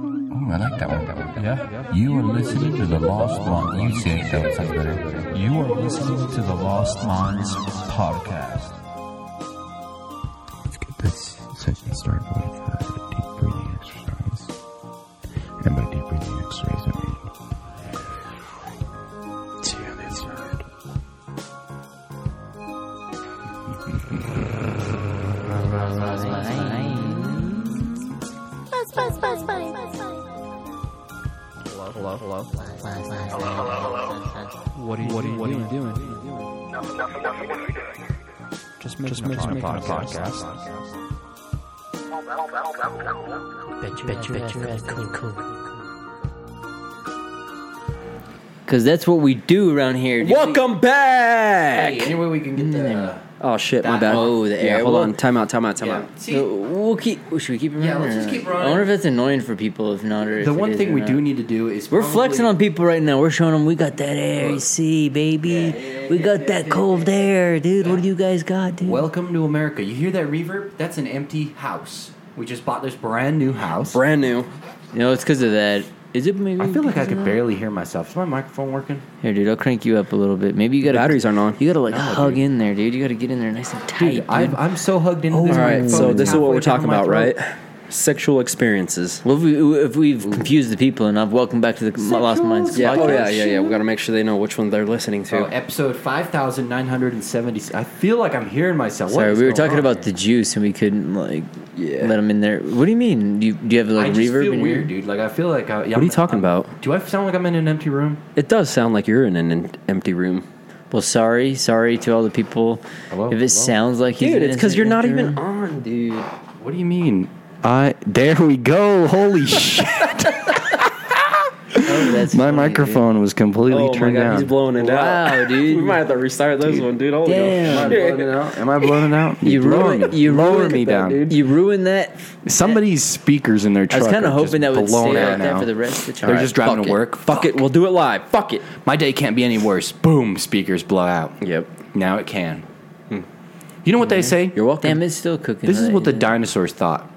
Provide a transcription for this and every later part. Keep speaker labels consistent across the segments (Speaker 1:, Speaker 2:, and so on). Speaker 1: Mm, I like that one. That one. Yeah. You are listening to the Lost One. You say it. That sounds better.
Speaker 2: You are listening to the Lost Minds podcast.
Speaker 3: Let's get this session started with uh, a deep breathing exercise. And by deep breathing exercise, I mean. See how they sound.
Speaker 4: Buzz, buzz, buzz, buzz, buzz, buzz.
Speaker 5: What are you, doing? What are you doing? Just make, just make, just make a podcast.
Speaker 6: Because that's what we do around here. dude.
Speaker 5: Welcome back.
Speaker 7: Anyway, we can get the
Speaker 6: Oh shit, my bad.
Speaker 7: Oh, the air.
Speaker 6: Yeah, hold on. Time out. Time out. Time
Speaker 7: Yeah.
Speaker 6: out.
Speaker 7: See-
Speaker 6: So we'll keep. Should we keep it?
Speaker 7: Yeah,
Speaker 6: running
Speaker 7: let's
Speaker 6: or
Speaker 7: just
Speaker 6: not?
Speaker 7: keep running.
Speaker 6: I wonder if that's annoying for people. If not, or if
Speaker 7: The
Speaker 6: it
Speaker 7: one
Speaker 6: is
Speaker 7: thing
Speaker 6: or
Speaker 7: we
Speaker 6: not.
Speaker 7: do need to do is
Speaker 6: We're
Speaker 7: probably-
Speaker 6: flexing on people right now. We're showing them we got that air. You see, baby, we got that cold air, dude. What do you guys got, dude?
Speaker 7: Welcome to America. You hear that reverb? That's an empty house. We just bought this brand new house.
Speaker 6: brand new. You know, it's because of that. Is it maybe?
Speaker 7: I feel like I
Speaker 6: because of
Speaker 7: could
Speaker 6: that?
Speaker 7: barely hear myself. Is my microphone working?
Speaker 6: Here, dude, I'll crank you up a little bit. Maybe you gotta
Speaker 3: batteries aren't on.
Speaker 6: You gotta like hug
Speaker 7: dude.
Speaker 6: in there, dude. You gotta get in there nice and tight.
Speaker 7: Dude, I've, I'm so hugged into this
Speaker 3: All right,
Speaker 7: microphone.
Speaker 3: so
Speaker 7: It's
Speaker 3: this is what
Speaker 7: halfway
Speaker 3: we're talking
Speaker 7: down my
Speaker 3: about, right?
Speaker 7: throat.
Speaker 3: Sexual experiences.
Speaker 6: Well, if, we, if we've confused the people enough, welcome back to the Lost Minds
Speaker 3: Yeah.
Speaker 6: podcast.
Speaker 3: Oh yeah, yeah, yeah. We got to make sure they know which one they're listening
Speaker 7: Oh,
Speaker 3: to.
Speaker 7: episode 5,970. I feel like I'm hearing myself. What
Speaker 6: Sorry,
Speaker 7: is
Speaker 6: we were
Speaker 7: going
Speaker 6: talking
Speaker 7: on
Speaker 6: about
Speaker 7: here?
Speaker 6: the juice and we couldn't like
Speaker 3: Yeah.
Speaker 6: let them in there. What do you mean? Do you, do you have
Speaker 7: I
Speaker 6: like
Speaker 7: just
Speaker 6: reverb?
Speaker 7: feel
Speaker 6: in your-
Speaker 7: weird, dude. Like, I feel like. I, yeah,
Speaker 3: what are you talking about?
Speaker 7: Do I sound like I'm in an empty room?
Speaker 3: It does sound like you're in an en- empty room,
Speaker 6: Well, sorry, sorry to all the people.
Speaker 7: Hello,
Speaker 6: if it
Speaker 7: hello.
Speaker 6: sounds like he's
Speaker 3: dude.
Speaker 6: an
Speaker 3: It's because you're not
Speaker 6: instant
Speaker 3: even
Speaker 6: actor.
Speaker 3: on, dude.
Speaker 7: What do you mean? I. There we go. Holy shit.
Speaker 6: Oh, that's
Speaker 7: My
Speaker 6: funny,
Speaker 7: microphone was completely
Speaker 3: Oh my
Speaker 7: turned
Speaker 3: god,
Speaker 7: down.
Speaker 3: he's blowing it out.
Speaker 6: Wow, dude.
Speaker 3: we might have to restart this one, dude. Holy
Speaker 6: Damn.
Speaker 3: shit.
Speaker 7: Am I blowing it out?
Speaker 6: dude. You ruined. You
Speaker 7: lower
Speaker 6: ruined
Speaker 7: me
Speaker 6: that,
Speaker 7: down.
Speaker 6: dude. You ruined that.
Speaker 7: Somebody's speakers in their
Speaker 6: I
Speaker 7: truck.
Speaker 6: was kind of
Speaker 7: are just
Speaker 6: hoping that would stay
Speaker 7: blown
Speaker 6: like
Speaker 7: out
Speaker 6: that
Speaker 7: now.
Speaker 6: for the rest of the time.
Speaker 7: They're just driving to work. Fuck, it.
Speaker 3: We'll do it live. Fuck it.
Speaker 7: My day can't be any worse. Boom, speakers blow out.
Speaker 3: Yep.
Speaker 7: Now it can. You know what they say?
Speaker 3: You're welcome.
Speaker 6: Damn, it's still cooking.
Speaker 7: This is
Speaker 6: hot,
Speaker 7: what the
Speaker 6: yeah.
Speaker 7: dinosaurs thought.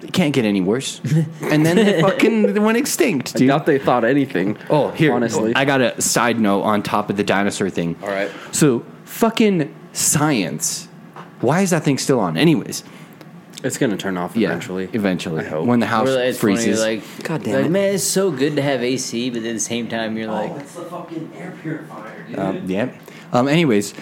Speaker 7: It can't get any worse. and then they fucking they went extinct, dude.
Speaker 3: Not they thought anything.
Speaker 7: Oh, here.
Speaker 3: honestly,
Speaker 7: I got a side note on top of the dinosaur thing.
Speaker 3: All right.
Speaker 7: So, fucking science. Why is that thing still on? Anyways,
Speaker 3: Oh. it's gonna turn off
Speaker 7: yeah,
Speaker 3: eventually.
Speaker 7: Eventually.
Speaker 3: I hope.
Speaker 7: When the house
Speaker 6: Or, like, it's funny,
Speaker 7: freezes.
Speaker 6: like,
Speaker 3: God damn
Speaker 6: like,
Speaker 3: it. Oh,
Speaker 6: man, it's so good to have AC, but at the same time, you're like,
Speaker 7: Um, yep. Um, anyways,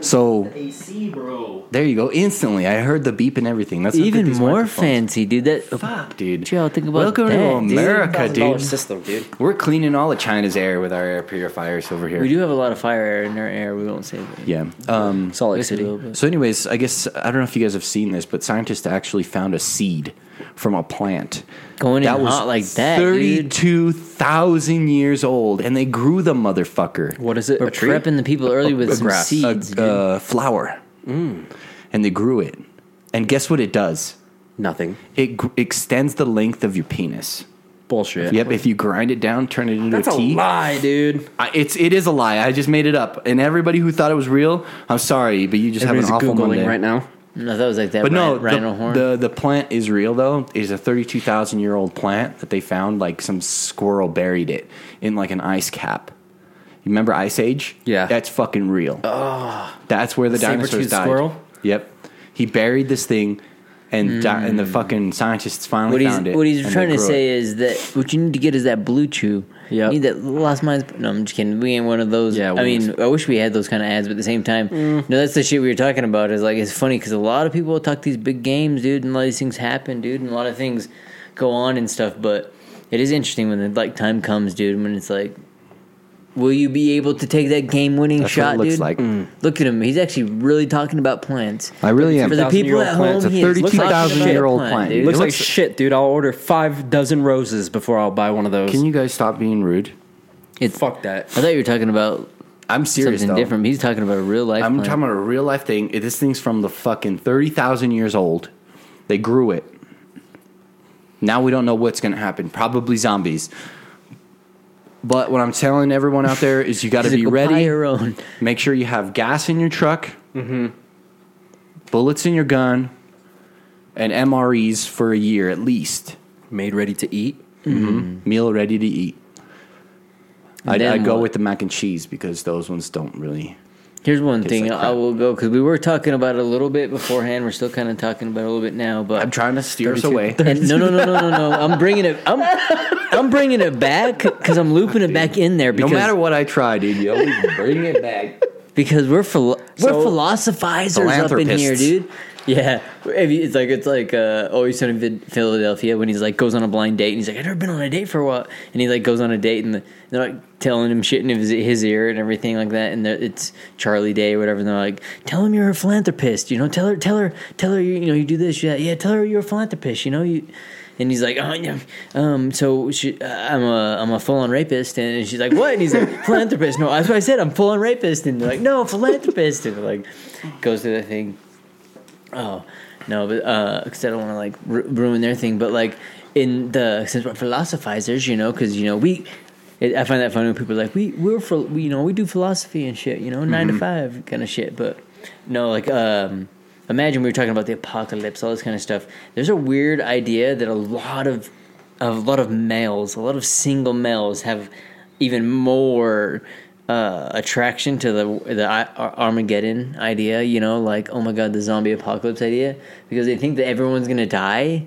Speaker 7: so AC, bro. There you go. Instantly, I heard the beep and everything. That's how good
Speaker 6: even
Speaker 7: these
Speaker 6: more
Speaker 7: microphones-
Speaker 6: fancy, dude. That
Speaker 7: Fuck, dude.
Speaker 6: Joe, think about
Speaker 7: Welcome to
Speaker 6: that, dude.
Speaker 7: America,
Speaker 3: Dollar
Speaker 7: dude.
Speaker 3: system, dude.
Speaker 7: We're cleaning all of China's air with our air purifiers over here.
Speaker 6: we do have a lot of fire air in our air. We won't say that.
Speaker 7: Yeah. Um,
Speaker 3: Salt Lake
Speaker 6: Yes, we
Speaker 3: City.
Speaker 6: will, but-
Speaker 7: so, anyways, I guess I don't know if you guys have seen this, but scientists actually found a seed from a plant.
Speaker 6: Going in hot like that, dude.
Speaker 7: Thirty-two thousand years old, and they grew the motherfucker.
Speaker 3: What is it?
Speaker 6: We're
Speaker 3: a tree?
Speaker 6: prepping the people early with
Speaker 3: a
Speaker 6: some
Speaker 3: grass, a-
Speaker 7: a,
Speaker 6: seeds, dude. Mm.
Speaker 7: uh, flower, and they grew it. And guess what it does?
Speaker 3: Nothing.
Speaker 7: It gr- extends the length of your penis.
Speaker 3: Bullshit.
Speaker 7: Yep, if you grind it down, turn it into
Speaker 3: That's
Speaker 7: a
Speaker 3: a
Speaker 7: tea.
Speaker 3: lie, dude.
Speaker 7: I, it's it is a lie. I just made it up, and everybody who thought it was real, I'm sorry, but you just
Speaker 3: Everybody's
Speaker 7: have an awful Monday.
Speaker 3: googling right now.
Speaker 6: no, that was like that.
Speaker 7: But no,
Speaker 6: rhin- rhino horn.
Speaker 7: the, the the plant is real though. It is a 32,000 year old plant that they found like some squirrel buried it in like an ice cap. You remember Ice Age?
Speaker 3: Yeah.
Speaker 7: that's fucking real. that's where the, dinosaurs
Speaker 3: saber-toothed
Speaker 7: died.
Speaker 3: squirrel?
Speaker 7: Yep, he buried this thing, and di- and the fucking scientists finally
Speaker 6: Mm. what
Speaker 7: found
Speaker 6: he's
Speaker 7: it.
Speaker 6: what
Speaker 7: and
Speaker 6: he's
Speaker 7: they
Speaker 6: trying to
Speaker 7: grew it.
Speaker 6: say is that what you need to get is that blue chew.
Speaker 3: Yeah.
Speaker 6: You need that Lost Minds. No, I'm just kidding. We ain't one of those.
Speaker 3: Yeah,
Speaker 6: I
Speaker 3: we
Speaker 6: mean, I wish we had those kind of ads, but at the same time,
Speaker 7: Mm.
Speaker 6: no, that's the shit we were talking about. Is like it's funny because a lot of people talk these big games, dude, and a lot of these things happen, dude, and a lot of things go on and stuff. But it is interesting when the like time comes, dude, when it's like. Will you be able to take that game-winning
Speaker 7: That's what it
Speaker 6: shot,
Speaker 7: looks
Speaker 6: dude?
Speaker 7: like.
Speaker 3: Mm.
Speaker 6: Look at him; he's actually really talking about plants.
Speaker 7: I really am.
Speaker 6: For the people
Speaker 3: 1,000-year-old
Speaker 6: at
Speaker 3: plant.
Speaker 6: home,
Speaker 3: It's a
Speaker 6: he is talking
Speaker 7: 32,000-year-old
Speaker 6: about a
Speaker 7: plant,
Speaker 6: dude.
Speaker 3: It looks,
Speaker 7: It
Speaker 3: like
Speaker 7: looks-
Speaker 3: shit, dude. I'll order five dozen roses before I'll buy one of those.
Speaker 7: Can you guys stop being rude?
Speaker 6: It's-
Speaker 3: Fuck that.
Speaker 6: I thought you were talking about
Speaker 7: I'm serious.
Speaker 6: something
Speaker 7: though.
Speaker 6: different. He's talking about a real life.
Speaker 7: I'm
Speaker 6: plant.
Speaker 7: talking about a real life thing. It- This thing's from the fucking 30,000 years old. They grew it. Now we don't know what's going to happen. Probably zombies. But what I'm telling everyone out there is you got to
Speaker 6: He's like,
Speaker 7: be
Speaker 6: "Go buy
Speaker 7: ready.
Speaker 6: Your own.
Speaker 7: Make sure you have gas in your truck, bullets in your gun, and MREs for a year at least. Mm-hmm.
Speaker 3: Made ready to eat. Mm-hmm.
Speaker 7: meal ready to eat. I'd,
Speaker 6: then
Speaker 7: I'd go
Speaker 6: what?
Speaker 7: with the mac and cheese because those ones don't really.
Speaker 6: Here's one thing
Speaker 7: like
Speaker 6: I
Speaker 7: crap.
Speaker 6: will go because we were talking about it a little bit beforehand. We're still kind of talking about it a little bit now, but
Speaker 7: I'm trying to steer us away.
Speaker 6: And no, no, no, no, no, no. I'm bringing it. I'm I'm bringing it back because I'm looping it back in there.
Speaker 7: No
Speaker 6: Because,
Speaker 7: matter what I try, dude, you always bring it back.
Speaker 6: because we're philo-
Speaker 7: So-
Speaker 6: we're philosophizers up in here,
Speaker 7: Philanthropists.
Speaker 6: dude. Yeah, If you- it's like it's like uh, always in Vid- Philadelphia when he's like goes on a blind date and he's like I've never been on a date for a while and he like goes on a date and the, they're like telling him shit in his, his ear and everything like that and they're- it's Charlie Day or whatever and they're like tell him you're a philanthropist you know tell her tell her tell her you, you know you do this yeah yeah tell her you're a philanthropist you know you and he's like oh yeah um so she, I'm a I'm a full on rapist and she's like what and he's like philanthropist no that's what I said I'm full on rapist and they're like no philanthropist and like goes to the thing. Oh no, but because I don't want to like ru- ruin their thing. But like in the since we're philosophizers, you know, because you know we, it, I find that funny when people are like we we're for we, you know we do philosophy and shit, you know, 9 to five kind of shit. But no, like um, imagine we were talking about the apocalypse, all this kind of stuff. There's a weird idea that a lot of a lot of males, a lot of single males have even more uh, attraction to the the I- Ar- Armageddon idea, you know, like oh my god, the zombie apocalypse idea, because they think that everyone's gonna die,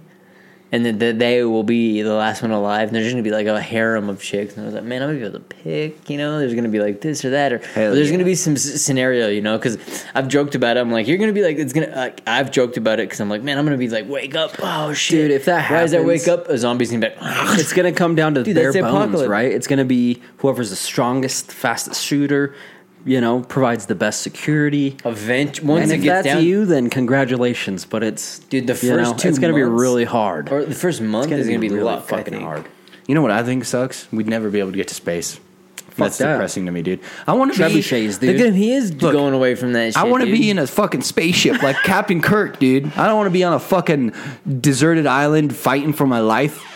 Speaker 6: and that, that they will be the last one alive, and there's gonna be like a harem of chicks, and I was like, man, I'm gonna be able to pick, you know, there's gonna be like this or that, or
Speaker 7: Hell
Speaker 6: there's
Speaker 7: yeah.
Speaker 6: gonna be some s- scenario, you know, because I've joked about it. I'm like, you're gonna be like, it's gonna, like, I've joked about it because I'm like, man, I'm gonna be like, wake up, oh shit,
Speaker 5: Dude, if that
Speaker 6: why is that
Speaker 5: happens-
Speaker 6: wake up? A zombie's gonna be like, "Ah,
Speaker 5: It's gonna come down to
Speaker 6: Dude,
Speaker 5: bare
Speaker 6: that's the
Speaker 5: bones,
Speaker 6: apocalypse.
Speaker 5: right? It's gonna be whoever's the strongest, fastest shooter. You know, provides the best security.
Speaker 6: event once
Speaker 5: and
Speaker 6: it
Speaker 5: if
Speaker 6: gets
Speaker 5: that's
Speaker 6: down.
Speaker 5: you, then congratulations. But it's
Speaker 6: Dude, the
Speaker 5: you know,
Speaker 6: first two
Speaker 5: it's gonna be
Speaker 6: months-
Speaker 5: really hard.
Speaker 6: Or the first month is going to be,
Speaker 5: really
Speaker 6: luck.
Speaker 5: fucking
Speaker 6: I think.
Speaker 5: hard.
Speaker 7: You know what I think sucks? We'd never be able to get to space. That's
Speaker 5: that.
Speaker 7: depressing to me, dude. I want to be
Speaker 5: Trebuchets,
Speaker 6: Look at
Speaker 5: dude.
Speaker 6: him. He is going away from that. Shit,
Speaker 7: I want to
Speaker 6: dude.
Speaker 7: be in a fucking spaceship like Captain Kirk, dude. I don't want to be on a fucking deserted island fighting for my life.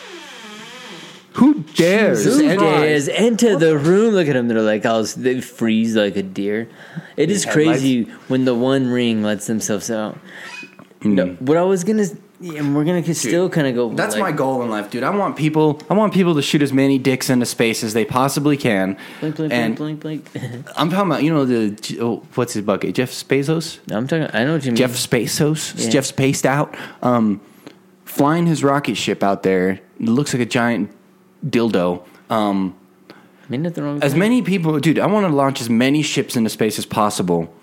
Speaker 7: Who dares?
Speaker 6: Who
Speaker 7: And-
Speaker 6: dares enter the room? Look at him. They're like, I'll s- they freeze like a deer. It is crazy when the one ring lets themselves out. No, what I was gonna, s- yeah, and we're gonna c- still kind of go.
Speaker 7: Hmm. That's
Speaker 6: like,
Speaker 7: my goal in life, dude. I want people. I want people to shoot as many dicks into space as they possibly can.
Speaker 6: Blink, blink,
Speaker 7: and
Speaker 6: blink, blink, blink.
Speaker 7: I'm talking about you know the oh, what's his bucket? Jeff Bezos.
Speaker 6: I'm talking. I know what you mean.
Speaker 7: Jeff Bezos.
Speaker 6: Mm. Yeah.
Speaker 7: Jeff spaced out. Um, flying his rocket ship out there it looks like a giant dildo. Um,
Speaker 6: I mean nothing wrong. With
Speaker 7: as
Speaker 6: that.
Speaker 7: many people, dude, I want to launch as many ships into space as possible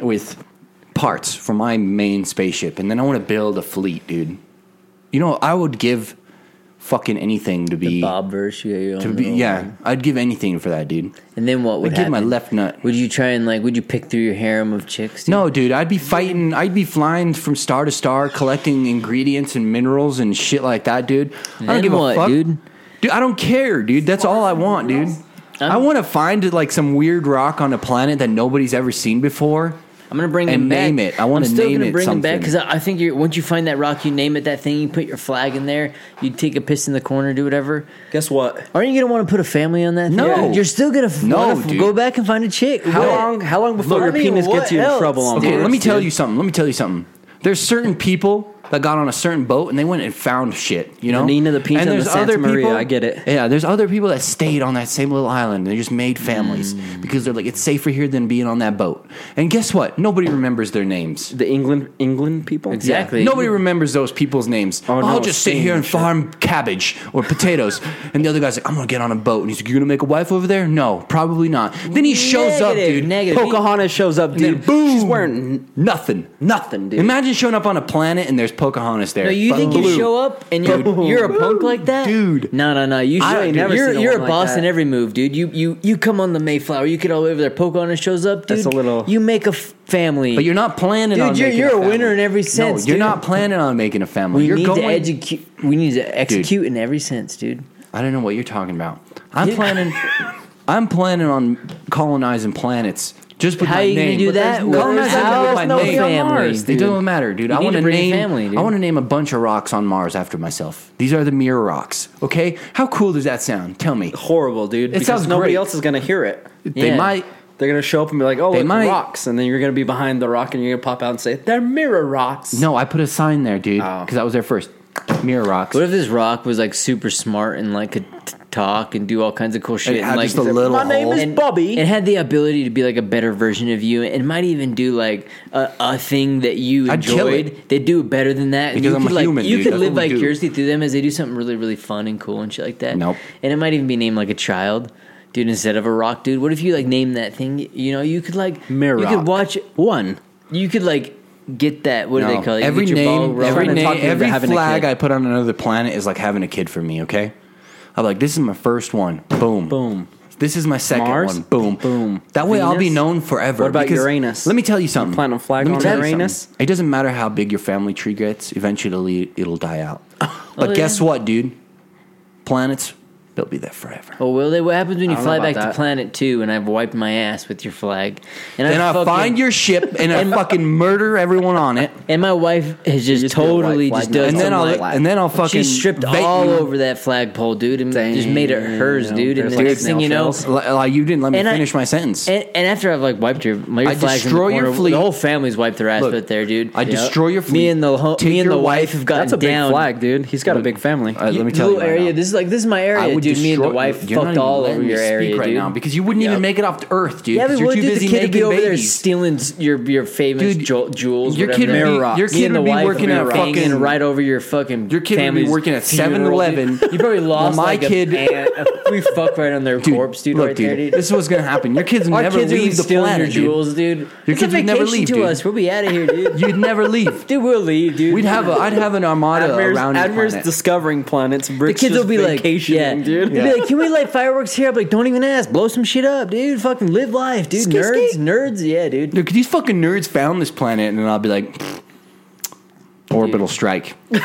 Speaker 7: with parts for my main spaceship, and then I want to build a fleet, dude. You know, I would give fucking anything to be
Speaker 6: Bob verse. Yeah, you
Speaker 7: to
Speaker 6: don't
Speaker 7: be
Speaker 6: know.
Speaker 7: yeah. I'd give anything for that, dude.
Speaker 6: And then what would
Speaker 7: I'd give
Speaker 6: happen?
Speaker 7: my left nut.
Speaker 6: Would you try and like? Would you pick through your harem of chicks? dude?
Speaker 7: No, dude, I'd be fighting. I'd be flying from star to star, collecting ingredients and minerals and shit like that, dude. I
Speaker 6: Then
Speaker 7: don't give
Speaker 6: what,
Speaker 7: a fuck,
Speaker 6: dude?
Speaker 7: Dude, I don't care, dude. That's all I want, dude. I want to find like some weird rock on a planet that nobody's ever seen before.
Speaker 6: I'm gonna bring
Speaker 7: and
Speaker 6: them back.
Speaker 7: name it. I want
Speaker 6: I'm
Speaker 7: to
Speaker 6: still
Speaker 7: name
Speaker 6: gonna
Speaker 7: it
Speaker 6: bring them back
Speaker 7: something.
Speaker 6: because I, I think you're, once you find that rock, you name it that thing. You put your flag in there. You take a piss in the corner, do whatever.
Speaker 5: Guess what?
Speaker 6: Aren't you gonna want to put a family on that? thing?
Speaker 7: No.
Speaker 6: you're still gonna f-
Speaker 7: No,
Speaker 6: wanna f-
Speaker 7: dude.
Speaker 6: go back and find a chick.
Speaker 5: How
Speaker 6: What?
Speaker 5: long? How long before
Speaker 6: Look,
Speaker 5: your
Speaker 6: I mean,
Speaker 5: penis
Speaker 6: what
Speaker 5: gets you in
Speaker 6: else,
Speaker 5: trouble? On
Speaker 6: dude?
Speaker 7: Okay,
Speaker 5: Mars,
Speaker 7: let me tell
Speaker 5: dude?
Speaker 7: you something. Let me tell you something. There's certain people that got on a certain boat and they went and found shit. You know,
Speaker 5: Nina, the Pinta, and the Santa Maria,
Speaker 7: people-
Speaker 5: I get it.
Speaker 7: Yeah, there's other people that stayed on that same little island and they just made families
Speaker 5: Mm.
Speaker 7: because they're like it's safer here than being on that boat. And guess what? Nobody remembers their names.
Speaker 5: The England, England people.
Speaker 6: Exactly.
Speaker 7: Nobody remembers those people's names.
Speaker 5: Oh, no,
Speaker 7: I'll just sit
Speaker 5: same
Speaker 7: here and
Speaker 5: shit.
Speaker 7: farm cabbage or potatoes. and the other guy's like, I'm gonna get on a boat. And he's like, You're gonna make a wife over there? No, probably not. Then he shows up,
Speaker 6: Negative,
Speaker 7: dude.
Speaker 6: negative.
Speaker 5: Yeah. Pocahontas shows up,
Speaker 7: And then
Speaker 5: dude.
Speaker 7: boom,
Speaker 5: She's wearing
Speaker 7: nothing.
Speaker 5: nothing, dude.
Speaker 7: Imagine showing up on a planet and there's Pocahontas there.
Speaker 6: No, you think you
Speaker 7: Blue.
Speaker 6: show up and you're
Speaker 7: Dude.
Speaker 6: you're a punk like that,
Speaker 7: Dude.
Speaker 6: No, no, no. You should,
Speaker 5: I ain't never
Speaker 6: you're
Speaker 5: seen a
Speaker 6: you're a
Speaker 5: one like
Speaker 6: boss
Speaker 5: that.
Speaker 6: in every move, dude. You you you come on the Mayflower. You get all over there. Pocahontas shows up, dude.
Speaker 5: That's a little-
Speaker 6: You make a f- family,
Speaker 7: But you're not planning
Speaker 6: Dude,
Speaker 7: on.
Speaker 6: you're-
Speaker 7: making
Speaker 6: you're a
Speaker 7: family.
Speaker 6: winner in every sense,
Speaker 7: No, you're
Speaker 6: dude.
Speaker 7: not planning on making a family.
Speaker 6: We
Speaker 7: you're
Speaker 6: need
Speaker 7: going.
Speaker 6: to educate. We need to execute in every sense, dude.
Speaker 7: I don't know what you're talking about. I'm planning. I'm planning on colonizing planets. Just with
Speaker 6: How
Speaker 7: my
Speaker 6: you gonna
Speaker 7: name.
Speaker 6: do
Speaker 7: But there's
Speaker 6: that?
Speaker 7: no-
Speaker 6: Well,
Speaker 7: Colonizing
Speaker 6: there's
Speaker 7: with
Speaker 6: no-
Speaker 7: my
Speaker 6: there's no
Speaker 7: name.
Speaker 6: family,
Speaker 7: It
Speaker 6: dude.
Speaker 7: doesn't matter, dude.
Speaker 6: You
Speaker 7: I
Speaker 6: need
Speaker 7: want
Speaker 6: to
Speaker 7: to
Speaker 6: bring
Speaker 7: name.
Speaker 6: your family, dude.
Speaker 7: I want to name a bunch of rocks on Mars after myself. These are the Mir rocks. Okay, how cool does that sound? Tell me.
Speaker 5: horrible, dude. because
Speaker 7: sounds
Speaker 5: nobody
Speaker 7: great.
Speaker 5: else is gonna hear it.
Speaker 7: They
Speaker 6: Yeah.
Speaker 7: might.
Speaker 5: They're gonna show up and be like, "Oh,
Speaker 7: They
Speaker 5: look,
Speaker 7: might-
Speaker 5: rocks," and then you're gonna be behind the rock and you're gonna pop out and say, "They're mirror rocks."
Speaker 7: No, I put a sign there, dude,
Speaker 5: Oh.
Speaker 7: because I was there first. mirror rocks.
Speaker 6: What if this rock was like super smart and like could t- talk and do all kinds of cool shit?
Speaker 7: It had
Speaker 6: and, like,
Speaker 7: just a little
Speaker 5: My name
Speaker 7: hole.
Speaker 5: is
Speaker 6: and
Speaker 5: Bobby.
Speaker 6: It had the ability to be like a better version of you, and might even do like a, a thing that you
Speaker 7: I'd kill
Speaker 6: enjoyed. They do better than that. and
Speaker 7: Because
Speaker 6: you
Speaker 7: I'm
Speaker 6: could,
Speaker 7: a
Speaker 6: like,
Speaker 7: human,
Speaker 6: You
Speaker 7: dude.
Speaker 6: could
Speaker 7: That's
Speaker 6: live
Speaker 7: what we do.
Speaker 6: vicariously through them as they do something really, really fun and cool and shit like that.
Speaker 7: Nope.
Speaker 6: And it might even be named like a child. Dude, instead of a rock, dude, what if you like name that thing? You know, you could like
Speaker 5: Mirror
Speaker 6: You
Speaker 5: rock.
Speaker 6: could watch.
Speaker 5: One.
Speaker 6: You could like get that. What do
Speaker 7: No.
Speaker 6: they call it? You
Speaker 7: Every
Speaker 6: get your ball
Speaker 7: name,
Speaker 6: rolling.
Speaker 7: every
Speaker 5: We're
Speaker 7: name,
Speaker 5: talking about
Speaker 7: every
Speaker 5: having a
Speaker 7: flag
Speaker 5: kid.
Speaker 7: I put on another planet is like having a kid for me. Okay, I'm like, this is my first one. Boom,
Speaker 5: Boom.
Speaker 7: This is my second
Speaker 5: Mars?
Speaker 7: one. Boom,
Speaker 5: Boom.
Speaker 7: That way, I'll be
Speaker 5: Venus?
Speaker 7: known forever.
Speaker 5: What about Uranus?
Speaker 7: Let me tell you something.
Speaker 5: plant a flag
Speaker 7: Let me
Speaker 5: on
Speaker 7: tell you
Speaker 5: Uranus?
Speaker 7: something. It doesn't matter how big your family tree gets. Eventually, it'll die out.
Speaker 5: Oh,
Speaker 7: but guess what, dude? Planets, they'll be there forever.
Speaker 6: Oh, will they? What happens when you
Speaker 5: I don't know
Speaker 6: fly
Speaker 5: about
Speaker 6: back
Speaker 5: that.
Speaker 6: to Planet Two and I've wiped my ass with your flag? And
Speaker 7: Then I
Speaker 6: fucking-
Speaker 7: find your ship and I
Speaker 6: And-
Speaker 7: fucking murder everyone on it.
Speaker 6: and my wife has just,
Speaker 5: just do a white
Speaker 6: totally
Speaker 5: flag
Speaker 6: just
Speaker 5: now.
Speaker 6: done
Speaker 7: And then
Speaker 6: some,
Speaker 7: I'll
Speaker 6: like,
Speaker 7: and then I'll fucking
Speaker 6: she stripped
Speaker 7: bait
Speaker 6: all
Speaker 7: you.
Speaker 6: over that flagpole, dude, and just
Speaker 5: Damn.
Speaker 6: made it hers, dude. And
Speaker 5: There's
Speaker 6: the
Speaker 5: like
Speaker 6: next thing you know,
Speaker 5: snail
Speaker 7: Li- Like you didn't let me
Speaker 6: And I-
Speaker 7: finish my sentence.
Speaker 6: and, and after I've like wiped your, my
Speaker 7: I
Speaker 6: flag's in the
Speaker 7: destroy your
Speaker 6: corner,
Speaker 7: fleet.
Speaker 6: The whole family's wiped their ass
Speaker 7: Look,
Speaker 6: with there, dude.
Speaker 7: I destroy your fleet.
Speaker 6: Me and the ho-
Speaker 7: Take
Speaker 6: me and
Speaker 7: your
Speaker 6: the
Speaker 7: wife.
Speaker 6: wife have gotten
Speaker 5: That's a big
Speaker 6: down.
Speaker 5: flag, dude. He's got a big family.
Speaker 7: All right, let me
Speaker 6: You-
Speaker 7: tell you.
Speaker 6: little
Speaker 7: right
Speaker 6: area.
Speaker 7: now.
Speaker 6: This is like this is my area, dude. Me and the
Speaker 7: destroy-
Speaker 6: wife
Speaker 7: you're not
Speaker 6: fucked
Speaker 7: even
Speaker 6: all
Speaker 7: letting
Speaker 6: over
Speaker 7: me
Speaker 6: your
Speaker 7: speak
Speaker 6: area,
Speaker 7: right
Speaker 6: dude.
Speaker 7: now because you wouldn't
Speaker 6: Yep.
Speaker 7: even make it off to Earth, dude.
Speaker 6: Yeah,
Speaker 7: 'cause
Speaker 6: but
Speaker 7: you're
Speaker 6: what
Speaker 7: too
Speaker 6: dude,
Speaker 7: busy
Speaker 6: the kid would
Speaker 7: making
Speaker 6: be over there
Speaker 7: babies.
Speaker 6: stealing s- your your famous
Speaker 7: Dude,
Speaker 6: jewel, jewels.
Speaker 7: your
Speaker 6: whatever.
Speaker 7: kid would be- Mirror your kid
Speaker 6: Me and
Speaker 7: would
Speaker 6: the
Speaker 7: be
Speaker 6: wife
Speaker 7: working
Speaker 6: would
Speaker 7: at
Speaker 6: banging
Speaker 7: fucking-
Speaker 6: right over your fucking.
Speaker 7: Your kid would be
Speaker 6: family's
Speaker 7: working at
Speaker 6: funeral,
Speaker 7: 7-Eleven.
Speaker 6: dude. You probably lost.
Speaker 7: my
Speaker 6: like a
Speaker 7: kid-
Speaker 6: pan- we fuck right on their corpse, dude.
Speaker 7: look,
Speaker 6: right
Speaker 7: dude,
Speaker 6: there, dude.
Speaker 7: This is what's gonna happen. Your kids
Speaker 6: Our
Speaker 7: never
Speaker 6: kids
Speaker 7: leave
Speaker 6: are
Speaker 7: the
Speaker 6: stealing
Speaker 7: planet,
Speaker 6: your
Speaker 7: dude.
Speaker 6: jewels, dude.
Speaker 7: Your
Speaker 6: it's
Speaker 7: kids
Speaker 6: a
Speaker 7: would never
Speaker 6: vacation
Speaker 7: leave,
Speaker 6: to
Speaker 7: dude.
Speaker 6: us. We'll be out of here, dude.
Speaker 7: You'd never leave.
Speaker 6: dude, we'll leave, dude.
Speaker 7: We'd have a. I'd have an armada
Speaker 5: Admir's,
Speaker 7: around
Speaker 5: Admir's
Speaker 7: the planet.
Speaker 5: discovering planets.
Speaker 6: the
Speaker 5: Rick's
Speaker 6: kids will
Speaker 5: just
Speaker 6: be like,
Speaker 5: vacationing,
Speaker 6: yeah,
Speaker 5: dude.
Speaker 6: They'll be like, can we light fireworks here? I'm like, don't even ask. Blow some shit up, dude. Fucking live life, dude.
Speaker 7: Ski,
Speaker 6: nerds,
Speaker 7: ski.
Speaker 6: nerds, yeah, dude.
Speaker 7: Dude, these fucking nerds found this planet, and then I'll be like, orbital strike.
Speaker 6: dude.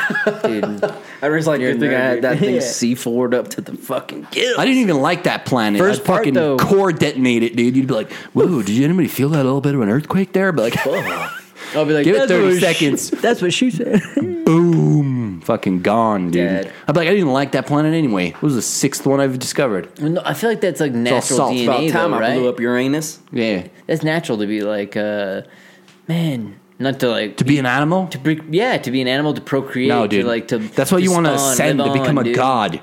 Speaker 5: Admir's like,
Speaker 6: You're
Speaker 5: good thing I
Speaker 6: a nerd,
Speaker 5: had that
Speaker 6: dude."
Speaker 5: thing
Speaker 6: Yeah.
Speaker 5: C forward up to the fucking gill.
Speaker 7: I didn't even like that planet.
Speaker 6: First
Speaker 7: I'd
Speaker 6: part,
Speaker 7: fucking
Speaker 6: though-
Speaker 7: core detonate it, dude. You'd be like, "Whoa, did you anybody feel that little bit of an earthquake there?" I'd be like, oh,
Speaker 6: I'll be like,
Speaker 7: Give it
Speaker 6: "That's
Speaker 7: 30
Speaker 6: what she-
Speaker 7: seconds."
Speaker 6: that's what she said.
Speaker 7: "Boom, fucking gone, dude."
Speaker 6: Dead.
Speaker 7: I'd be like, "I didn't like that planet anyway." It was the sixth one I've discovered.
Speaker 6: No, I feel like that's like
Speaker 7: all
Speaker 6: natural
Speaker 7: salt. It's
Speaker 6: DNA,
Speaker 7: about
Speaker 5: Time
Speaker 6: though,
Speaker 5: I
Speaker 6: right?
Speaker 5: blew up Uranus.
Speaker 7: Yeah,
Speaker 6: That's natural to be like, uh, man, not to like
Speaker 7: to be an animal.
Speaker 6: to be, yeah, to be an animal to procreate.
Speaker 7: no, dude.
Speaker 6: to like to.
Speaker 7: That's why you
Speaker 6: to
Speaker 7: want to
Speaker 6: spawn,
Speaker 7: ascend
Speaker 6: live
Speaker 7: to become a
Speaker 6: on, dude.
Speaker 7: god.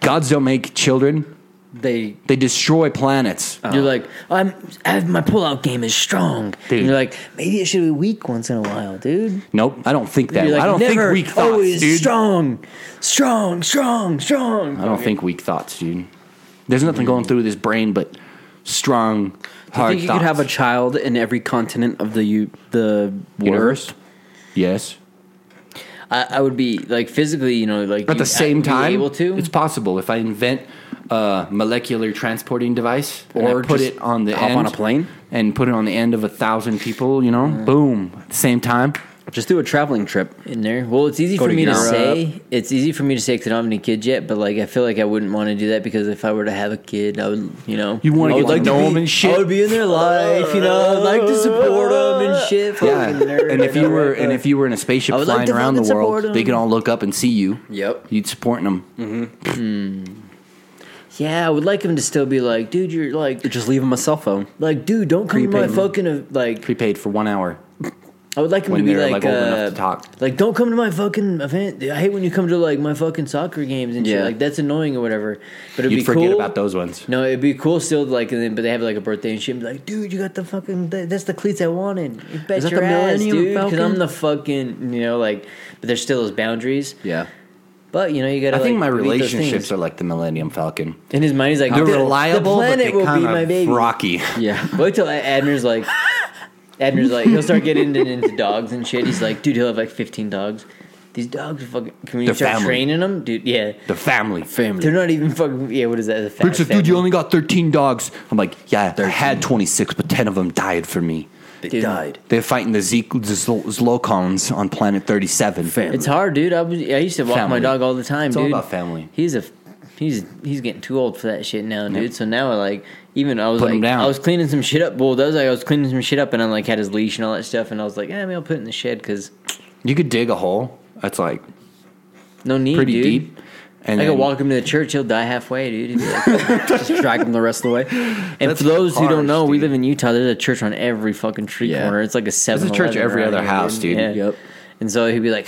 Speaker 7: Gods don't make children;
Speaker 6: They.
Speaker 7: they destroy planets.
Speaker 6: You're like, I'm, I have, my pullout game is strong.
Speaker 7: Dude.
Speaker 6: And you're like, maybe it should be weak once in a while, dude.
Speaker 7: Nope, I don't think that.
Speaker 6: You're like,
Speaker 7: I don't
Speaker 6: never,
Speaker 7: think weak thoughts,
Speaker 6: always
Speaker 7: dude.
Speaker 6: strong, strong, strong, strong.
Speaker 7: I don't think weak thoughts, dude. There's nothing
Speaker 6: Mm.
Speaker 7: going through this brain but strong,
Speaker 5: I
Speaker 7: hard
Speaker 5: think you
Speaker 7: thoughts.
Speaker 5: could have a child in every continent of the u- the
Speaker 7: universe.
Speaker 5: universe.
Speaker 7: Yes,
Speaker 6: I, I would be like physically, you know, like
Speaker 7: but at the
Speaker 6: you'd
Speaker 7: same
Speaker 6: be
Speaker 7: time,
Speaker 6: able to.
Speaker 7: it's possible if I invent a molecular transporting device
Speaker 5: And I
Speaker 7: or put
Speaker 5: just
Speaker 7: it on the
Speaker 5: hop
Speaker 7: end
Speaker 5: on a plane?
Speaker 7: and put it on the end of a thousand people. You know, boom, at the same time.
Speaker 5: Just do a traveling trip.
Speaker 6: in there. Well, it's easy
Speaker 5: Go
Speaker 6: for
Speaker 5: to
Speaker 6: me to
Speaker 5: Europe.
Speaker 6: say. It's easy for me to say because I don't have any kids yet. But like, I feel like I wouldn't want to do that because if I were to have a kid, I would, you know,
Speaker 7: You wanna
Speaker 6: I would
Speaker 7: get to know
Speaker 6: be-
Speaker 7: 'em and shit.
Speaker 6: I would be in their life, you know. I'd like to support them and shit.
Speaker 7: Yeah,
Speaker 6: Fucking nerd,
Speaker 7: and if
Speaker 6: I
Speaker 7: you
Speaker 6: know,
Speaker 7: were
Speaker 6: right?
Speaker 7: and if you were in a spaceship
Speaker 6: I would
Speaker 7: flying
Speaker 6: like to
Speaker 7: around the
Speaker 6: fucking support Mm.
Speaker 7: world, they
Speaker 6: 'em.
Speaker 7: could all look up and see you.
Speaker 5: Yep.
Speaker 7: You'd supporting them.
Speaker 6: yeah, I would like him to still be like, dude, you're like,
Speaker 5: Just leave him a cell phone.
Speaker 6: like, dude, don't come to
Speaker 7: Prepaid.
Speaker 6: my fucking uh, like.
Speaker 7: Prepaid for one hour.
Speaker 6: I would like him
Speaker 7: when
Speaker 6: to be
Speaker 7: they're,
Speaker 6: like,
Speaker 7: like, old
Speaker 6: uh,
Speaker 7: enough to talk.
Speaker 6: Like, don't come to my fucking event. I hate when you come to like my fucking soccer games and shit.
Speaker 5: Yeah.
Speaker 6: Like, that's annoying or whatever. But it'd
Speaker 7: You'd
Speaker 6: be
Speaker 7: forget
Speaker 6: cool.
Speaker 7: about those ones.
Speaker 6: No, it'd be cool still. Like, and then, but they have like a birthday and shit. And be like, dude, you got the fucking. th- That's the cleats I wanted. You bet
Speaker 5: that
Speaker 6: your
Speaker 5: the
Speaker 6: ass,
Speaker 5: Millennium
Speaker 6: dude. Because
Speaker 5: Falcon?
Speaker 6: I'm the fucking. You know, like, but there's still those boundaries.
Speaker 5: Yeah.
Speaker 6: But you know, you gotta.
Speaker 7: I think
Speaker 6: like,
Speaker 7: my
Speaker 6: meet those
Speaker 7: relationships
Speaker 6: things.
Speaker 7: are like the Millennium Falcon.
Speaker 6: In his mind, he's like,
Speaker 7: They're
Speaker 6: the,
Speaker 7: reliable,
Speaker 6: The planet
Speaker 7: but they
Speaker 6: will
Speaker 7: kind
Speaker 6: be
Speaker 7: of
Speaker 6: my baby.
Speaker 7: rocky.
Speaker 5: Yeah.
Speaker 6: Wait till Admir's like, Admir's like, he'll start getting into, into dogs and shit. He's like, dude, he'll have like 15 dogs. These dogs are fucking. Can we
Speaker 7: They're
Speaker 6: start
Speaker 7: family.
Speaker 6: training them, dude? Yeah,
Speaker 7: The family.
Speaker 6: they're not even fucking. Yeah, what is that? The fa-
Speaker 7: Rick says, dude,
Speaker 6: family.
Speaker 7: you only got 13 dogs. I'm like, yeah, I had 26, but 10 of them died for me.
Speaker 5: They
Speaker 6: Dude.
Speaker 5: died.
Speaker 7: They're fighting the, Zeke, the Zlo- Zlocons on planet 37.
Speaker 5: Family.
Speaker 6: It's hard, dude. I, was, I used to walk
Speaker 7: Family.
Speaker 6: my dog all the time,
Speaker 7: It's all
Speaker 6: dude.
Speaker 7: about family.
Speaker 6: He's a he's he's getting too old for that shit now, dude. So now I like even I was
Speaker 7: Put him
Speaker 6: like
Speaker 7: down.
Speaker 6: I was cleaning some shit up. Well, that was like I was cleaning some shit up, and I like had his leash and all that stuff, and I was like, eh, maybe I'll put it in the shed because
Speaker 7: You could dig a hole that's like
Speaker 6: no need,
Speaker 7: pretty
Speaker 6: dude.
Speaker 7: deep. And
Speaker 6: I
Speaker 7: then-
Speaker 6: could walk him to the church; he'll die halfway, dude. He'd be like-
Speaker 5: Just drag him the rest of the way.
Speaker 6: and
Speaker 7: That's
Speaker 6: for those who
Speaker 7: harsh,
Speaker 6: don't know, we
Speaker 7: dude.
Speaker 6: live in Utah. There's a church on every fucking street
Speaker 7: Yeah.
Speaker 6: corner. It's like a
Speaker 7: a
Speaker 6: seven.
Speaker 7: church every other house, dude.
Speaker 6: Yeah.
Speaker 7: Yep.
Speaker 6: And so he'd be like,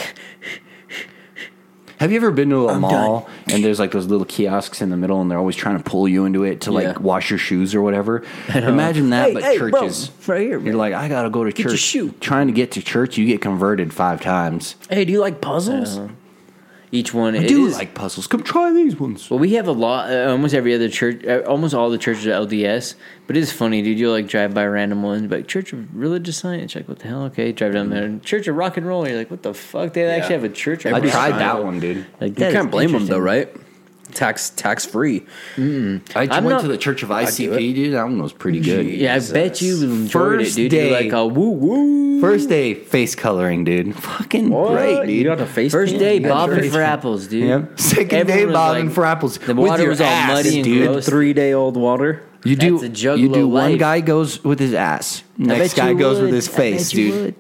Speaker 7: Have you ever been to a mall and there's like those little kiosks in the middle and they're always trying to pull you into it to like
Speaker 5: Yeah.
Speaker 7: wash your shoes or whatever? Imagine that,
Speaker 5: Hey,
Speaker 7: but
Speaker 5: hey, bro,
Speaker 7: churches.
Speaker 5: right here,
Speaker 7: You're
Speaker 5: man.
Speaker 7: like, I gotta go to
Speaker 5: your
Speaker 7: church.
Speaker 5: shoe.
Speaker 7: Trying to get to church, you get converted five times.
Speaker 5: Hey, do you like puzzles?
Speaker 6: Each one
Speaker 7: I
Speaker 6: it
Speaker 7: do
Speaker 6: is-
Speaker 7: like puzzles. Come try these ones.
Speaker 6: Well, we have a lot, uh, almost every other church, uh, almost all the churches are LDS. But it's funny, dude. You'll like drive by random ones, but Church of Religious Science, like what the hell? Okay, drive down there, and Church of Rock and Roll. And you're like, what the fuck? They actually have a Church.
Speaker 7: I
Speaker 6: Of Rock and
Speaker 7: tried that
Speaker 6: Roll.
Speaker 7: one, dude.
Speaker 6: Like,
Speaker 5: You
Speaker 6: that
Speaker 5: can't
Speaker 6: is
Speaker 5: blame them
Speaker 6: interesting.
Speaker 5: though, right? Tax tax free.
Speaker 7: I went
Speaker 6: I'm not-
Speaker 7: to the Church of
Speaker 5: do
Speaker 7: ICP, dude. That one was pretty good.
Speaker 6: Yeah, I bet you enjoyed
Speaker 7: First
Speaker 6: it, dude.
Speaker 7: day.
Speaker 6: You're like, oh, woo woo.
Speaker 7: First day face coloring, dude. Fucking great, dude.
Speaker 5: You got a face.
Speaker 6: First
Speaker 5: paint?
Speaker 6: day
Speaker 5: Yeah,
Speaker 6: bobbing
Speaker 5: sure.
Speaker 6: for apples, dude.
Speaker 7: Yep. Second
Speaker 6: Everyone
Speaker 7: day
Speaker 6: was
Speaker 7: bobbing
Speaker 6: like-
Speaker 7: for apples.
Speaker 6: The
Speaker 7: With
Speaker 6: water
Speaker 7: your
Speaker 6: was all
Speaker 7: ass,
Speaker 6: muddy and
Speaker 7: dude.
Speaker 6: gross.
Speaker 5: Three day old water.
Speaker 7: You do.
Speaker 6: That's a juggalo
Speaker 7: you do. One
Speaker 6: life.
Speaker 7: guy goes with his ass. Next
Speaker 6: bet
Speaker 7: guy
Speaker 6: you
Speaker 7: goes with
Speaker 6: would.
Speaker 7: his
Speaker 6: I
Speaker 7: face,
Speaker 6: bet you
Speaker 7: dude.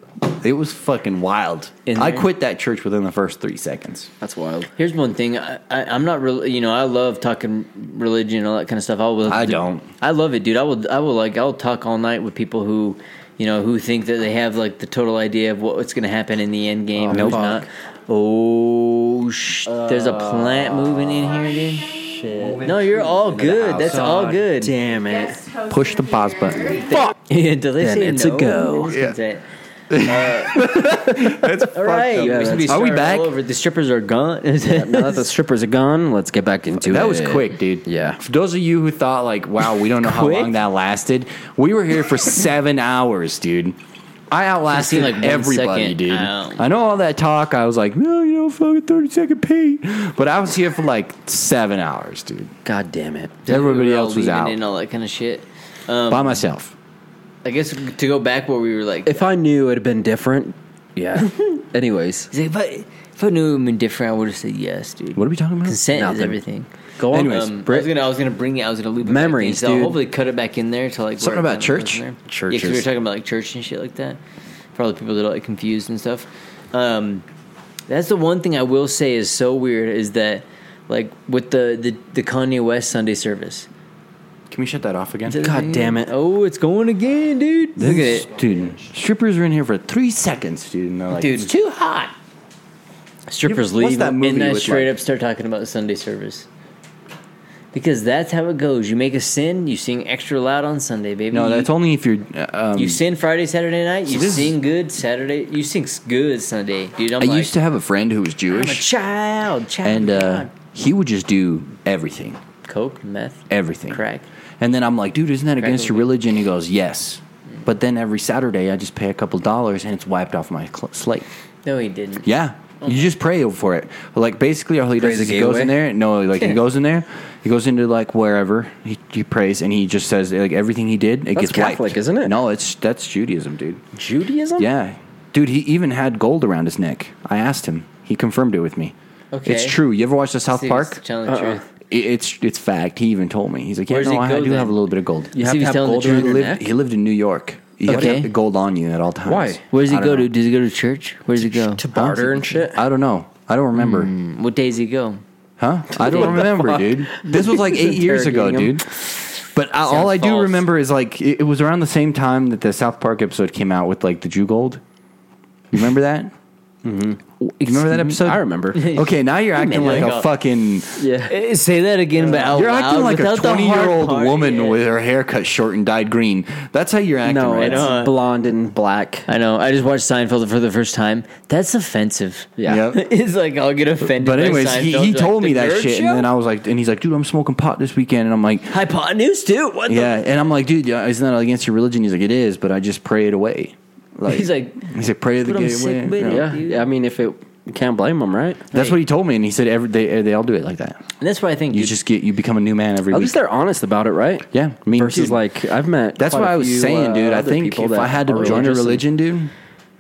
Speaker 7: It was fucking wild.
Speaker 6: In
Speaker 7: I
Speaker 6: there.
Speaker 7: quit that church within the first three seconds.
Speaker 5: That's wild.
Speaker 6: Here's one thing. I, I, I'm not really, you know, I love talking religion and all that kind of stuff. I will.
Speaker 7: I don't.
Speaker 6: I love it, dude. I will. I will like. I'll talk all night with people who, you know, who think that they have like the total idea of what's going to happen in the end game.
Speaker 5: nope.
Speaker 6: who's not. Oh, sh- there's a plant moving in here, dude. Shit. No, you're all good. That's all good.
Speaker 5: Damn it.
Speaker 7: Push the pause button.
Speaker 6: Until they
Speaker 5: Then
Speaker 6: say
Speaker 5: it's a
Speaker 6: no,
Speaker 5: go.
Speaker 6: it's consent.
Speaker 7: That's
Speaker 6: All right.
Speaker 5: Yeah,
Speaker 6: we should be
Speaker 7: that's- Are we
Speaker 6: starting
Speaker 7: back?
Speaker 6: all Over. The strippers are gone.
Speaker 5: Now that the strippers are gone, let's get back into it.
Speaker 7: That was quick, dude.
Speaker 5: Yeah.
Speaker 7: For those of you who thought like, wow, we don't know how
Speaker 6: Quick?
Speaker 7: long that lasted, we were here for seven hours, dude. I outlasted
Speaker 6: It seemed like one
Speaker 7: everybody,
Speaker 6: second.
Speaker 7: dude.
Speaker 6: Ow.
Speaker 7: I know all that talk. I was like, no, you know, fucking thirty second pee, but I was here for like seven hours, dude.
Speaker 5: God damn it.
Speaker 7: Everybody
Speaker 6: We were all
Speaker 7: else was
Speaker 6: leaving
Speaker 7: out
Speaker 6: and all that kind of shit.
Speaker 7: by
Speaker 6: Um,
Speaker 7: myself.
Speaker 6: I guess to go back where we were like,
Speaker 5: If I knew it'd been different, yeah. Anyways,
Speaker 6: He's like, if I, if I knew it would been different, I would have said yes, dude.
Speaker 7: What are we talking about?
Speaker 6: Consent
Speaker 5: Nothing.
Speaker 6: is everything.
Speaker 5: go on.
Speaker 7: Anyways,
Speaker 6: Um, I
Speaker 5: Brit-
Speaker 6: was gonna, I was gonna bring it. I was gonna leave it back
Speaker 5: Memories,
Speaker 6: in, so I'll
Speaker 5: dude.
Speaker 6: hopefully cut it back in there to like
Speaker 7: Something
Speaker 6: where it
Speaker 7: about
Speaker 6: kinda was
Speaker 7: church?
Speaker 6: in there. Yeah,
Speaker 7: Churches.
Speaker 6: 'cause we were talking about like church and shit like that. For all the people that are like confused and stuff. Um, that's the one thing I will say is so weird is that like with the the, the Kanye West Sunday service.
Speaker 7: Can we shut that off again?
Speaker 5: God damn it.
Speaker 6: Oh, it's going again, dude. Look at it.
Speaker 7: dude. Strippers are in here for three seconds, dude. And they're like,
Speaker 6: Dude, it's too hot. Strippers
Speaker 7: You- what's
Speaker 6: leave
Speaker 7: that
Speaker 6: and
Speaker 7: movie
Speaker 6: then
Speaker 7: with,
Speaker 6: straight
Speaker 7: like-
Speaker 6: up start talking about Sunday service. Because that's how it goes. You make a sin, you sing extra loud on Sunday, baby.
Speaker 7: no,
Speaker 6: you,
Speaker 7: that's only if you're. uh, Um,
Speaker 6: You sin Friday, Saturday night. You
Speaker 7: this is-
Speaker 6: sing good Saturday. You sing s- good Sunday, dude. I'm
Speaker 7: I
Speaker 6: like,
Speaker 7: used to have a friend who was
Speaker 6: I'm a
Speaker 7: Jewish,
Speaker 6: child, child.
Speaker 7: and
Speaker 6: of
Speaker 7: uh,
Speaker 6: God.
Speaker 7: he would just do everything,
Speaker 6: coke, meth,
Speaker 7: everything,
Speaker 6: crack.
Speaker 7: And then I'm like, dude, isn't that against your
Speaker 6: Crack.
Speaker 7: religion? He goes, yes.
Speaker 5: Mm.
Speaker 7: But then every Saturday, I just pay a couple dollars, and it's wiped off my cl- slate.
Speaker 6: No, he didn't.
Speaker 7: Yeah. You just pray for it. Like basically, all he
Speaker 5: Pray
Speaker 7: does
Speaker 5: the
Speaker 7: is he goes
Speaker 5: gateway?
Speaker 7: in there. No, like he
Speaker 6: Yeah.
Speaker 7: goes in there. He goes into like wherever he, he prays, and he just says like everything he did. It
Speaker 5: That's
Speaker 7: gets wiped.
Speaker 5: Catholic, isn't it?
Speaker 7: No, it's that's Judaism, dude.
Speaker 5: Judaism?
Speaker 7: Yeah, dude. He even had gold around his neck. I asked him. He confirmed it with me.
Speaker 6: Okay.
Speaker 7: It's true. You ever watch the South
Speaker 6: See,
Speaker 7: Park? Uh-uh.
Speaker 6: Telling the truth.
Speaker 7: It- It's it's fact. He even told me. He's like, yeah,
Speaker 6: Where's
Speaker 7: no,
Speaker 6: it
Speaker 7: I,
Speaker 6: go
Speaker 7: I do
Speaker 6: then?
Speaker 7: have a little bit of gold.
Speaker 5: You have
Speaker 6: See,
Speaker 5: to
Speaker 6: he's
Speaker 5: have
Speaker 6: telling the
Speaker 5: gold
Speaker 6: truth.
Speaker 5: around
Speaker 7: He
Speaker 5: your
Speaker 7: lived,
Speaker 5: neck?
Speaker 7: he lived in New York. You have to
Speaker 6: Okay.
Speaker 7: have gold on you at all times.
Speaker 5: Why?
Speaker 6: Where does he
Speaker 7: I don't
Speaker 6: go
Speaker 7: know.
Speaker 6: to? Does he go to church? Where does he go?
Speaker 5: To barter and shit?
Speaker 7: I don't know. I don't remember.
Speaker 6: What day does he go?
Speaker 7: Huh? I don't remember, dude. This was like eight years ago,
Speaker 5: interrogating him.
Speaker 7: dude. But I, all
Speaker 6: Sounds
Speaker 7: I do
Speaker 6: false.
Speaker 7: remember is like it, it was around the same time that the South Park episode came out with like the Jew Gold. You remember that? mm-hmm. You remember that episode?
Speaker 5: I remember.
Speaker 7: Okay, now you're acting
Speaker 6: minute
Speaker 7: like a
Speaker 6: ago.
Speaker 7: fucking.
Speaker 5: Yeah.
Speaker 6: Eh, Say that again, but out
Speaker 7: You're
Speaker 6: loud
Speaker 7: acting like a
Speaker 6: without the hard
Speaker 7: 20 year old
Speaker 6: part.
Speaker 7: woman
Speaker 6: Yeah.
Speaker 7: with her haircut short and dyed green. That's how you're acting
Speaker 5: No,
Speaker 7: right
Speaker 5: it's
Speaker 7: now.
Speaker 6: know.
Speaker 5: blonde and black.
Speaker 6: I know. I just watched Seinfeld for the first time. That's offensive.
Speaker 5: Yeah.
Speaker 7: Yep.
Speaker 6: it's like I'll get offended.
Speaker 7: But
Speaker 6: by
Speaker 7: anyways, he,
Speaker 6: Seinfeld,
Speaker 7: he
Speaker 6: like,
Speaker 7: told
Speaker 6: the
Speaker 7: me that
Speaker 6: nerd
Speaker 7: shit,
Speaker 6: show?
Speaker 7: and then I was like, and he's like, dude, I'm smoking pot this weekend, and I'm like,
Speaker 6: hypotenuse too. What?
Speaker 7: yeah, and I'm like, dude, yeah, isn't that against your religion? He's like, it is, but I just pray it away.
Speaker 6: The? He's like,
Speaker 7: He said, "Pray to the
Speaker 6: But I'm
Speaker 7: gateway."
Speaker 6: sick with
Speaker 7: Yeah.
Speaker 6: it.
Speaker 5: Yeah.
Speaker 6: Dude.
Speaker 5: I mean, if it, you can't blame them, right?
Speaker 7: That's
Speaker 6: Hey.
Speaker 7: what he told me, and he said every they they all do it like that.
Speaker 6: and that's why I think
Speaker 7: You
Speaker 6: dude,
Speaker 7: just get you become a new man every
Speaker 5: At
Speaker 7: week.
Speaker 5: least they're honest about it, right?
Speaker 7: Yeah, I mean,
Speaker 5: Versus
Speaker 7: dude,
Speaker 5: like I've met.
Speaker 7: that's
Speaker 5: quite
Speaker 7: what
Speaker 5: a
Speaker 7: I was
Speaker 5: few,
Speaker 7: saying,
Speaker 5: uh,
Speaker 7: dude. I
Speaker 5: other
Speaker 7: think
Speaker 5: people
Speaker 7: if
Speaker 5: that
Speaker 7: I had
Speaker 5: are
Speaker 7: to join a
Speaker 5: religious and-
Speaker 7: religion,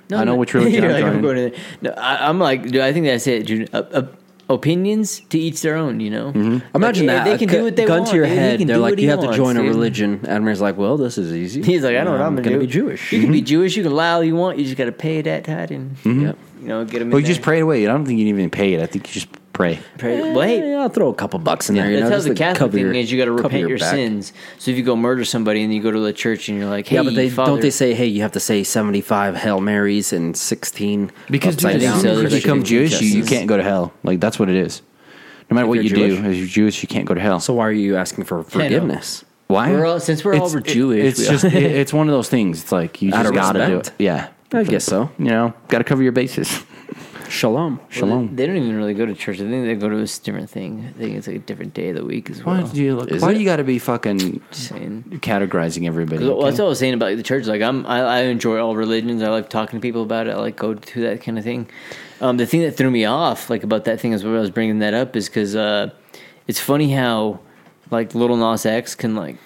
Speaker 7: dude, I know which religion
Speaker 6: You're like,
Speaker 7: I'm joining.
Speaker 6: going to- no, I, am like, dude. I think that's it, dude. Uh, uh, opinions to each their own. You know.
Speaker 5: Mm-hmm. Imagine
Speaker 6: Like,
Speaker 5: that.
Speaker 6: they can
Speaker 5: a gu-
Speaker 6: do what they
Speaker 5: gun
Speaker 6: want.
Speaker 5: to your
Speaker 6: dude. He
Speaker 5: head.
Speaker 6: can
Speaker 5: They're
Speaker 6: do
Speaker 5: like,
Speaker 6: what
Speaker 5: you
Speaker 6: he
Speaker 5: have to
Speaker 6: wants,
Speaker 5: join a
Speaker 6: dude.
Speaker 5: religion. Admir's like, well, this is easy.
Speaker 6: He's like, I don't know. What I'm
Speaker 5: I'm
Speaker 6: gonna
Speaker 5: gonna be
Speaker 6: do.
Speaker 5: Jewish. Mm-hmm.
Speaker 6: You can be Jewish. You can lie all you want. You just gotta pay that tithe and
Speaker 5: Yep.
Speaker 6: you know get him.
Speaker 7: Well,
Speaker 6: in
Speaker 7: you just
Speaker 6: there.
Speaker 7: pray it away. I don't think you even pay it. I think you just Pray.
Speaker 6: Pray, wait.
Speaker 5: Yeah, I'll throw a couple bucks in there. You
Speaker 6: That's
Speaker 5: know,
Speaker 6: how
Speaker 5: just
Speaker 6: the
Speaker 5: to
Speaker 6: Catholic
Speaker 5: cover
Speaker 6: thing
Speaker 5: your-
Speaker 6: is. You got to
Speaker 5: cover
Speaker 6: repent your,
Speaker 5: back.
Speaker 6: sins. So if you go murder somebody and you go to the church and you're like, hey,
Speaker 5: yeah, but they don't
Speaker 6: Father-
Speaker 5: they say, hey, you have to say seventy five Hail Marys and sixteen
Speaker 7: Because dude,
Speaker 5: upside
Speaker 7: as
Speaker 5: down.
Speaker 7: soon as you
Speaker 5: Christian
Speaker 7: become Jewish, you, you
Speaker 5: confessions.
Speaker 7: can't go to hell. Like that's what it is. No matter what
Speaker 5: you're
Speaker 7: you
Speaker 5: Jewish?
Speaker 7: do, as you're Jewish, you can't go to hell.
Speaker 5: So why are you asking for forgiveness?
Speaker 7: why?
Speaker 6: We're all- since we're all-
Speaker 7: It's-
Speaker 6: we're
Speaker 7: it-
Speaker 6: Jewish,
Speaker 7: it's
Speaker 6: we-
Speaker 7: just it- it's one of those things. It's like you
Speaker 5: Out
Speaker 7: just
Speaker 5: of
Speaker 7: got to do it.
Speaker 5: respect?
Speaker 7: Yeah,
Speaker 5: I guess so.
Speaker 7: you know, got to cover your bases.
Speaker 5: Shalom.
Speaker 6: Well,
Speaker 7: Shalom.
Speaker 6: They, they don't even really go to church. I think they go to a different thing. I think it's like a different day of the week as well.
Speaker 7: Why do you look?
Speaker 5: Is
Speaker 7: why
Speaker 5: it?
Speaker 7: do you got to be fucking
Speaker 6: Saying-
Speaker 7: categorizing everybody?
Speaker 6: Well,
Speaker 7: okay?
Speaker 6: that's what I was saying about the church. Like, I'm, I, I enjoy all religions. I like talking to people about it. I like go to that kind of thing. Um, the thing that threw me off, like about that thing, is where I was bringing that up, is because uh, it's funny how like Little Nas X can like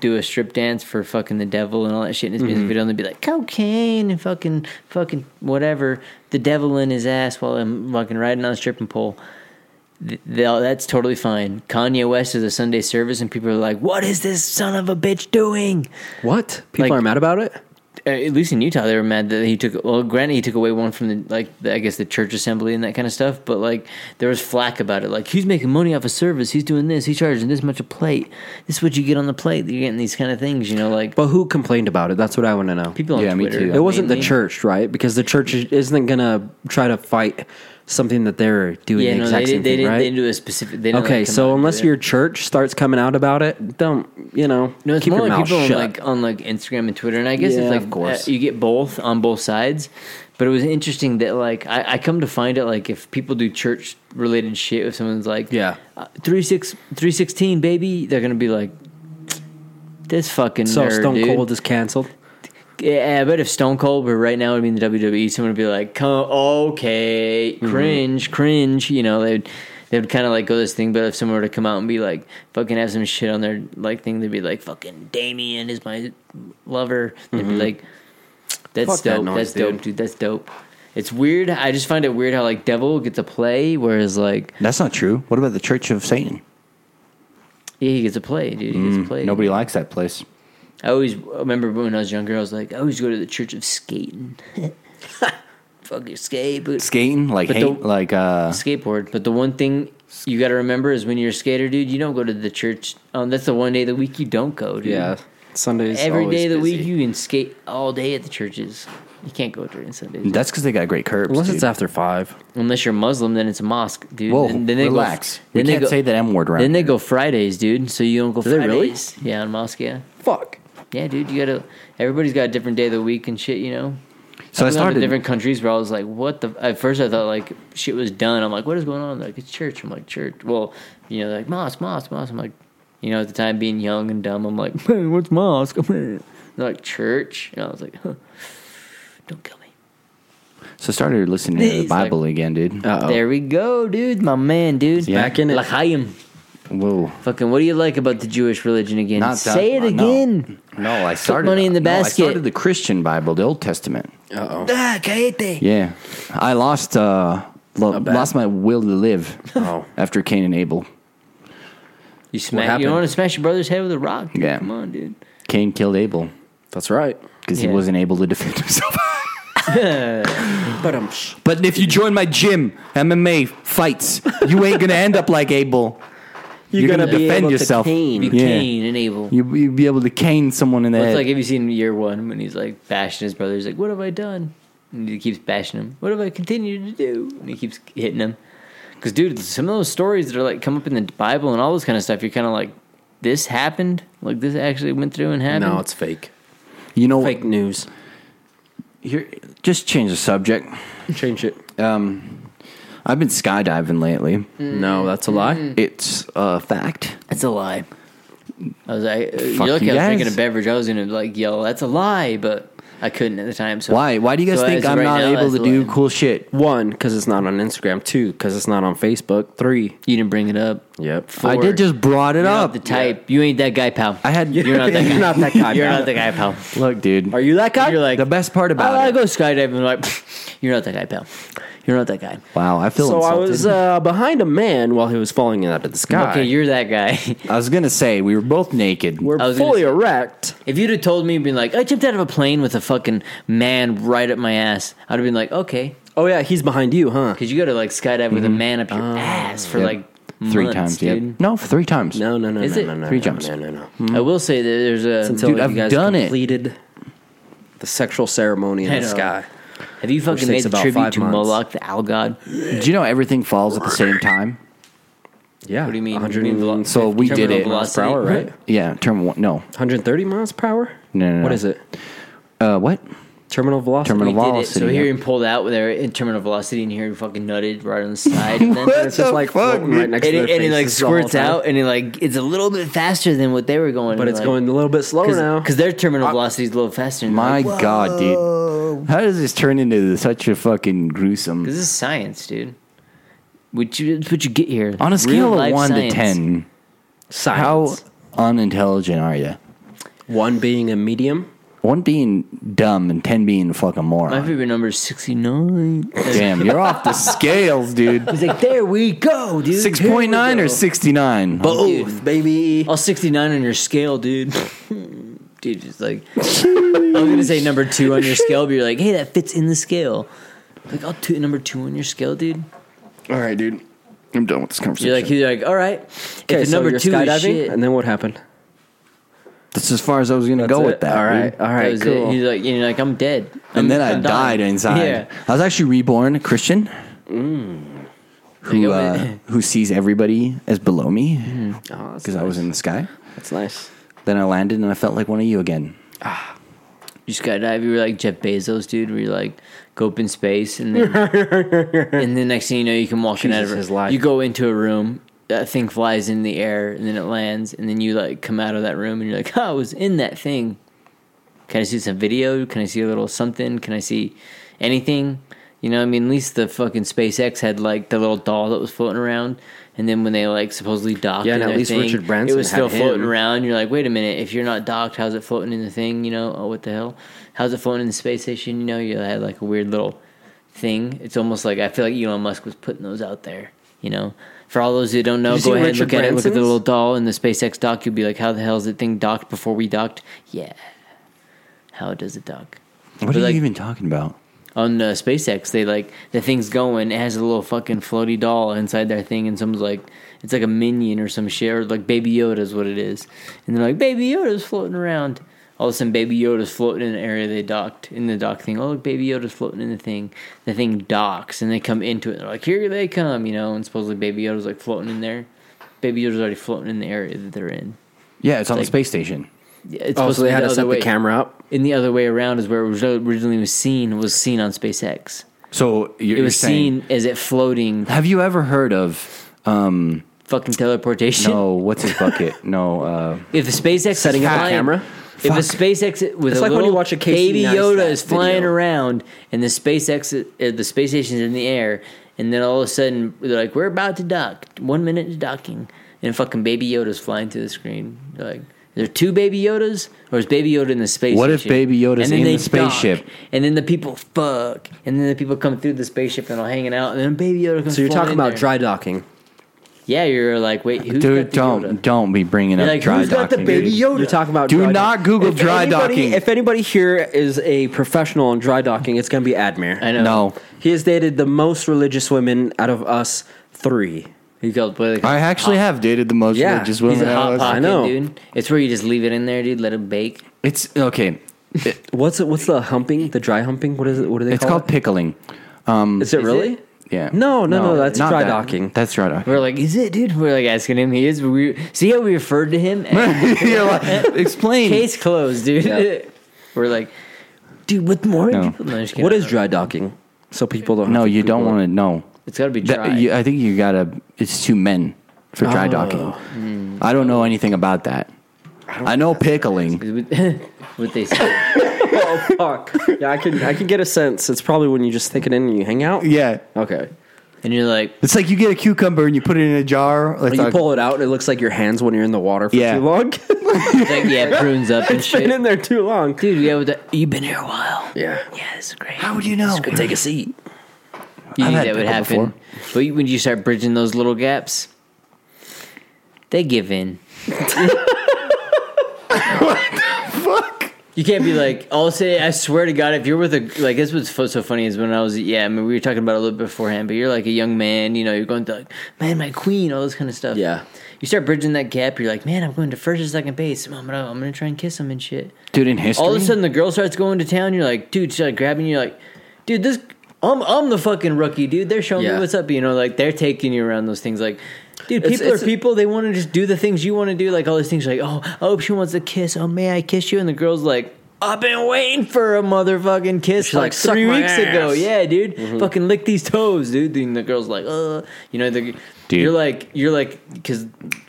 Speaker 6: do a strip dance for fucking the devil and all that shit in his music video, and they'd be like cocaine and fucking fucking whatever, the devil in his ass while I'm fucking riding on a stripping pole. Th- they'll- that's totally fine. Kanye West is a Sunday service, and people are like, "What is this son of a bitch doing?"
Speaker 5: What? People
Speaker 6: Like-
Speaker 5: are mad about it?
Speaker 6: uh, at least in Utah, they were mad that he took. Well, granted, he took away one from the like, the, I guess the church assembly and that kind of stuff. But like, there was flack about it. Like, he's making money off a service. He's doing this. He's charging this much a plate. This is what you get on the plate. You're getting these kind of things. You know, like
Speaker 5: But who complained about it? That's what I want to know.
Speaker 6: people on
Speaker 7: Yeah, me
Speaker 6: Twitter.
Speaker 7: too.
Speaker 5: it wasn't the
Speaker 6: mainly.
Speaker 5: church, right? Because the church isn't gonna try to fight something that they're doing
Speaker 6: Yeah,
Speaker 5: the
Speaker 6: no,
Speaker 5: exact
Speaker 6: they, didn't.
Speaker 5: same
Speaker 6: they
Speaker 5: thing,
Speaker 6: didn't.
Speaker 5: right?
Speaker 6: They didn't do a specific. They didn't,
Speaker 5: okay,
Speaker 6: like, come out
Speaker 5: so
Speaker 6: and do
Speaker 5: unless
Speaker 6: it.
Speaker 5: your church starts coming out about it, don't you know?
Speaker 6: No, it's
Speaker 5: keep
Speaker 6: more
Speaker 5: your
Speaker 6: like
Speaker 5: mouth
Speaker 6: people on
Speaker 5: shut.
Speaker 6: like on like Instagram and Twitter, and I guess
Speaker 5: Yeah,
Speaker 6: it's like
Speaker 5: of course.
Speaker 6: uh, you get both on both sides. But it was interesting that like I, I come to find it like if people do church related shit, if someone's like
Speaker 5: Yeah.
Speaker 6: uh, three six three sixteen baby, they're gonna be like this fucking
Speaker 5: so
Speaker 6: nerd,
Speaker 5: Stone
Speaker 6: dude."
Speaker 5: Cold is canceled.
Speaker 6: Yeah, I bet if Stone Cold were right now, would be in the WWE, someone would be like, "Come, okay,
Speaker 5: Mm-hmm.
Speaker 6: cringe, cringe." You know, they'd they would kind of like go this thing. But if someone were to come out and be like, "Fucking have some shit on their like thing," they'd be like, "Fucking Damien is my lover." They'd be like, "That's
Speaker 5: Mm-hmm. Fuck that
Speaker 6: dope.
Speaker 5: noise,
Speaker 6: That's
Speaker 5: dude.
Speaker 6: dope, dude. That's dope." It's weird. I just find it weird how like Devil gets a play, whereas like
Speaker 7: That's not true. What about the Church of Satan?
Speaker 6: yeah, he gets a play, dude. He
Speaker 5: Mm,
Speaker 6: gets a play.
Speaker 7: Nobody likes that place.
Speaker 6: I always remember when I was younger. I was like, I always go to the church of skating. Fucking skate, but
Speaker 7: Skating, like
Speaker 6: But
Speaker 7: hate,
Speaker 6: don't-
Speaker 7: like uh,
Speaker 6: skateboard. But the one thing you got to remember is when you're a skater, dude, you don't go to the church. Um, that's the one day of the week you don't go, dude.
Speaker 5: Sundays
Speaker 6: Every
Speaker 5: always
Speaker 6: day of the
Speaker 5: busy.
Speaker 6: week you can skate all day at the churches. You can't go during Sundays.
Speaker 7: that's because they got great curbs.
Speaker 5: Unless it's
Speaker 7: dude.
Speaker 5: after five,
Speaker 6: Unless you're Muslim, then it's a mosque, dude.
Speaker 7: Whoa,
Speaker 6: then, then they
Speaker 7: relax.
Speaker 6: Go, then
Speaker 7: we
Speaker 6: they
Speaker 7: can't
Speaker 6: go,
Speaker 7: say that M word around.
Speaker 6: Then they
Speaker 7: here.
Speaker 6: go Fridays, dude. So you don't go
Speaker 5: they
Speaker 6: Fridays.
Speaker 5: really?
Speaker 6: Yeah, on mosque, yeah.
Speaker 5: fuck.
Speaker 6: Yeah, dude, you gotta. Everybody's got a different day of the week and shit, you know.
Speaker 7: So I
Speaker 6: I've gone to
Speaker 7: started.
Speaker 6: different countries where I was like, "What the?" At first, I thought like shit was done. I'm like, "What is going on?" They're like it's church. I'm like, "Church." Well, you know, they're like mosque, mosque, mosque. I'm like, you know, at the time being young and dumb, I'm like, "Man, "What's mosque?" They're like church, and I was like, huh, "Don't kill me."
Speaker 7: so I started listening to the
Speaker 6: He's like-
Speaker 7: Bible again, dude.
Speaker 6: There we go, dude. My man, dude.
Speaker 7: Yeah.
Speaker 5: Back in it.
Speaker 6: L'chaim.
Speaker 7: Whoa.
Speaker 6: Fucking. What do you like about the Jewish religion again?
Speaker 7: Not that-
Speaker 6: Say it
Speaker 7: uh, no.
Speaker 6: again.
Speaker 7: No, I started
Speaker 6: money in the
Speaker 7: no,
Speaker 6: basket.
Speaker 7: I started the Christian Bible, the Old Testament.
Speaker 5: Uh
Speaker 6: Ah, cállate.
Speaker 7: Yeah, I lost uh, lo-
Speaker 5: bad.
Speaker 7: lost my will to live
Speaker 5: Oh.
Speaker 7: after Cain and Abel.
Speaker 6: You smack. You
Speaker 5: happened?
Speaker 6: don't want to smash your brother's head with a rock. dude.
Speaker 7: Yeah.
Speaker 6: Come on, dude.
Speaker 7: Cain killed Abel
Speaker 5: that's right.
Speaker 7: because
Speaker 6: Yeah.
Speaker 7: he wasn't able to defend himself.
Speaker 5: But um,
Speaker 7: but if you join my gym, MMA fights, you ain't gonna end up like Abel. You're, gonna,
Speaker 5: be
Speaker 7: defend
Speaker 5: able to
Speaker 7: yourself.
Speaker 5: Cain.
Speaker 6: Be
Speaker 7: Yeah.
Speaker 6: Cain and Abel.
Speaker 7: You you be able to cane someone in the
Speaker 6: Well, It's
Speaker 7: head.
Speaker 6: like have you seen year one when he's like bashing his brother? He's like, "What have I done?" And he keeps bashing him. What have I continued to do? And he keeps hitting him. Because dude, some of those stories that are like come up in the Bible and all this kind of stuff, you're kind of like, "This happened? Like this actually went through and happened?"
Speaker 5: no, it's fake.
Speaker 7: you know,
Speaker 5: Fake news.
Speaker 7: here, just change the subject.
Speaker 5: Change it.
Speaker 7: Um, I've been skydiving lately.
Speaker 6: Mm.
Speaker 5: No, that's a lie.
Speaker 7: It's a fact.
Speaker 6: it's a lie. I was like, uh, "You're
Speaker 7: Fuck
Speaker 6: lucky
Speaker 7: you
Speaker 6: I was drinking
Speaker 7: guys.
Speaker 6: a beverage. I was gonna like yell, that's a lie,' but I couldn't at the time. So
Speaker 7: Why? Why do you guys
Speaker 6: So
Speaker 7: think
Speaker 6: as of
Speaker 7: I'm
Speaker 6: right
Speaker 7: not
Speaker 6: now,
Speaker 7: able
Speaker 6: that's
Speaker 7: to
Speaker 6: a
Speaker 7: do
Speaker 6: lie.
Speaker 7: cool shit?
Speaker 5: One, because it's not on Instagram. Two, because it's not on Facebook. Three.
Speaker 6: You didn't bring it up.
Speaker 5: Yep.
Speaker 7: I
Speaker 6: Or
Speaker 7: did just brought it
Speaker 6: You're
Speaker 7: up.
Speaker 6: not the type. You ain't that guy, pal.
Speaker 7: I had
Speaker 6: You're not that
Speaker 5: You're
Speaker 6: guy.
Speaker 5: not that guy.
Speaker 6: You're
Speaker 5: pal.
Speaker 6: not the guy, pal.
Speaker 7: Look, dude.
Speaker 5: Are you that guy?
Speaker 6: You're like
Speaker 7: the best part about
Speaker 6: I, I
Speaker 7: it?
Speaker 6: go skydiving. Like, you're not that guy, pal. You're not that guy.
Speaker 7: wow, I feel
Speaker 5: so
Speaker 7: insulted.
Speaker 5: I was uh, behind a man while he was falling out of the sky.
Speaker 6: Okay, you're that guy.
Speaker 7: I was gonna say we were both naked.
Speaker 5: We're
Speaker 6: I was gonna
Speaker 5: fully
Speaker 6: say-
Speaker 5: erect.
Speaker 6: if you'd have told me, you'd been like, I jumped out of a plane with a fucking man right up my ass. I'd have been like, okay,
Speaker 5: Oh yeah, he's behind you, huh?
Speaker 6: Because you go to like skydive with a man up your ass for
Speaker 7: Mm-hmm. Oh, Yep.
Speaker 6: like
Speaker 7: three
Speaker 6: months,
Speaker 7: times.
Speaker 6: dude.
Speaker 7: Yeah, no, three times.
Speaker 5: No, no, no,
Speaker 6: Is
Speaker 5: no,
Speaker 6: it?
Speaker 5: no, no,
Speaker 7: Three
Speaker 5: no,
Speaker 7: jumps.
Speaker 5: No, no, no.
Speaker 6: I will say that there's a.
Speaker 5: Until
Speaker 7: Dude,
Speaker 5: you
Speaker 7: I've
Speaker 5: guys
Speaker 7: done it.
Speaker 5: completed the sexual ceremony in
Speaker 6: I
Speaker 5: the
Speaker 6: know.
Speaker 5: sky.
Speaker 6: have you fucking
Speaker 5: takes
Speaker 6: made the
Speaker 5: about
Speaker 6: tribute
Speaker 5: five
Speaker 6: to
Speaker 5: months.
Speaker 6: Moloch, the owl god?
Speaker 7: Do you know everything falls at the same time?
Speaker 5: Yeah.
Speaker 6: What do you mean? You
Speaker 5: 100
Speaker 6: mean velo-
Speaker 7: So we did
Speaker 6: terminal
Speaker 7: it.
Speaker 5: miles per hour,
Speaker 6: velocity?
Speaker 5: right?
Speaker 7: Yeah, term one. No,
Speaker 5: 130 miles per hour?
Speaker 7: No, no, no.
Speaker 5: What is it?
Speaker 7: uh, what?
Speaker 5: Terminal velocity.
Speaker 7: Terminal
Speaker 6: We did it.
Speaker 7: velocity.
Speaker 6: So here
Speaker 7: yeah.
Speaker 6: him pulled out there in terminal velocity, and here he fucking nutted right on the side. and then
Speaker 5: It's just like floating right next
Speaker 6: and
Speaker 5: to
Speaker 6: it,
Speaker 5: their
Speaker 6: and it like
Speaker 5: faces the whole
Speaker 6: squirts
Speaker 5: time.
Speaker 6: out, and it like it's a little bit faster than what they were going.
Speaker 5: but it's
Speaker 6: like,
Speaker 5: going a little bit slower now.
Speaker 6: because their terminal velocity is a little faster. and
Speaker 7: My
Speaker 6: like, "Whoa."
Speaker 7: God, dude, how does this turn into such a fucking gruesome?
Speaker 6: this is science, dude. What you that's what you get here
Speaker 7: On a scale of
Speaker 6: Real-life
Speaker 7: one
Speaker 6: science.
Speaker 7: to ten, how
Speaker 5: Science.
Speaker 7: unintelligent are you?
Speaker 5: One being a medium.
Speaker 7: One being dumb and ten being a fucking
Speaker 6: My
Speaker 7: moron.
Speaker 6: favorite number is sixty nine.
Speaker 7: Damn, you're off the scales, dude.
Speaker 6: He's like, there we go, dude.
Speaker 7: Six point nine or sixty nine?
Speaker 6: Dude.
Speaker 5: baby.
Speaker 6: All sixty nine on your scale, dude. dude, just like I'm gonna say number two on your scale, but you're like, hey, that fits in the scale. Like, I'll two number two on your scale, dude.
Speaker 7: All right, dude. I'm done with this conversation.
Speaker 6: You're like, you're like, all right.
Speaker 5: Okay,
Speaker 6: if the
Speaker 5: so
Speaker 6: number
Speaker 5: you're
Speaker 6: two
Speaker 5: skydiving,
Speaker 6: is shit,
Speaker 5: and then what happened?
Speaker 7: That's as far as I was gonna
Speaker 5: That's
Speaker 7: go
Speaker 5: it.
Speaker 7: with that.
Speaker 5: All right,
Speaker 7: dude.
Speaker 5: all
Speaker 6: that
Speaker 5: right,
Speaker 6: was it.
Speaker 5: cool.
Speaker 6: He's like, you're like, I'm dead. I'm-
Speaker 7: And then I
Speaker 6: I'm dying.
Speaker 7: died inside.
Speaker 6: Yeah.
Speaker 7: I was actually reborn a Christian.
Speaker 5: Mm.
Speaker 7: Who uh, who sees everybody as below me
Speaker 5: Oh, that's
Speaker 7: because I was in the sky.
Speaker 5: That's nice.
Speaker 7: Then I landed and I felt like one of you again.
Speaker 6: You skydive. You were like Jeff Bezos, dude. Where you like go up in space, and then, and the next thing you know, you can walk in out of
Speaker 5: Jesus, his life.
Speaker 6: You go into a room. That thing flies in the air, and then it lands, and then you like come out of that room, and you're like, "Oh, I was in that thing." Can I see some video? Can I see a little something? Can I see anything? You know, I mean, at least the fucking SpaceX had like the little doll that was floating around, and then when they like supposedly docked,
Speaker 5: Yeah, and
Speaker 6: in
Speaker 5: at
Speaker 6: their
Speaker 5: least
Speaker 6: thing,
Speaker 5: Richard Branson
Speaker 6: it was still
Speaker 5: had
Speaker 6: floating
Speaker 5: him.
Speaker 6: around around. You're like, wait a minute. If you're not docked, how's it floating in the thing? You know, oh, what the hell? How's it floating in the space station? You know, you had like a weird little thing. It's almost like I feel like Elon Musk was putting those out there. You know, for all those who don't know,
Speaker 5: Did you
Speaker 6: go
Speaker 5: see
Speaker 6: ahead and
Speaker 5: Richard
Speaker 6: look at it. Look at the
Speaker 5: Branson's?
Speaker 6: little doll in the SpaceX dock. You'll be like, how the hell is that thing docked before we docked? Yeah. How does it dock?
Speaker 7: What are
Speaker 6: like-
Speaker 7: you even talking about?
Speaker 6: on uh, SpaceX, they like the thing's going. It has a little fucking floaty doll inside their thing, and someone's like, it's like a minion or some shit, or like Baby Yoda is what it is. And they're like, Baby Yoda's floating around. All of a sudden, Baby Yoda's floating in the area they docked in the dock thing. Oh, look, Baby Yoda's floating in the thing. The thing docks, and they come into it. They're like, here they come, you know. And supposedly, Baby Yoda's like floating in there. Baby Yoda's already floating in the area that they're in.
Speaker 7: Yeah, it's on
Speaker 6: Like-
Speaker 7: the space station.
Speaker 6: Yeah, It's
Speaker 5: Oh,
Speaker 6: supposed
Speaker 5: so they
Speaker 6: be
Speaker 5: had to
Speaker 6: other
Speaker 5: set
Speaker 6: way-
Speaker 5: the camera up.
Speaker 6: In the other way around is where it was originally was seen was seen on SpaceX
Speaker 7: So you're,
Speaker 6: it was
Speaker 7: you're saying,
Speaker 6: seen as it floating
Speaker 7: Have you ever heard of? Um,
Speaker 6: fucking teleportation.
Speaker 7: no, what's his bucket? no, uh,
Speaker 6: If the SpaceX
Speaker 5: Setting
Speaker 6: is
Speaker 5: up the
Speaker 6: flying,
Speaker 5: camera?
Speaker 6: if the SpaceX with
Speaker 5: It's
Speaker 6: a
Speaker 5: like when you
Speaker 6: little
Speaker 5: watch a Casey
Speaker 6: baby
Speaker 5: Neistat
Speaker 6: Yoda is flying
Speaker 5: video.
Speaker 6: around and the SpaceX uh, the space station's in the air and then all of a sudden they're like we're about to dock one minute to docking and fucking baby Yoda's flying through the screen they're like. Are there two baby Yodas, or is baby Yoda in the space?
Speaker 7: What if
Speaker 6: station?
Speaker 7: Baby Yoda's
Speaker 6: And then
Speaker 7: in the
Speaker 6: they dock,
Speaker 7: spaceship?
Speaker 6: and then the people fuck, and then the people come through the spaceship and all hanging out, and then baby Yoda comes.
Speaker 5: So you're
Speaker 6: flying
Speaker 5: talking
Speaker 6: in
Speaker 5: about
Speaker 6: there.
Speaker 5: dry docking.
Speaker 6: Yeah, you're like, wait, who's
Speaker 7: dude,
Speaker 6: got the
Speaker 7: don't don't be bringing
Speaker 6: You're
Speaker 7: up
Speaker 6: like,
Speaker 7: dry
Speaker 6: who's got the
Speaker 7: docking.
Speaker 6: baby
Speaker 7: dude.
Speaker 5: You're talking about.
Speaker 7: Do
Speaker 5: dry
Speaker 7: not Google dry
Speaker 5: anybody-
Speaker 7: docking.
Speaker 5: If anybody here is a professional in dry docking, it's going to be Admir.
Speaker 6: I know.
Speaker 7: No,
Speaker 5: He has dated the most religious women out of us three.
Speaker 6: He called. What
Speaker 7: I actually have dated the most
Speaker 5: Yeah,
Speaker 7: religious
Speaker 5: he's
Speaker 7: woman.
Speaker 6: He's a
Speaker 7: I
Speaker 6: hot
Speaker 7: was-
Speaker 6: pocket,
Speaker 5: I know.
Speaker 6: dude. It's where you just leave it in there, dude. Let it bake.
Speaker 7: It's okay.
Speaker 5: What's it, what's the humping? The dry humping? What is it? What do they
Speaker 7: It's
Speaker 5: call
Speaker 7: called pickling.
Speaker 5: it? Is it really?
Speaker 7: Yeah.
Speaker 5: No, no, no, that's
Speaker 7: not
Speaker 5: dry
Speaker 7: that.
Speaker 5: docking.
Speaker 7: That's dry docking.
Speaker 6: We're like, is it, dude? We're like asking him. He is. We see how we referred to him. As
Speaker 7: You're like, explain.
Speaker 6: case closed, dude.
Speaker 5: Yeah.
Speaker 6: We're like, dude. What more?
Speaker 7: No.
Speaker 6: people- No, I'm just kidding.
Speaker 5: What is dry docking? So people don't.
Speaker 7: no,
Speaker 5: have
Speaker 7: you don't
Speaker 5: Google
Speaker 7: want to know.
Speaker 6: It's got to be dry.
Speaker 7: That, you, I think you gotta. It's two men for dry
Speaker 6: Hmm.
Speaker 7: docking. I don't know anything about that. I, know pickling.
Speaker 6: what they say.
Speaker 5: it. Oh fuck! Yeah, I can I can get a sense. It's probably when you just think it in and you hang out.
Speaker 7: Yeah,
Speaker 5: Okay.
Speaker 6: and you're like,
Speaker 7: it's like you get a cucumber and you put it in a jar. Like
Speaker 5: you pull it out and it looks like your hands when you're in the water for
Speaker 7: Yeah.
Speaker 5: too long.
Speaker 6: it's like, yeah, prunes up and
Speaker 5: it's been
Speaker 6: shit.
Speaker 5: in there too long.
Speaker 6: Dude, yeah, with the, you've been here a while.
Speaker 5: Yeah.
Speaker 6: Yeah, this is great.
Speaker 7: How would you know?
Speaker 5: Could take a seat.
Speaker 6: You
Speaker 7: I've
Speaker 6: knew
Speaker 7: had
Speaker 6: that would
Speaker 7: pickle
Speaker 6: happen. But you- when you start bridging those little gaps, they give in.
Speaker 7: Fuck.
Speaker 6: You can't be like, I'll say, I swear to God, if you're with a, like, this was so funny is when I was, yeah, I mean, we were talking about it a little bit beforehand, but you're like a young man, you know, you're going to, like, man, my queen, all this kind of stuff.
Speaker 5: Yeah.
Speaker 6: You start bridging that gap, you're like, man, I'm going to first or second base. I'm gonna, I'm gonna try and kiss him and shit.
Speaker 7: Dude, in history,
Speaker 6: All of a sudden, the girl starts going to town. You're like, dude, she's like grabbing you. Like, dude, this, I'm, I'm the fucking rookie, dude. They're showing
Speaker 5: Yeah.
Speaker 6: me what's up. You know, like they're taking you around those things. Like, dude,
Speaker 5: It's-
Speaker 6: people
Speaker 5: it's-
Speaker 6: are people. They want to just do the things you want to do. Like all these things. Like, oh, I hope she wants a kiss. Oh, may I kiss you? And the girl's like. I've been waiting for a motherfucking kiss
Speaker 5: She's
Speaker 6: like,
Speaker 5: like, "Suck
Speaker 6: three
Speaker 5: my
Speaker 6: weeks ago.
Speaker 5: ass."
Speaker 6: Yeah, dude,
Speaker 7: Mm-hmm.
Speaker 6: fucking lick these toes, dude. And the girl's like, uh, you know, the,
Speaker 7: Dude.
Speaker 6: you're like, you're like, because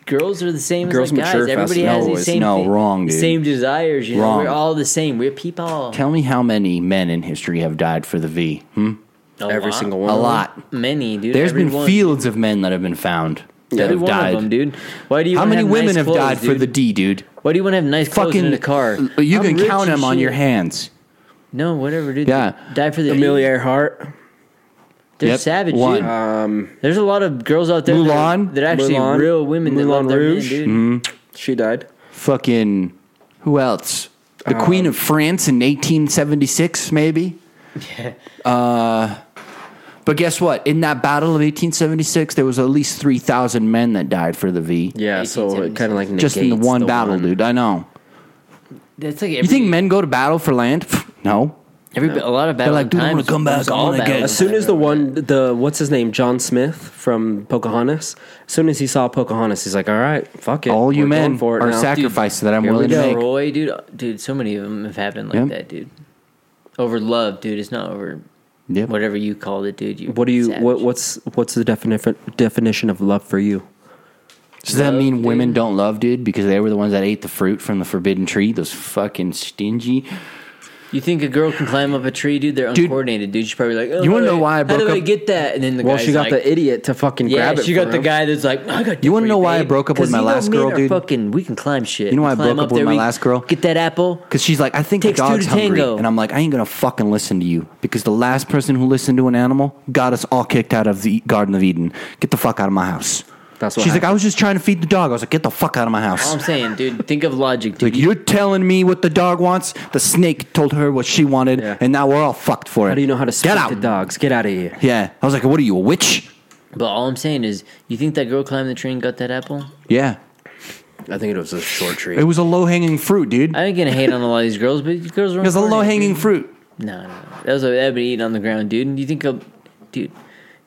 Speaker 6: girls are the same
Speaker 7: Girls
Speaker 6: as like guys.
Speaker 7: mature faster.
Speaker 6: Everybody
Speaker 7: No,
Speaker 6: has these
Speaker 7: it's-
Speaker 6: same
Speaker 7: no,
Speaker 6: thi-
Speaker 7: wrong, dude.
Speaker 6: same desires. You know,
Speaker 7: Wrong.
Speaker 6: we're all the same. We're people.
Speaker 7: tell me how many men in history have died for the V. Hmm?
Speaker 6: A
Speaker 5: Every
Speaker 6: lot.
Speaker 5: single
Speaker 7: A
Speaker 5: one.
Speaker 7: lot.
Speaker 6: Many, dude.
Speaker 7: There's
Speaker 6: Every
Speaker 7: been
Speaker 6: one.
Speaker 7: fields of men that have been found that
Speaker 6: Every
Speaker 7: have
Speaker 6: one
Speaker 7: died.
Speaker 6: of them, dude. Why do you?
Speaker 7: How
Speaker 6: wanna
Speaker 7: many
Speaker 6: have
Speaker 7: women
Speaker 6: nice
Speaker 7: have
Speaker 6: clothes,
Speaker 7: died for
Speaker 6: dude?
Speaker 7: the D, dude?
Speaker 6: Why do you want to have nice clothes
Speaker 7: Fucking
Speaker 6: in a car?
Speaker 7: You
Speaker 6: I'm
Speaker 7: can
Speaker 6: rich
Speaker 7: count
Speaker 6: and
Speaker 7: them on
Speaker 6: shit.
Speaker 7: your hands.
Speaker 6: No, whatever, dude.
Speaker 7: Yeah.
Speaker 6: die for the
Speaker 5: Amelia Earhart.
Speaker 6: They're
Speaker 7: Yep,
Speaker 6: savage,
Speaker 7: one.
Speaker 6: dude.
Speaker 5: um,
Speaker 6: There's a lot of girls out there
Speaker 7: Mulan.
Speaker 6: that, are, that are actually
Speaker 5: Mulan.
Speaker 6: real women that love
Speaker 5: Moulin
Speaker 6: their men,
Speaker 5: Rouge. Mm.
Speaker 6: dude.
Speaker 7: Mm-hmm.
Speaker 5: She died.
Speaker 7: Fucking who else? The Queen of France in 1876, maybe. Uh, but guess what? In that battle of 1876, there was at least 3,000 men that died for the V.
Speaker 5: Yeah, so it kind of like
Speaker 7: Just in the
Speaker 5: negates
Speaker 7: one battle,
Speaker 5: one.
Speaker 7: dude. I know.
Speaker 6: That's like every,
Speaker 7: You think men go to battle for land? Pff, No.
Speaker 6: every a lot of battles.
Speaker 7: like, dude, I wanna
Speaker 6: times,
Speaker 7: come back,
Speaker 6: almost
Speaker 7: I
Speaker 6: all
Speaker 7: wanna get-
Speaker 6: battles.
Speaker 5: As soon as the one, the what's his name, John Smith from Pocahontas. As soon as he saw Pocahontas, he's like, "All right, fuck it,
Speaker 7: All you
Speaker 5: We're
Speaker 7: men
Speaker 5: going for it
Speaker 7: are
Speaker 5: now."
Speaker 7: sacrifices that I'm
Speaker 6: Here we
Speaker 7: willing to
Speaker 6: go.
Speaker 7: make.
Speaker 6: Roy, dude, dude, so many of them have happened like
Speaker 7: Yeah.
Speaker 6: that, dude. Over love, dude. It's not over
Speaker 7: Yep.
Speaker 6: whatever you called it, dude. You
Speaker 5: What do you?
Speaker 6: savage.
Speaker 5: What, what's what's the definition definition of love for you?
Speaker 7: Does that
Speaker 6: Love,
Speaker 7: mean women
Speaker 6: dude.
Speaker 7: don't love dude because they were the ones that ate the fruit from the forbidden tree? Those fucking stingy.
Speaker 6: You think a girl can climb up a tree, dude? They're
Speaker 7: Dude.
Speaker 6: uncoordinated, dude. She's probably like, oh,
Speaker 7: You wanna
Speaker 6: how
Speaker 7: know
Speaker 6: do
Speaker 7: why I
Speaker 6: how
Speaker 7: broke
Speaker 6: do I
Speaker 7: up-
Speaker 6: get that? And then the
Speaker 5: Well,
Speaker 6: guy's
Speaker 5: she got
Speaker 6: like,
Speaker 5: the idiot to fucking
Speaker 6: yeah,
Speaker 5: grab it.
Speaker 6: she
Speaker 5: for
Speaker 6: got the
Speaker 5: him.
Speaker 6: guy that's like, I got.
Speaker 7: You wanna
Speaker 6: for
Speaker 7: know why I
Speaker 6: babe."
Speaker 7: broke up with
Speaker 6: 'Cause
Speaker 7: my
Speaker 6: you know
Speaker 7: last
Speaker 6: men
Speaker 7: girl,
Speaker 6: are
Speaker 7: dude?
Speaker 6: Fucking, we can climb shit.
Speaker 7: You know why
Speaker 6: We
Speaker 7: I
Speaker 6: climb
Speaker 7: broke up with
Speaker 6: there,
Speaker 7: my
Speaker 6: we
Speaker 7: last girl?
Speaker 6: Get that apple.
Speaker 7: Because she's like, I think
Speaker 6: Takes two
Speaker 7: the dog's
Speaker 6: to
Speaker 7: hungry,
Speaker 6: tango.
Speaker 7: and I'm like, I ain't gonna fucking listen to you because the last person who listened to an animal got us all kicked out of the E- Garden of Eden. Get the fuck out of my house.
Speaker 5: That's what
Speaker 7: she's like.
Speaker 5: happened.
Speaker 7: I was just trying to feed the dog. I was like, get the fuck out of my house.
Speaker 6: All I'm saying, dude. Think of logic, dude.
Speaker 7: like you're telling me what the dog wants. The snake told her what she wanted,
Speaker 5: Yeah.
Speaker 7: and now we're all fucked for it.
Speaker 5: How do you know how to
Speaker 7: get
Speaker 5: spit
Speaker 7: out?
Speaker 5: the dogs? Get out of here.
Speaker 7: Yeah, I was like, what are you, a witch?
Speaker 6: But all I'm saying is, you think that girl climbed the tree and got that apple?
Speaker 7: Yeah,
Speaker 5: I think it was a short tree.
Speaker 7: it was a low hanging fruit, dude.
Speaker 6: I ain't gonna hate on a lot of these girls, but these girls are.
Speaker 7: It was a
Speaker 6: retarded,
Speaker 7: low hanging
Speaker 6: dude.
Speaker 7: fruit.
Speaker 6: No, no, that was that been eating on the ground, dude. And you think, of, dude, you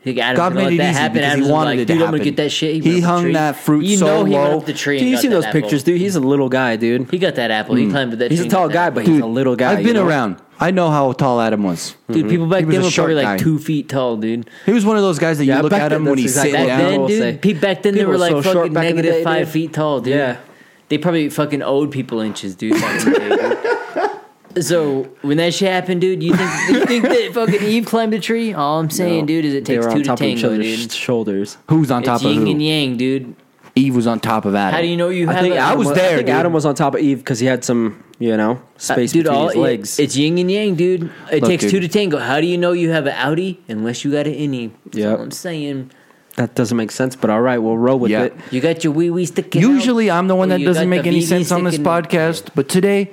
Speaker 6: think Adam
Speaker 7: God
Speaker 6: God let
Speaker 7: made it
Speaker 6: that
Speaker 7: easy
Speaker 6: happen?
Speaker 7: because he
Speaker 6: Adam was
Speaker 7: wanted
Speaker 6: like,
Speaker 7: it to
Speaker 6: dude, I'm gonna
Speaker 7: happen.
Speaker 6: get that shit.
Speaker 7: He
Speaker 6: went up the
Speaker 7: hung
Speaker 6: tree.
Speaker 7: that fruit
Speaker 6: You
Speaker 7: so
Speaker 6: know he went
Speaker 7: low.
Speaker 6: up the tree.
Speaker 5: Dude,
Speaker 6: and
Speaker 5: you
Speaker 6: got
Speaker 5: seen
Speaker 6: that
Speaker 5: those
Speaker 6: apple.
Speaker 5: pictures, dude? He's a little guy, dude.
Speaker 6: He got that apple. He climbed that.
Speaker 5: He's
Speaker 6: tree
Speaker 5: a
Speaker 6: and
Speaker 5: tall
Speaker 6: got
Speaker 5: guy,
Speaker 6: that
Speaker 5: but
Speaker 6: apple.
Speaker 5: he's a little guy.
Speaker 7: I've
Speaker 5: you
Speaker 7: been
Speaker 5: know?
Speaker 7: around. I know how tall Adam was.
Speaker 5: Mm-hmm.
Speaker 6: dude, people back
Speaker 7: was
Speaker 6: then
Speaker 7: a
Speaker 6: were
Speaker 7: short
Speaker 6: probably like
Speaker 7: guy.
Speaker 6: two feet tall, dude.
Speaker 7: He was one of those guys that you
Speaker 5: Yeah,
Speaker 7: look
Speaker 5: back
Speaker 7: at
Speaker 5: then,
Speaker 7: him when
Speaker 5: that's
Speaker 7: he's
Speaker 5: exactly
Speaker 7: sitting
Speaker 5: what
Speaker 6: Back
Speaker 7: down.
Speaker 5: I
Speaker 6: then,
Speaker 5: will say.
Speaker 6: dude, pe- back then
Speaker 5: People
Speaker 6: they were
Speaker 5: were
Speaker 6: like
Speaker 5: so short
Speaker 6: fucking
Speaker 5: back in the
Speaker 6: negative
Speaker 5: day,
Speaker 6: five
Speaker 5: dude.
Speaker 6: feet tall, dude.
Speaker 5: Yeah.
Speaker 6: They probably fucking owed people inches, dude. back in the day, dude. So when that shit happened, dude, you think you think that fucking Eve climbed a tree? All I'm saying, dude, is it
Speaker 5: They
Speaker 6: takes
Speaker 5: were
Speaker 6: two
Speaker 5: on
Speaker 6: to
Speaker 5: top of each
Speaker 6: tango,
Speaker 5: other's
Speaker 6: dude.
Speaker 5: sh- shoulders.
Speaker 7: Who's on top
Speaker 6: It's
Speaker 7: of
Speaker 6: yin and
Speaker 7: who?
Speaker 6: yang, dude.
Speaker 7: Eve was on top of Adam.
Speaker 6: How do you know you have?
Speaker 5: I think
Speaker 6: a-
Speaker 5: Adam
Speaker 7: was
Speaker 5: was
Speaker 7: there,
Speaker 5: I think
Speaker 7: dude.
Speaker 5: Adam was on top of Eve because he had some, you know,
Speaker 6: Uh,
Speaker 5: space between his
Speaker 6: it-
Speaker 5: legs.
Speaker 6: It's yin and yang, dude. It
Speaker 7: Look,
Speaker 6: takes
Speaker 7: dude.
Speaker 6: two to tango. How do you know you have an Audi unless you got an innie? That's
Speaker 5: Yep.
Speaker 6: all I'm saying.
Speaker 5: that doesn't make sense, but all right, we'll roll with
Speaker 7: Yeah.
Speaker 5: it.
Speaker 6: You got your wee wee sticking. out.
Speaker 7: Usually, I'm the one
Speaker 6: Or
Speaker 7: that
Speaker 6: you
Speaker 7: doesn't
Speaker 6: got
Speaker 7: make
Speaker 6: the
Speaker 7: any
Speaker 6: VV
Speaker 7: sense on this
Speaker 6: sticking out.
Speaker 7: podcast, but today,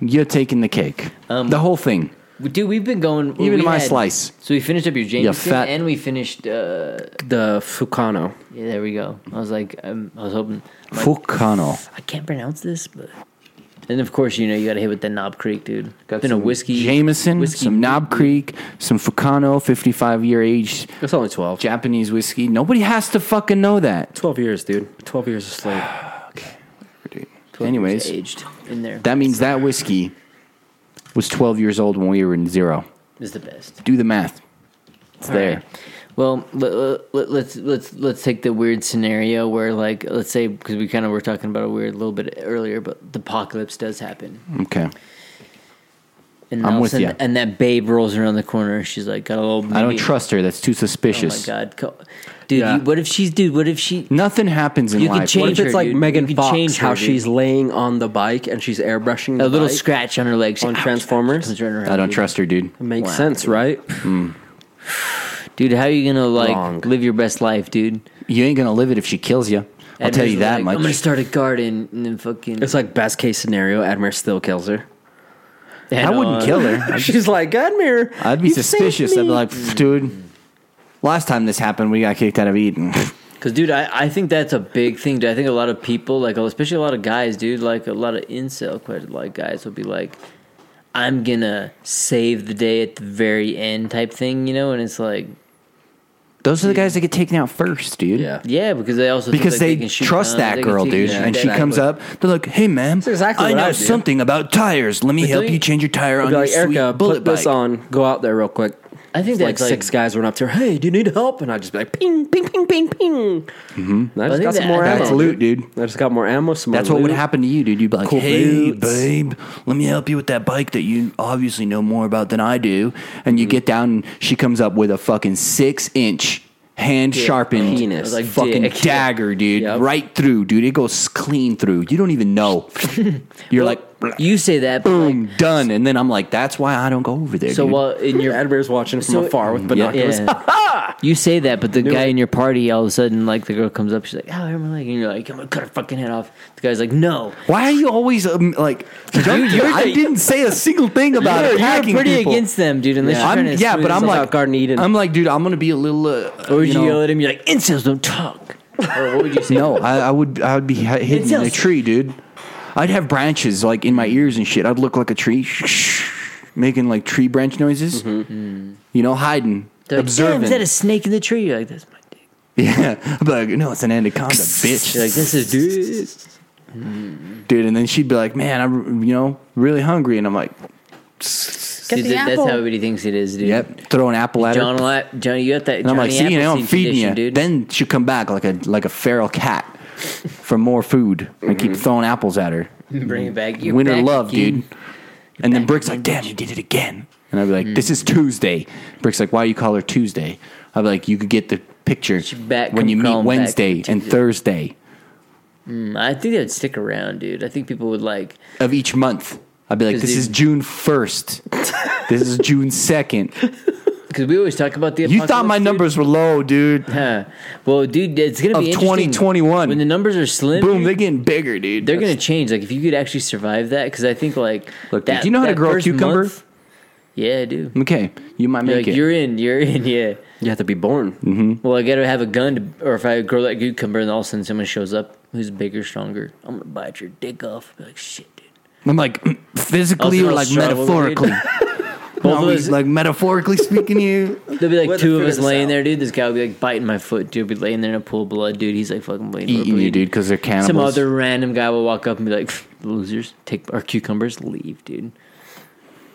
Speaker 7: you're taking the cake.
Speaker 6: Um,
Speaker 7: the whole thing.
Speaker 6: Dude, we've been going well,
Speaker 7: Even
Speaker 6: we
Speaker 7: my slice.
Speaker 6: So we finished up your Jameson,
Speaker 7: fat-
Speaker 6: and we finished. uh
Speaker 5: The Fukano.
Speaker 6: Yeah, there we go. I was like, um, I was hoping. I'm like,
Speaker 7: Fukano.
Speaker 6: I can't pronounce this, but. And of course, you know you got to hit with the Knob Creek, dude. Got been a
Speaker 7: some
Speaker 6: whiskey,
Speaker 7: Jameson,
Speaker 6: whiskey
Speaker 7: some Knob Creek, some Fukano, 55 year age
Speaker 5: It's only 12.
Speaker 7: Japanese whiskey. Nobody has to fucking know that.
Speaker 5: 12 years, dude. 12 years a slave.
Speaker 7: Anyways,
Speaker 6: aged in there.
Speaker 7: that means that whiskey was 12 years old when we were in zero.
Speaker 6: is the best.
Speaker 7: Do the math. It's there.
Speaker 6: Well, let, let, let's let's let's take the weird scenario where, like, let's say because we kind of were talking about a weird a little bit earlier, but the apocalypse does happen.
Speaker 7: Okay.
Speaker 6: And
Speaker 7: I'm
Speaker 6: all of a
Speaker 7: with
Speaker 6: sudden-
Speaker 7: ya.
Speaker 6: And that babe rolls around the corner. She's like, got a little.
Speaker 7: I don't
Speaker 6: maybe-
Speaker 7: trust her. That's too suspicious.
Speaker 6: Oh my god, Co- dude!
Speaker 5: Yeah.
Speaker 6: You, what if she's dude? What if she?
Speaker 7: Nothing happens in
Speaker 6: You can
Speaker 7: life.
Speaker 6: change
Speaker 5: What if it's
Speaker 6: her,
Speaker 5: like
Speaker 6: dude. You
Speaker 5: Megan
Speaker 6: could
Speaker 5: Fox,
Speaker 6: change her,
Speaker 5: how
Speaker 6: dude.
Speaker 5: she's laying on the bike and she's airbrushing the
Speaker 6: A little
Speaker 5: bike?
Speaker 6: scratch on her leg she-
Speaker 5: on Transformers?
Speaker 6: Comes running around,
Speaker 7: I don't
Speaker 6: dude.
Speaker 7: trust her, dude.
Speaker 5: Makes
Speaker 6: Wow.
Speaker 5: sense, right?
Speaker 6: dude. How are you gonna like
Speaker 5: Wrong.
Speaker 6: live your best life, dude?
Speaker 7: You ain't gonna live it if she kills you. I'll
Speaker 6: Edmund's
Speaker 7: tell you that
Speaker 6: like, I'm gonna
Speaker 7: much.
Speaker 6: start a garden and then fucking.
Speaker 5: It's like best case scenario, Admir still kills her.
Speaker 6: And,
Speaker 7: I wouldn't
Speaker 6: uh,
Speaker 7: kill her. I'd,
Speaker 5: She's like, Godmere.
Speaker 7: I'd be
Speaker 5: you saved
Speaker 7: suspicious. I'd be
Speaker 5: me."
Speaker 7: like, "Pff, dude, last time this happened, we got kicked out of Eden.
Speaker 6: Cause, dude, I, I think that's a big thing. Dude. I think a lot of people, like especially a lot of guys, dude, like a lot of incel, quite a lot of guys will be like, "I'm gonna save the day at the very end," type thing, you know. And it's like,
Speaker 7: Those are the guys that get taken out first, dude.
Speaker 5: Yeah.
Speaker 6: yeah, because they also think,
Speaker 7: Because
Speaker 6: like,
Speaker 7: they,
Speaker 6: can shoot
Speaker 7: trust
Speaker 6: guns,
Speaker 7: that
Speaker 6: they can
Speaker 7: girl,
Speaker 6: take-
Speaker 7: dude.
Speaker 6: yeah,
Speaker 7: and she
Speaker 6: exactly.
Speaker 7: comes up, they're like, "Hey, ma'am,
Speaker 5: exactly
Speaker 7: I
Speaker 5: what I
Speaker 7: know
Speaker 5: would do.
Speaker 7: something about tires. Let me help
Speaker 6: don't
Speaker 7: you
Speaker 6: you-
Speaker 7: change your tire
Speaker 5: I'd
Speaker 7: on
Speaker 5: be
Speaker 7: your
Speaker 5: like,
Speaker 7: sweet
Speaker 5: Erica,
Speaker 7: bullet
Speaker 5: put this
Speaker 7: bike."
Speaker 5: on. Go out there real quick.
Speaker 6: I think
Speaker 5: It's like
Speaker 6: that's
Speaker 5: six guys run up to her. Hey, do you need help? And I'd just be like, ping, ping, ping, ping, ping. Mm-hmm. I just
Speaker 6: think
Speaker 5: got some
Speaker 6: that-
Speaker 5: more
Speaker 6: that's
Speaker 7: That's
Speaker 5: ammo.
Speaker 7: loot, dude.
Speaker 5: I just got more ammo. Some more
Speaker 7: That's what would
Speaker 5: loot.
Speaker 7: happen to you, dude. You'd be like,
Speaker 5: Cool
Speaker 7: "Hey,
Speaker 5: boots."
Speaker 7: babe, let me help you with that bike that you obviously know more about than I do." And you get down, and she comes up with a fucking six-inch hand sharpened
Speaker 5: Penis.
Speaker 7: penis,
Speaker 6: Like
Speaker 7: fucking
Speaker 6: dick.
Speaker 7: dagger, dude,
Speaker 5: Yep.
Speaker 7: right through, dude. It goes clean through. You don't even know. You're like,
Speaker 6: you say that, but like,
Speaker 7: "Boom, done," and then I'm like, "That's why I don't go over there."
Speaker 6: so
Speaker 7: dude.
Speaker 6: while in your
Speaker 5: Admir's watching from
Speaker 6: So-
Speaker 5: afar with
Speaker 7: Yeah.
Speaker 5: binoculars.
Speaker 6: Yeah. you say that, but the guy in your party, all of a sudden, like the girl comes up, she's like, "Oh, my leg," and you're like, "I'm gonna cut her fucking head off." The guy's like, "No."
Speaker 7: Why are you always um, like? I didn't say a single thing about
Speaker 6: You're, you're
Speaker 7: attacking
Speaker 6: pretty
Speaker 7: people.
Speaker 6: against them, dude. Unless
Speaker 7: I'm-
Speaker 6: you're trying to
Speaker 7: yeah,
Speaker 6: smooth
Speaker 7: but I'm
Speaker 6: this
Speaker 7: like,
Speaker 6: out.
Speaker 5: out Garden Eden.
Speaker 7: I'm like, dude, I'm gonna be a little. Uh,
Speaker 6: or would you,
Speaker 7: know-
Speaker 6: yell at him? You're like, "Incels don't talk." Or what would you say?
Speaker 7: No, I, I would I would be hi- hidden in a
Speaker 6: sounds-
Speaker 7: tree, dude. I'd have branches like in my ears and shit. I'd look like a tree, making like tree branch noises.
Speaker 6: Mm-hmm.
Speaker 7: Mm. You know, hiding,
Speaker 6: They're like, "Damn,
Speaker 7: observing.
Speaker 6: is that a snake in the tree? You're like, "That's my dick."
Speaker 7: yeah, I'd be like, no, it's an anaconda, bitch,
Speaker 6: You're like, "This is dude."
Speaker 7: dude. And then she'd be like, man, I'm you know really hungry, and I'm like,
Speaker 6: Dude, that- that's how everybody thinks it is, dude.
Speaker 7: yep, throw an apple at
Speaker 6: John,
Speaker 7: her.
Speaker 6: Lap- Johnny, you got that?
Speaker 7: And I'm like,
Speaker 6: Johnny
Speaker 7: see, you know, I'm
Speaker 6: Appleseed
Speaker 7: feeding you.
Speaker 6: condition, dude.
Speaker 7: Then she'd come back like a like a feral cat for more food. I keep throwing apples at her.
Speaker 6: bring it back. Mm-hmm. You're
Speaker 7: Winter
Speaker 6: back
Speaker 7: love,
Speaker 6: again.
Speaker 7: dude. And then Brick's like, damn, you did it again. And I'd be like,
Speaker 6: Mm.
Speaker 7: this is Tuesday. Brick's like, why you call her Tuesday? I'd be like, you could get the picture
Speaker 6: back-
Speaker 7: when you
Speaker 6: come
Speaker 7: meet
Speaker 6: crawling back
Speaker 7: Wednesday and
Speaker 6: Tuesday.
Speaker 7: Thursday
Speaker 6: I think they'd stick around, dude. I think people would like.
Speaker 7: of each month. I'd be like,
Speaker 6: 'Cause
Speaker 7: this
Speaker 6: dude-
Speaker 7: is June 1st. this is June 2nd.
Speaker 6: Because we always talk about the.
Speaker 7: You thought my
Speaker 6: apocalypse, dude.
Speaker 7: numbers were low, dude.
Speaker 6: Huh. Well, dude, it's gonna
Speaker 7: Of
Speaker 6: be interesting
Speaker 7: 2021.
Speaker 6: when the numbers are slim.
Speaker 7: Boom,
Speaker 6: dude,
Speaker 7: they're getting bigger, dude.
Speaker 6: they're gonna change. Like if you could actually survive that, because I think like
Speaker 7: Look, dude,
Speaker 6: that,
Speaker 7: do you know how to
Speaker 6: that
Speaker 7: grow a
Speaker 6: first
Speaker 7: cucumber?
Speaker 6: month- yeah, I do.
Speaker 7: Okay, you might
Speaker 6: You're
Speaker 7: make
Speaker 6: like
Speaker 7: it.
Speaker 6: you're in, you're in, yeah.
Speaker 5: You have to be born.
Speaker 7: Mm-hmm.
Speaker 6: Well, I gotta have a gun, to, or if I grow that cucumber and all of a sudden someone shows up who's bigger, stronger, I'm gonna bite your dick off. Be like shit, dude.
Speaker 7: I'm like physically
Speaker 6: Also,
Speaker 7: or
Speaker 6: I'll
Speaker 7: like
Speaker 6: struggle,
Speaker 7: metaphorically.
Speaker 6: Both
Speaker 7: No,
Speaker 6: of
Speaker 7: we-
Speaker 6: us-
Speaker 7: like metaphorically speaking, to you.
Speaker 6: There'll be like
Speaker 5: We'll
Speaker 6: two of
Speaker 5: figure
Speaker 6: us
Speaker 5: this
Speaker 6: laying
Speaker 5: out.
Speaker 6: there, dude. This guy will be like biting my foot, dude. Be laying there in a pool of blood, dude. He's like fucking bleeding, we're
Speaker 7: eating you,
Speaker 6: bleeding.
Speaker 7: dude, because they're cannibals.
Speaker 6: Some other random guy will walk up and be like, "Losers, take our cucumbers, leave, dude."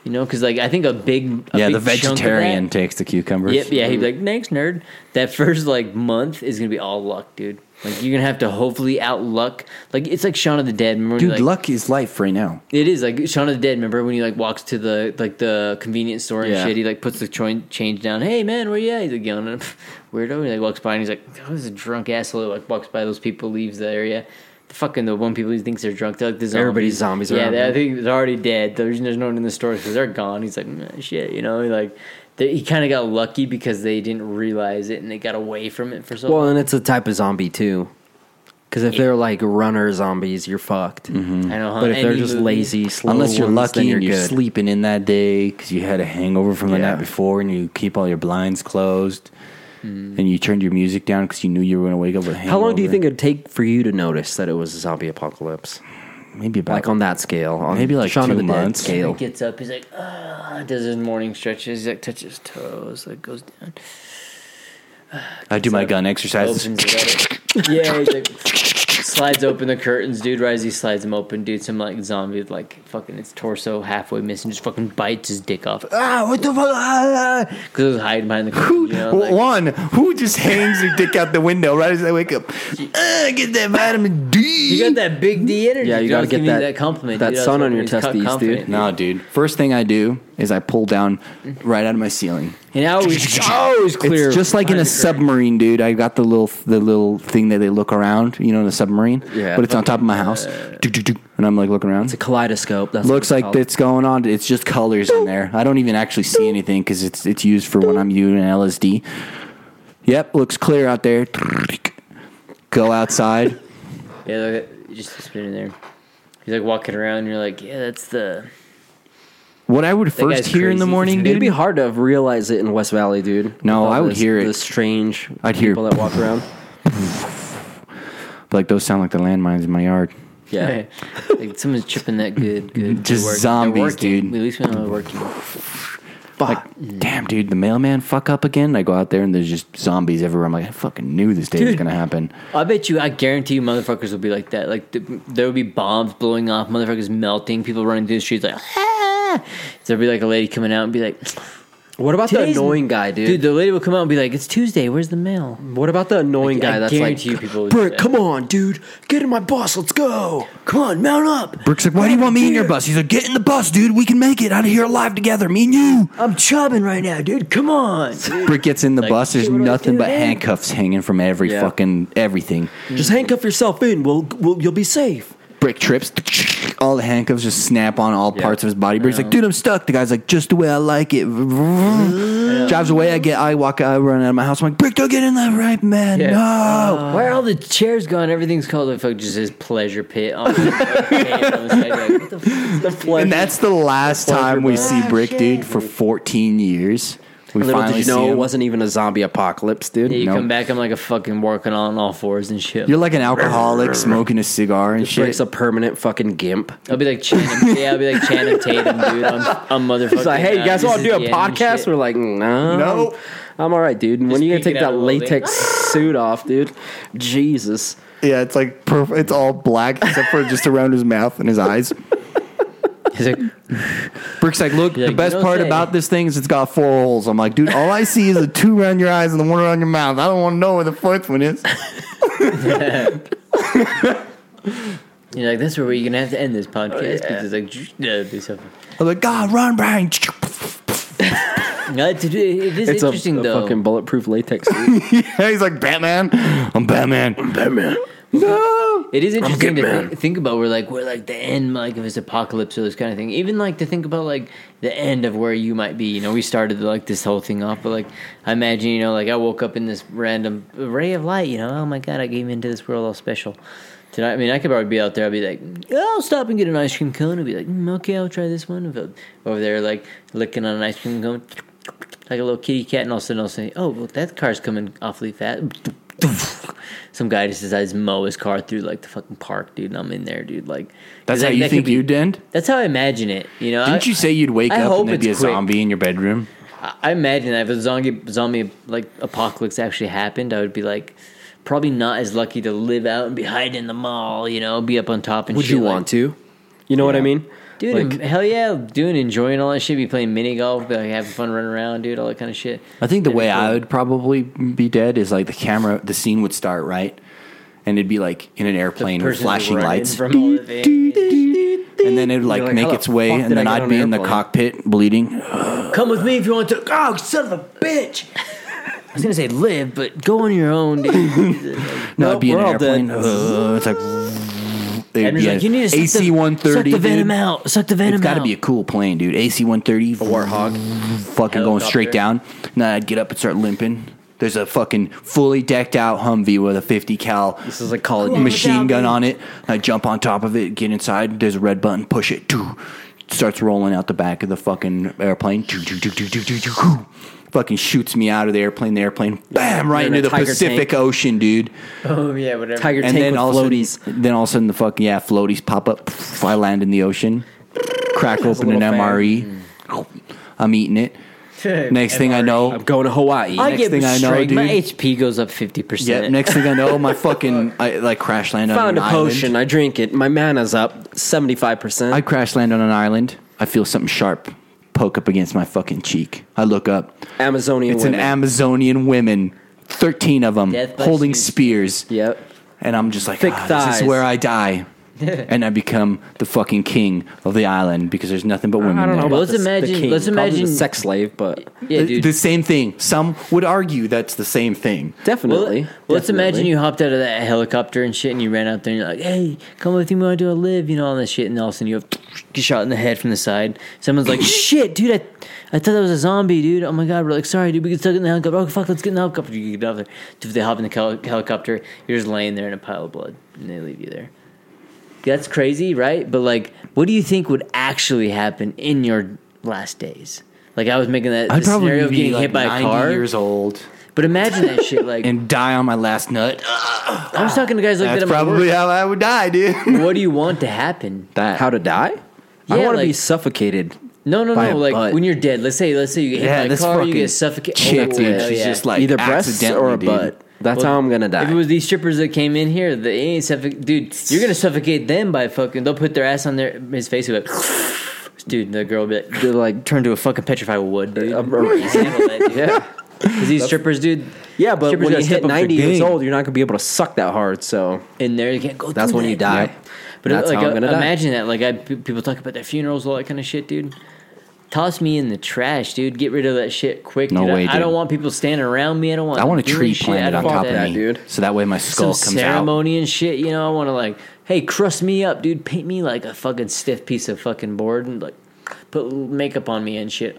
Speaker 6: You know, because like I think a big a
Speaker 7: yeah, the
Speaker 6: big chunk of
Speaker 7: vegetarian
Speaker 6: that-
Speaker 7: takes the cucumbers.
Speaker 6: Yep, yeah, he'd be like, "Thanks, nerd." That first like month is gonna be all luck, dude. Like you're gonna have to hopefully out luck. Like it's like Shaun of the Dead. Remember, when
Speaker 7: Dude,
Speaker 6: like,
Speaker 7: luck is life right now.
Speaker 6: It is like Shaun of the Dead. Remember when he like walks to the like the convenience store and
Speaker 7: Yeah.
Speaker 6: shit? He like puts the cho- change down. Hey man, where you at? He's like yelling at him. weirdo. He like walks by and he's like, oh, this is a drunk asshole. He, like walks by those people, leaves the area. The fucking the one people he thinks they're drunk. They're like the zombies.
Speaker 5: Everybody's zombies
Speaker 6: Yeah,
Speaker 5: around
Speaker 6: they, I
Speaker 5: him.
Speaker 6: think they're already dead. The reason there's no one in the store because they're gone. He's like "Nah, shit, you know. He, like they, he kind of got lucky because they didn't realize it and they got away from it for so
Speaker 5: Well,
Speaker 6: long.
Speaker 5: and it's a type of zombie too. Because if they're like runner zombies, you're fucked.
Speaker 6: I know. Huh?
Speaker 5: But if they're
Speaker 6: Uh, Any
Speaker 5: just
Speaker 6: movie-
Speaker 5: lazy, slow
Speaker 7: Mm-hmm. Unless you're
Speaker 5: ones, then
Speaker 7: lucky
Speaker 5: you're
Speaker 7: and you're
Speaker 5: good.
Speaker 7: sleeping in that day because you had a hangover from the
Speaker 5: Yeah.
Speaker 7: night before and you keep all your blinds closed
Speaker 6: Mm.
Speaker 7: and you turned your music down because you knew you were going to wake up with a
Speaker 5: How
Speaker 7: hangover.
Speaker 5: long do you think it'd take for you to notice that it was a zombie apocalypse?
Speaker 7: Maybe about
Speaker 5: Like on that scale, on
Speaker 7: Maybe like
Speaker 5: Shaun of
Speaker 7: two
Speaker 5: the Dead
Speaker 7: months.
Speaker 6: He
Speaker 5: scale.
Speaker 6: gets up. He's like, ah, does his morning stretches. He like touches toes. Like goes down.
Speaker 7: I do my gun exercises.
Speaker 6: Opens it up. yeah, he's like, slides open the curtains, dude. Right as he slides them open, dude, some like zombie with, like fucking its torso halfway missing, just fucking bites his dick off. Because
Speaker 7: Ah, what the fuck? Ah, ah.
Speaker 6: it was hiding behind the curtain. You know,
Speaker 7: Well,
Speaker 6: like,
Speaker 7: One who just hangs their dick out the window right as they wake up. Ah, get that vitamin D.
Speaker 6: you got that big D energy.
Speaker 5: Yeah, you
Speaker 6: dude. I
Speaker 5: gotta
Speaker 6: was
Speaker 5: get
Speaker 6: giving you
Speaker 5: that-
Speaker 6: that compliment.
Speaker 5: that
Speaker 6: dude. I was
Speaker 5: sun on
Speaker 6: hoping
Speaker 5: your
Speaker 6: he's co-
Speaker 5: testes, dude.
Speaker 6: confident,
Speaker 7: No, dude. First thing I do is I pull down right out of my ceiling.
Speaker 6: And now he's always clear.
Speaker 7: It's just like in a
Speaker 6: behind the curtain.
Speaker 7: submarine, dude. I got the little the little thing that they look around, you know, in a submarine.
Speaker 5: Yeah.
Speaker 7: But it's on top of my house. Do, do, do. And I'm like looking around.
Speaker 5: It's a kaleidoscope. That's
Speaker 7: Looks
Speaker 5: what
Speaker 7: like
Speaker 5: it's called.
Speaker 7: it's going on. It's just colors in there. I don't even actually see anything because it's it's used for when I'm using LSD. Yep, looks clear out there. Go outside.
Speaker 6: Yeah, look at, just spinning there. He's like walking around. And you're like, yeah, that's the
Speaker 7: What I would
Speaker 6: guy's
Speaker 7: first hear in the
Speaker 6: crazy.
Speaker 7: morning,
Speaker 5: It'd be
Speaker 7: dude.
Speaker 5: hard to realize it in West Valley, dude.
Speaker 7: No,
Speaker 5: With all
Speaker 7: I would
Speaker 5: this-
Speaker 7: hear it.
Speaker 5: The strange
Speaker 7: I'd hear-
Speaker 5: people that walk around.
Speaker 7: Like those sound like the landmines in my yard.
Speaker 5: Yeah.
Speaker 6: like someone's chipping that good, good.
Speaker 7: Just
Speaker 6: They're working-
Speaker 7: zombies,
Speaker 6: they're working.
Speaker 7: dude.
Speaker 6: At least we know they're working.
Speaker 7: Fuck. damn, dude, the mailman fuck up again. I go out there and there's just zombies everywhere. I'm like, I fucking knew this day was
Speaker 6: Dude.
Speaker 7: gonna happen.
Speaker 6: I bet you, I guarantee you, motherfuckers will be like that. Like th- there will be bombs blowing off, motherfuckers melting, people running through the streets like. Ah! There'll be like a lady coming out and be like,
Speaker 5: What about
Speaker 6: Today's-
Speaker 5: the annoying guy, dude?
Speaker 6: "Dude, the lady will come out and be like, it's Tuesday. Where's the mail?"
Speaker 5: what about the annoying
Speaker 6: I
Speaker 5: guy that's like,
Speaker 6: guarantee you people would do
Speaker 5: Brick,
Speaker 6: that."
Speaker 5: come on, dude. Get in my bus. Let's go. Come on, mount up.
Speaker 7: Brick's like, why do you want me in your bus? He's like, get in the bus, dude. We can make it out of here alive together, me and you.
Speaker 6: I'm chubbing right now, dude. Come on.
Speaker 7: Brick gets in the bus. There's
Speaker 6: "Shit, what do I
Speaker 7: nothing
Speaker 6: do
Speaker 7: but
Speaker 6: now?"
Speaker 7: handcuffs hanging from every
Speaker 5: Yeah.
Speaker 7: fucking everything.
Speaker 5: Just handcuff yourself in. We'll, we'll, you'll be safe.
Speaker 7: Brick trips. All the handcuffs just snap on all parts of his body. Brick's like, dude, I'm stuck. The guy's like, just the way I like it.
Speaker 5: Mm-hmm.
Speaker 7: Drives away. I get, I walk, I run out of my house. I'm like, Brick, don't get in that right, man.
Speaker 6: Yeah.
Speaker 7: No.
Speaker 5: Uh,
Speaker 6: Why Oh, are all the chairs gone? Everything's called a fuck, just his pleasure pit. On the, like, pan on the side. You're like, what the fuck?
Speaker 7: And that's the last time we see Brick, dude, for 14 years. We
Speaker 5: Little
Speaker 7: finally
Speaker 5: did you know
Speaker 7: see
Speaker 5: it
Speaker 7: him.
Speaker 5: wasn't even a zombie apocalypse, dude.
Speaker 6: Yeah, you
Speaker 7: No.
Speaker 6: come back, I'm like a fucking working on all fours and shit.
Speaker 7: You're like an alcoholic smoking a cigar and shit.
Speaker 5: Brick's a permanent fucking gimp.
Speaker 6: I'll be like Channing. yeah, I'll be like Channing Tatum, dude. I'm, I'm motherfucking.
Speaker 5: He's like, hey, you guys want to do a podcast? We're
Speaker 6: Or
Speaker 5: like, no.
Speaker 7: Nope.
Speaker 5: I'm all right, dude. When
Speaker 6: Just
Speaker 5: are you going to
Speaker 6: peeking
Speaker 5: take
Speaker 6: out
Speaker 5: that
Speaker 6: of the building.
Speaker 5: latex suit off, dude? Jesus.
Speaker 7: Yeah, it's like perfect. It's all black except for just around his mouth and his eyes.
Speaker 6: He's like,
Speaker 7: Brick's like, look, the
Speaker 6: like,
Speaker 7: best
Speaker 6: "No
Speaker 7: part
Speaker 6: say."
Speaker 7: about this thing is it's got four holes. I'm like, dude, all I see is the two around your eyes and the one around your mouth. I don't want to know where the fourth one is.
Speaker 6: you're like, that's where we're gonna have to end
Speaker 5: Oh,
Speaker 6: this podcast because it's like, yeah, do something.
Speaker 7: I'm like, God, run, Brian.
Speaker 6: No, it's, it is
Speaker 5: It's a,
Speaker 6: interesting
Speaker 5: a
Speaker 6: though.
Speaker 5: fucking bulletproof latex suit.
Speaker 7: He's like, Batman. I'm Batman. I'm Batman. No.
Speaker 6: It is interesting
Speaker 7: good,
Speaker 6: to
Speaker 7: man.
Speaker 6: think, think about where like where like the end like of his apocalypse or this kind of thing. Even like to think about like the end of where you might be. You know, we started like this whole thing off, but like I imagine you know like I woke up in this random ray of light. You know, oh my god, I came into this world all special. Tonight, I mean, I could probably be out there. I'd be like, yeah, I'll stop and get an ice cream cone. I'd be like, mm, okay, I'll try this one. But Over there, like licking on an ice cream cone, like a little kitty cat, and all of a sudden I'll say, oh, well, that car's coming awfully fast. Some guy just decides to mow his car through like the fucking park, dude. And I'm in there, dude. Like
Speaker 7: That's
Speaker 6: that-
Speaker 7: how you
Speaker 6: that could
Speaker 7: think
Speaker 6: be-
Speaker 7: you'd end?
Speaker 6: That's how I imagine it. You know,
Speaker 7: Didn't
Speaker 6: I,
Speaker 7: you say you'd wake
Speaker 6: I
Speaker 7: up
Speaker 6: hope
Speaker 7: and there'd be a
Speaker 6: it's quick.
Speaker 7: zombie in your bedroom?
Speaker 6: I, I imagine that if a zombie zombie like apocalypse actually happened, I would be like probably not as lucky to live out and be hiding in the mall. You know, be up on top and
Speaker 5: Would
Speaker 6: shit,
Speaker 5: you
Speaker 6: like-
Speaker 5: want to? You know what I mean?
Speaker 6: Dude,
Speaker 5: Like-
Speaker 6: and hell yeah, doing enjoying all that shit, be playing mini golf, be like having fun running around, dude, all that kind of shit.
Speaker 7: I think the
Speaker 6: That'd be
Speaker 7: way I
Speaker 6: cool.
Speaker 7: would probably be dead is like the camera, the scene would start right, and it'd be like in an airplane with
Speaker 6: person's
Speaker 7: flashing
Speaker 6: running
Speaker 7: lights,
Speaker 6: from all the
Speaker 7: and then it'd like,
Speaker 5: like,
Speaker 7: make
Speaker 5: "How the
Speaker 7: its way,
Speaker 5: fuck
Speaker 7: and
Speaker 5: did I
Speaker 7: then
Speaker 5: get on
Speaker 7: I'd
Speaker 5: an
Speaker 7: be in the
Speaker 5: airplane?"
Speaker 7: cockpit bleeding.
Speaker 6: Come with me if you want to. Oh, son of a bitch! I was gonna say live, but go on your own, dude.
Speaker 7: No, I'd be in
Speaker 5: we're
Speaker 7: an
Speaker 5: all dead.
Speaker 7: airplane. Ugh, it's like, it'd
Speaker 6: And
Speaker 7: be
Speaker 6: he's
Speaker 7: a
Speaker 6: like, you need to suck
Speaker 7: AC
Speaker 6: the,
Speaker 7: one thirty.
Speaker 6: Suck the venom out. Suck the venom
Speaker 7: It's got to
Speaker 6: out.
Speaker 7: be a cool plane, dude. AC 130. Warhog. Fucking going
Speaker 6: Helicopter.
Speaker 7: straight down. And then I'd get up and start limping. There's a fucking fully decked out Humvee with a 50 cal
Speaker 5: This is like Call of Duty.
Speaker 7: machine gun on it. I jump on top of it, get inside. There's a red button, push it. Doo. Starts rolling out the back of the fucking airplane. Doo, doo, doo, doo, doo, doo, doo, doo. Fucking shoots me out of the airplane. The airplane, bam, right
Speaker 5: in
Speaker 7: into the
Speaker 5: a Tiger
Speaker 7: Pacific
Speaker 5: tank.
Speaker 7: Ocean, dude
Speaker 6: oh yeah, whatever.
Speaker 5: Tiger
Speaker 7: and
Speaker 5: tank
Speaker 7: then
Speaker 5: with
Speaker 7: all
Speaker 5: floaties.
Speaker 7: Of a sudden, then all of a sudden, the fuck yeah, floaties pop up. Pff, I land in the ocean, crack open an
Speaker 5: little fan. Mm.
Speaker 7: MRE. I'm eating it. Next thing I know,
Speaker 5: E. I'm going to Hawaii.
Speaker 6: I
Speaker 7: next
Speaker 6: get
Speaker 7: thing I know,
Speaker 6: straight. My
Speaker 7: dude-
Speaker 6: HP goes up fifty
Speaker 7: yeah.
Speaker 6: percent.
Speaker 7: Next thing I know, my fucking I like crash land on
Speaker 5: found
Speaker 7: an
Speaker 5: a potion.
Speaker 7: island.
Speaker 5: I drink it. My mana's up 75%.
Speaker 7: I crash land on an island. I feel something sharp poke up against my fucking cheek. I look up.
Speaker 5: Amazonian
Speaker 7: It's
Speaker 5: women.
Speaker 7: an Amazonian women, thirteen of them,
Speaker 6: Death by
Speaker 7: holding
Speaker 6: Zeus.
Speaker 7: spears.
Speaker 5: Yep.
Speaker 7: And I'm just like,
Speaker 5: Thick
Speaker 7: "Ah, this is
Speaker 5: thighs.
Speaker 7: where I die. and I become the fucking king of the island because there's nothing but women.
Speaker 5: I don't know
Speaker 7: there.
Speaker 5: about
Speaker 6: let's
Speaker 5: this- the
Speaker 6: imagine-
Speaker 5: king.
Speaker 6: let's
Speaker 5: Call him the
Speaker 6: imagine-
Speaker 5: sex slave, but
Speaker 6: yeah,
Speaker 7: The-
Speaker 6: dude.
Speaker 7: The same thing. Some would argue that's the same thing.
Speaker 6: Well,
Speaker 5: definitely.
Speaker 6: well, let's imagine
Speaker 5: Definitely.
Speaker 6: you hopped out of that helicopter and shit, and you ran out there and you're like, "Hey, come with me, I do I live?" You know, all this shit, and all of a sudden you have, get shot in the head from the side. Someone's like, "Shit, dude, I, I thought that was a zombie, dude. Oh my god, we're like, sorry, dude, we get stuck in the helicopter. Oh fuck, let's get in the helicopter. You get out there. Dude, they hop in the hel- helicopter. You're just laying there in a pile of blood, and they leave you there. That's crazy, right? But like, what do you think would actually happen in your last days. Like I was making that
Speaker 7: I'd
Speaker 6: the
Speaker 7: probably
Speaker 6: scenario of
Speaker 7: be
Speaker 6: getting
Speaker 7: like
Speaker 6: hit by a
Speaker 7: 90
Speaker 6: car.
Speaker 7: years old
Speaker 6: But imagine that shit. Like
Speaker 7: and die on my last nut.
Speaker 6: I was talking to guys like
Speaker 7: That's
Speaker 6: that. I'm
Speaker 7: probably
Speaker 6: like,
Speaker 7: how I would die, dude.
Speaker 6: what do you want to happen?
Speaker 7: That
Speaker 5: How to die? I
Speaker 6: Yeah,
Speaker 5: want to be
Speaker 6: like-
Speaker 5: suffocated.
Speaker 6: No, no,
Speaker 5: By a
Speaker 6: no. Like
Speaker 5: butt.
Speaker 6: when you're dead. Let's say, let's say you get hit
Speaker 7: Yeah,
Speaker 6: by a
Speaker 7: this
Speaker 6: car, you
Speaker 7: fucking
Speaker 6: get suffocated.
Speaker 7: chick,
Speaker 6: oh,
Speaker 7: dude,
Speaker 6: hell
Speaker 7: she's
Speaker 6: yeah.
Speaker 7: just like
Speaker 5: Either breasts or a
Speaker 7: accidentally, dude.
Speaker 5: butt. That's
Speaker 6: Well,
Speaker 5: how I'm gonna
Speaker 6: If
Speaker 5: die.
Speaker 6: it was these strippers that came in here, they ain't suffocate. Dude, you're gonna suffocate them by fucking. They'll put their ass on their his face. and be Like, dude, the girl will be like,
Speaker 5: They're like,
Speaker 6: turn to a fucking petrified wood, dude.
Speaker 5: Uh, uh,
Speaker 6: You handle that, dude.
Speaker 5: yeah,
Speaker 6: Because these strippers, dude,
Speaker 5: yeah, but
Speaker 6: Strippers
Speaker 5: when you
Speaker 6: gotta step
Speaker 5: hit
Speaker 6: up their
Speaker 5: 90 years
Speaker 6: game.
Speaker 5: old, you're not gonna be able to suck that hard. So
Speaker 6: in there, you can't go.
Speaker 5: that's
Speaker 6: through
Speaker 5: when you
Speaker 6: that.
Speaker 5: die.
Speaker 6: But
Speaker 5: that's
Speaker 6: like,
Speaker 5: how I'm
Speaker 6: uh,
Speaker 5: gonna die.
Speaker 6: imagine that. Like, I pe- people talk about their funerals, all that kind of shit, dude. Toss me in the trash, dude. Get rid of that shit quick.
Speaker 7: No
Speaker 6: dude. I-
Speaker 7: way,
Speaker 6: I,
Speaker 7: dude.
Speaker 6: don't want people standing around me. I don't want.
Speaker 7: I want a
Speaker 6: doing
Speaker 7: tree
Speaker 6: shit.
Speaker 7: planted
Speaker 6: I
Speaker 7: on
Speaker 6: don't
Speaker 7: top
Speaker 6: want
Speaker 7: of
Speaker 6: that,
Speaker 7: me,
Speaker 5: dude.
Speaker 7: so that way my skull
Speaker 6: some
Speaker 7: comes out.
Speaker 6: ceremony and shit. You know, I want to like, hey, crust me up, dude. Paint me like a fucking stiff piece of fucking board and like put makeup on me and shit.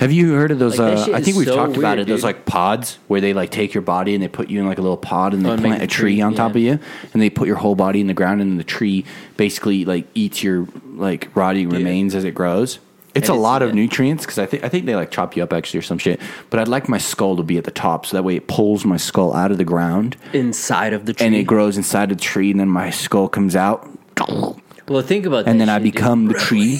Speaker 7: Have you heard of those?
Speaker 6: Like, that
Speaker 7: uh,
Speaker 6: shit
Speaker 7: I
Speaker 6: is
Speaker 7: think we've
Speaker 6: so
Speaker 7: talked about
Speaker 6: weird,
Speaker 7: it. Those
Speaker 6: dude.
Speaker 7: like pods where they like take your body and they put you in like a little pod and they
Speaker 6: Oh, and make
Speaker 7: plant
Speaker 6: a
Speaker 7: a tree,
Speaker 6: tree,
Speaker 7: on
Speaker 6: yeah.
Speaker 7: top of you and they put your whole body in the ground and the tree basically like eats your like rotting remains as it grows. It's
Speaker 6: I
Speaker 7: a
Speaker 6: did see
Speaker 7: lot of
Speaker 6: that.
Speaker 7: nutrients because I think I think they like chop you up actually or some shit. But I'd like my skull to be at the top so that way it pulls my skull out of the ground
Speaker 5: Inside of the tree,
Speaker 7: and it grows inside the tree and then my skull comes out
Speaker 6: Well, think about that.
Speaker 7: and then I
Speaker 6: shit, dude.
Speaker 7: become the tree.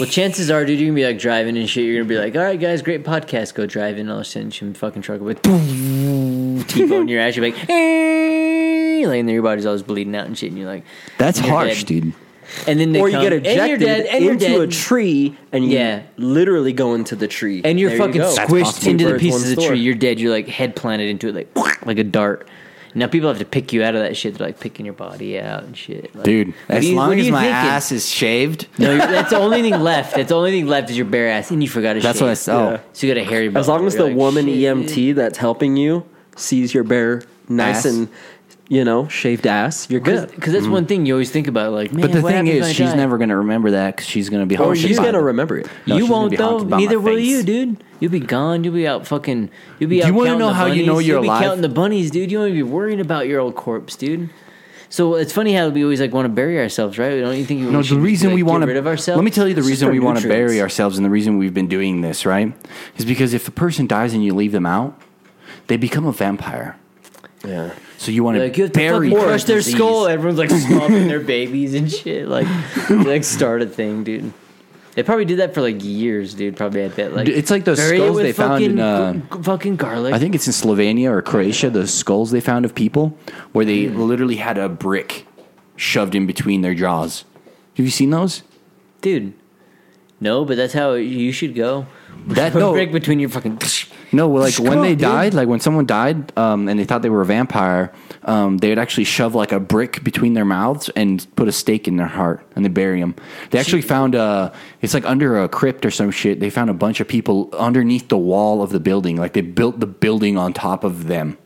Speaker 6: Well, chances are, dude, you're gonna be like driving and shit. You're gonna be like, all right, guys, great podcast. Go driving. and I'll send some fucking truck with T-bone your ass. You're like, hey, laying there, your body's always bleeding out and shit. And you're like,
Speaker 7: That's
Speaker 6: and you're
Speaker 7: harsh,
Speaker 6: dead.
Speaker 7: dude.
Speaker 6: And then they
Speaker 5: or you
Speaker 6: come,
Speaker 5: get
Speaker 6: and you're
Speaker 5: ejected
Speaker 6: dead, and you're
Speaker 5: into
Speaker 6: dead,
Speaker 5: a tree, and you
Speaker 6: Yeah.
Speaker 5: literally go into the tree,
Speaker 6: and you're
Speaker 5: There you
Speaker 6: fucking
Speaker 5: go.
Speaker 6: squished
Speaker 7: possible.
Speaker 6: into the
Speaker 5: Birds,
Speaker 6: pieces
Speaker 5: one
Speaker 6: of the
Speaker 5: store.
Speaker 6: tree. You're dead. You're like head planted into it, like like a dart. Now people have to pick you out of that shit. They're like picking your body out and shit, Like,
Speaker 7: Dude,
Speaker 6: what
Speaker 7: as
Speaker 6: do you- what
Speaker 7: long
Speaker 6: are
Speaker 7: as
Speaker 6: you
Speaker 7: my
Speaker 6: thinking?
Speaker 7: ass is shaved,
Speaker 6: No, you're- that's the only thing left. That's the only thing left is your bare ass, and you forgot to.
Speaker 7: That's
Speaker 6: shave.
Speaker 7: what I oh. saw. Yeah.
Speaker 6: So you got a hairy.
Speaker 5: As
Speaker 6: butthole.
Speaker 5: long as
Speaker 6: You're
Speaker 5: the
Speaker 6: like,
Speaker 5: woman
Speaker 6: "Shit,
Speaker 7: E
Speaker 5: EMT
Speaker 6: dude."
Speaker 5: that's helping you sees your bare, nice
Speaker 7: Ass.
Speaker 5: and you know shaved ass, you're good.
Speaker 6: Because that's one thing you always think about. Like, man,
Speaker 7: Mm. But the
Speaker 6: what
Speaker 7: thing
Speaker 6: happens when
Speaker 7: is,
Speaker 6: I
Speaker 7: she's
Speaker 6: die? Oh,
Speaker 7: never going to remember that because she's going to be
Speaker 5: Or
Speaker 7: haunted.
Speaker 5: Oh, she's
Speaker 7: by
Speaker 5: gonna
Speaker 7: them.
Speaker 5: remember it.
Speaker 7: No,
Speaker 6: you
Speaker 7: she's gonna be
Speaker 6: won't though.
Speaker 7: haunted by my
Speaker 6: Neither will
Speaker 7: face.
Speaker 6: you, dude. You'll be gone. You'll be out fucking. You'll be.
Speaker 7: Do
Speaker 6: out
Speaker 7: you wanna
Speaker 6: counting
Speaker 7: know
Speaker 6: the
Speaker 7: how you know
Speaker 6: bunnies.
Speaker 7: you're
Speaker 6: You'll
Speaker 7: alive?
Speaker 6: Be counting the bunnies, dude. You won't be worried about your old corpse, dude. So it's funny how we always like want to bury ourselves, right? Don't you think? we
Speaker 7: No,
Speaker 6: should,
Speaker 7: the reason
Speaker 6: like,
Speaker 7: we
Speaker 6: get
Speaker 7: want to
Speaker 6: rid of ourselves.
Speaker 7: Let me tell you the
Speaker 5: It's just
Speaker 7: reason
Speaker 5: for
Speaker 7: we want to
Speaker 5: nutrients.
Speaker 7: bury ourselves and the reason we've been doing this, right? Is because if a person dies and you leave them out, they become a vampire.
Speaker 5: Yeah.
Speaker 7: So you want
Speaker 6: Like you
Speaker 7: to
Speaker 6: have to
Speaker 7: bury
Speaker 6: fucking crush their
Speaker 7: disease.
Speaker 6: skull. Everyone's like stomping their babies and shit. Like, you, like start a thing, dude. They probably did that for like years, dude. Probably at that like
Speaker 7: Dude, it's like those
Speaker 6: bury it
Speaker 7: skulls
Speaker 6: with
Speaker 7: they found in,
Speaker 6: fucking,
Speaker 7: uh,
Speaker 6: g- fucking garlic.
Speaker 7: I think it's in Slovenia or Croatia, the skulls they found of people where they
Speaker 6: Hmm.
Speaker 7: literally had a brick shoved in between their jaws. Have you seen those?
Speaker 6: dude. No, but that's how you should go.
Speaker 7: That-
Speaker 6: Put a
Speaker 7: no.
Speaker 6: break between your fucking.
Speaker 7: No, well, like when
Speaker 6: on,
Speaker 7: they
Speaker 6: dude.
Speaker 7: died, like when someone died um, and they thought they were a vampire, um, they would actually shove like a brick between their mouths and put a stake in their heart and they bury them. They actually found a, it's like under a crypt or some shit. They found a bunch of people underneath the wall of the building. Like they built the building on top of them,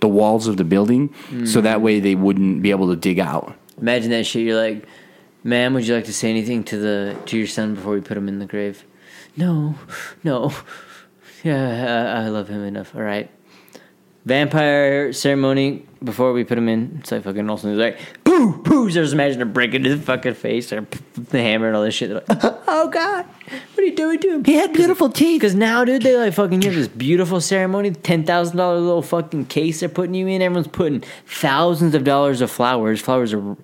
Speaker 7: the walls of the building, so that way they wouldn't be able to dig out.
Speaker 6: Imagine that shit. You're like, ma'am, would you like to say anything to the to your son before we put him in the grave? No, no. Yeah, I, I love him enough. All right. Vampire ceremony before we put him in. It's like fucking Olsen was like, poo, poo. So I just imagine her breaking his fucking face or the hammer and all this shit. They're like, oh God, what are you doing to him? He had beautiful teeth. Because now, dude, they like fucking you have this beautiful ceremony, $10,000 little fucking case they're putting you in. Everyone's putting thousands of dollars of flowers. Flowers are.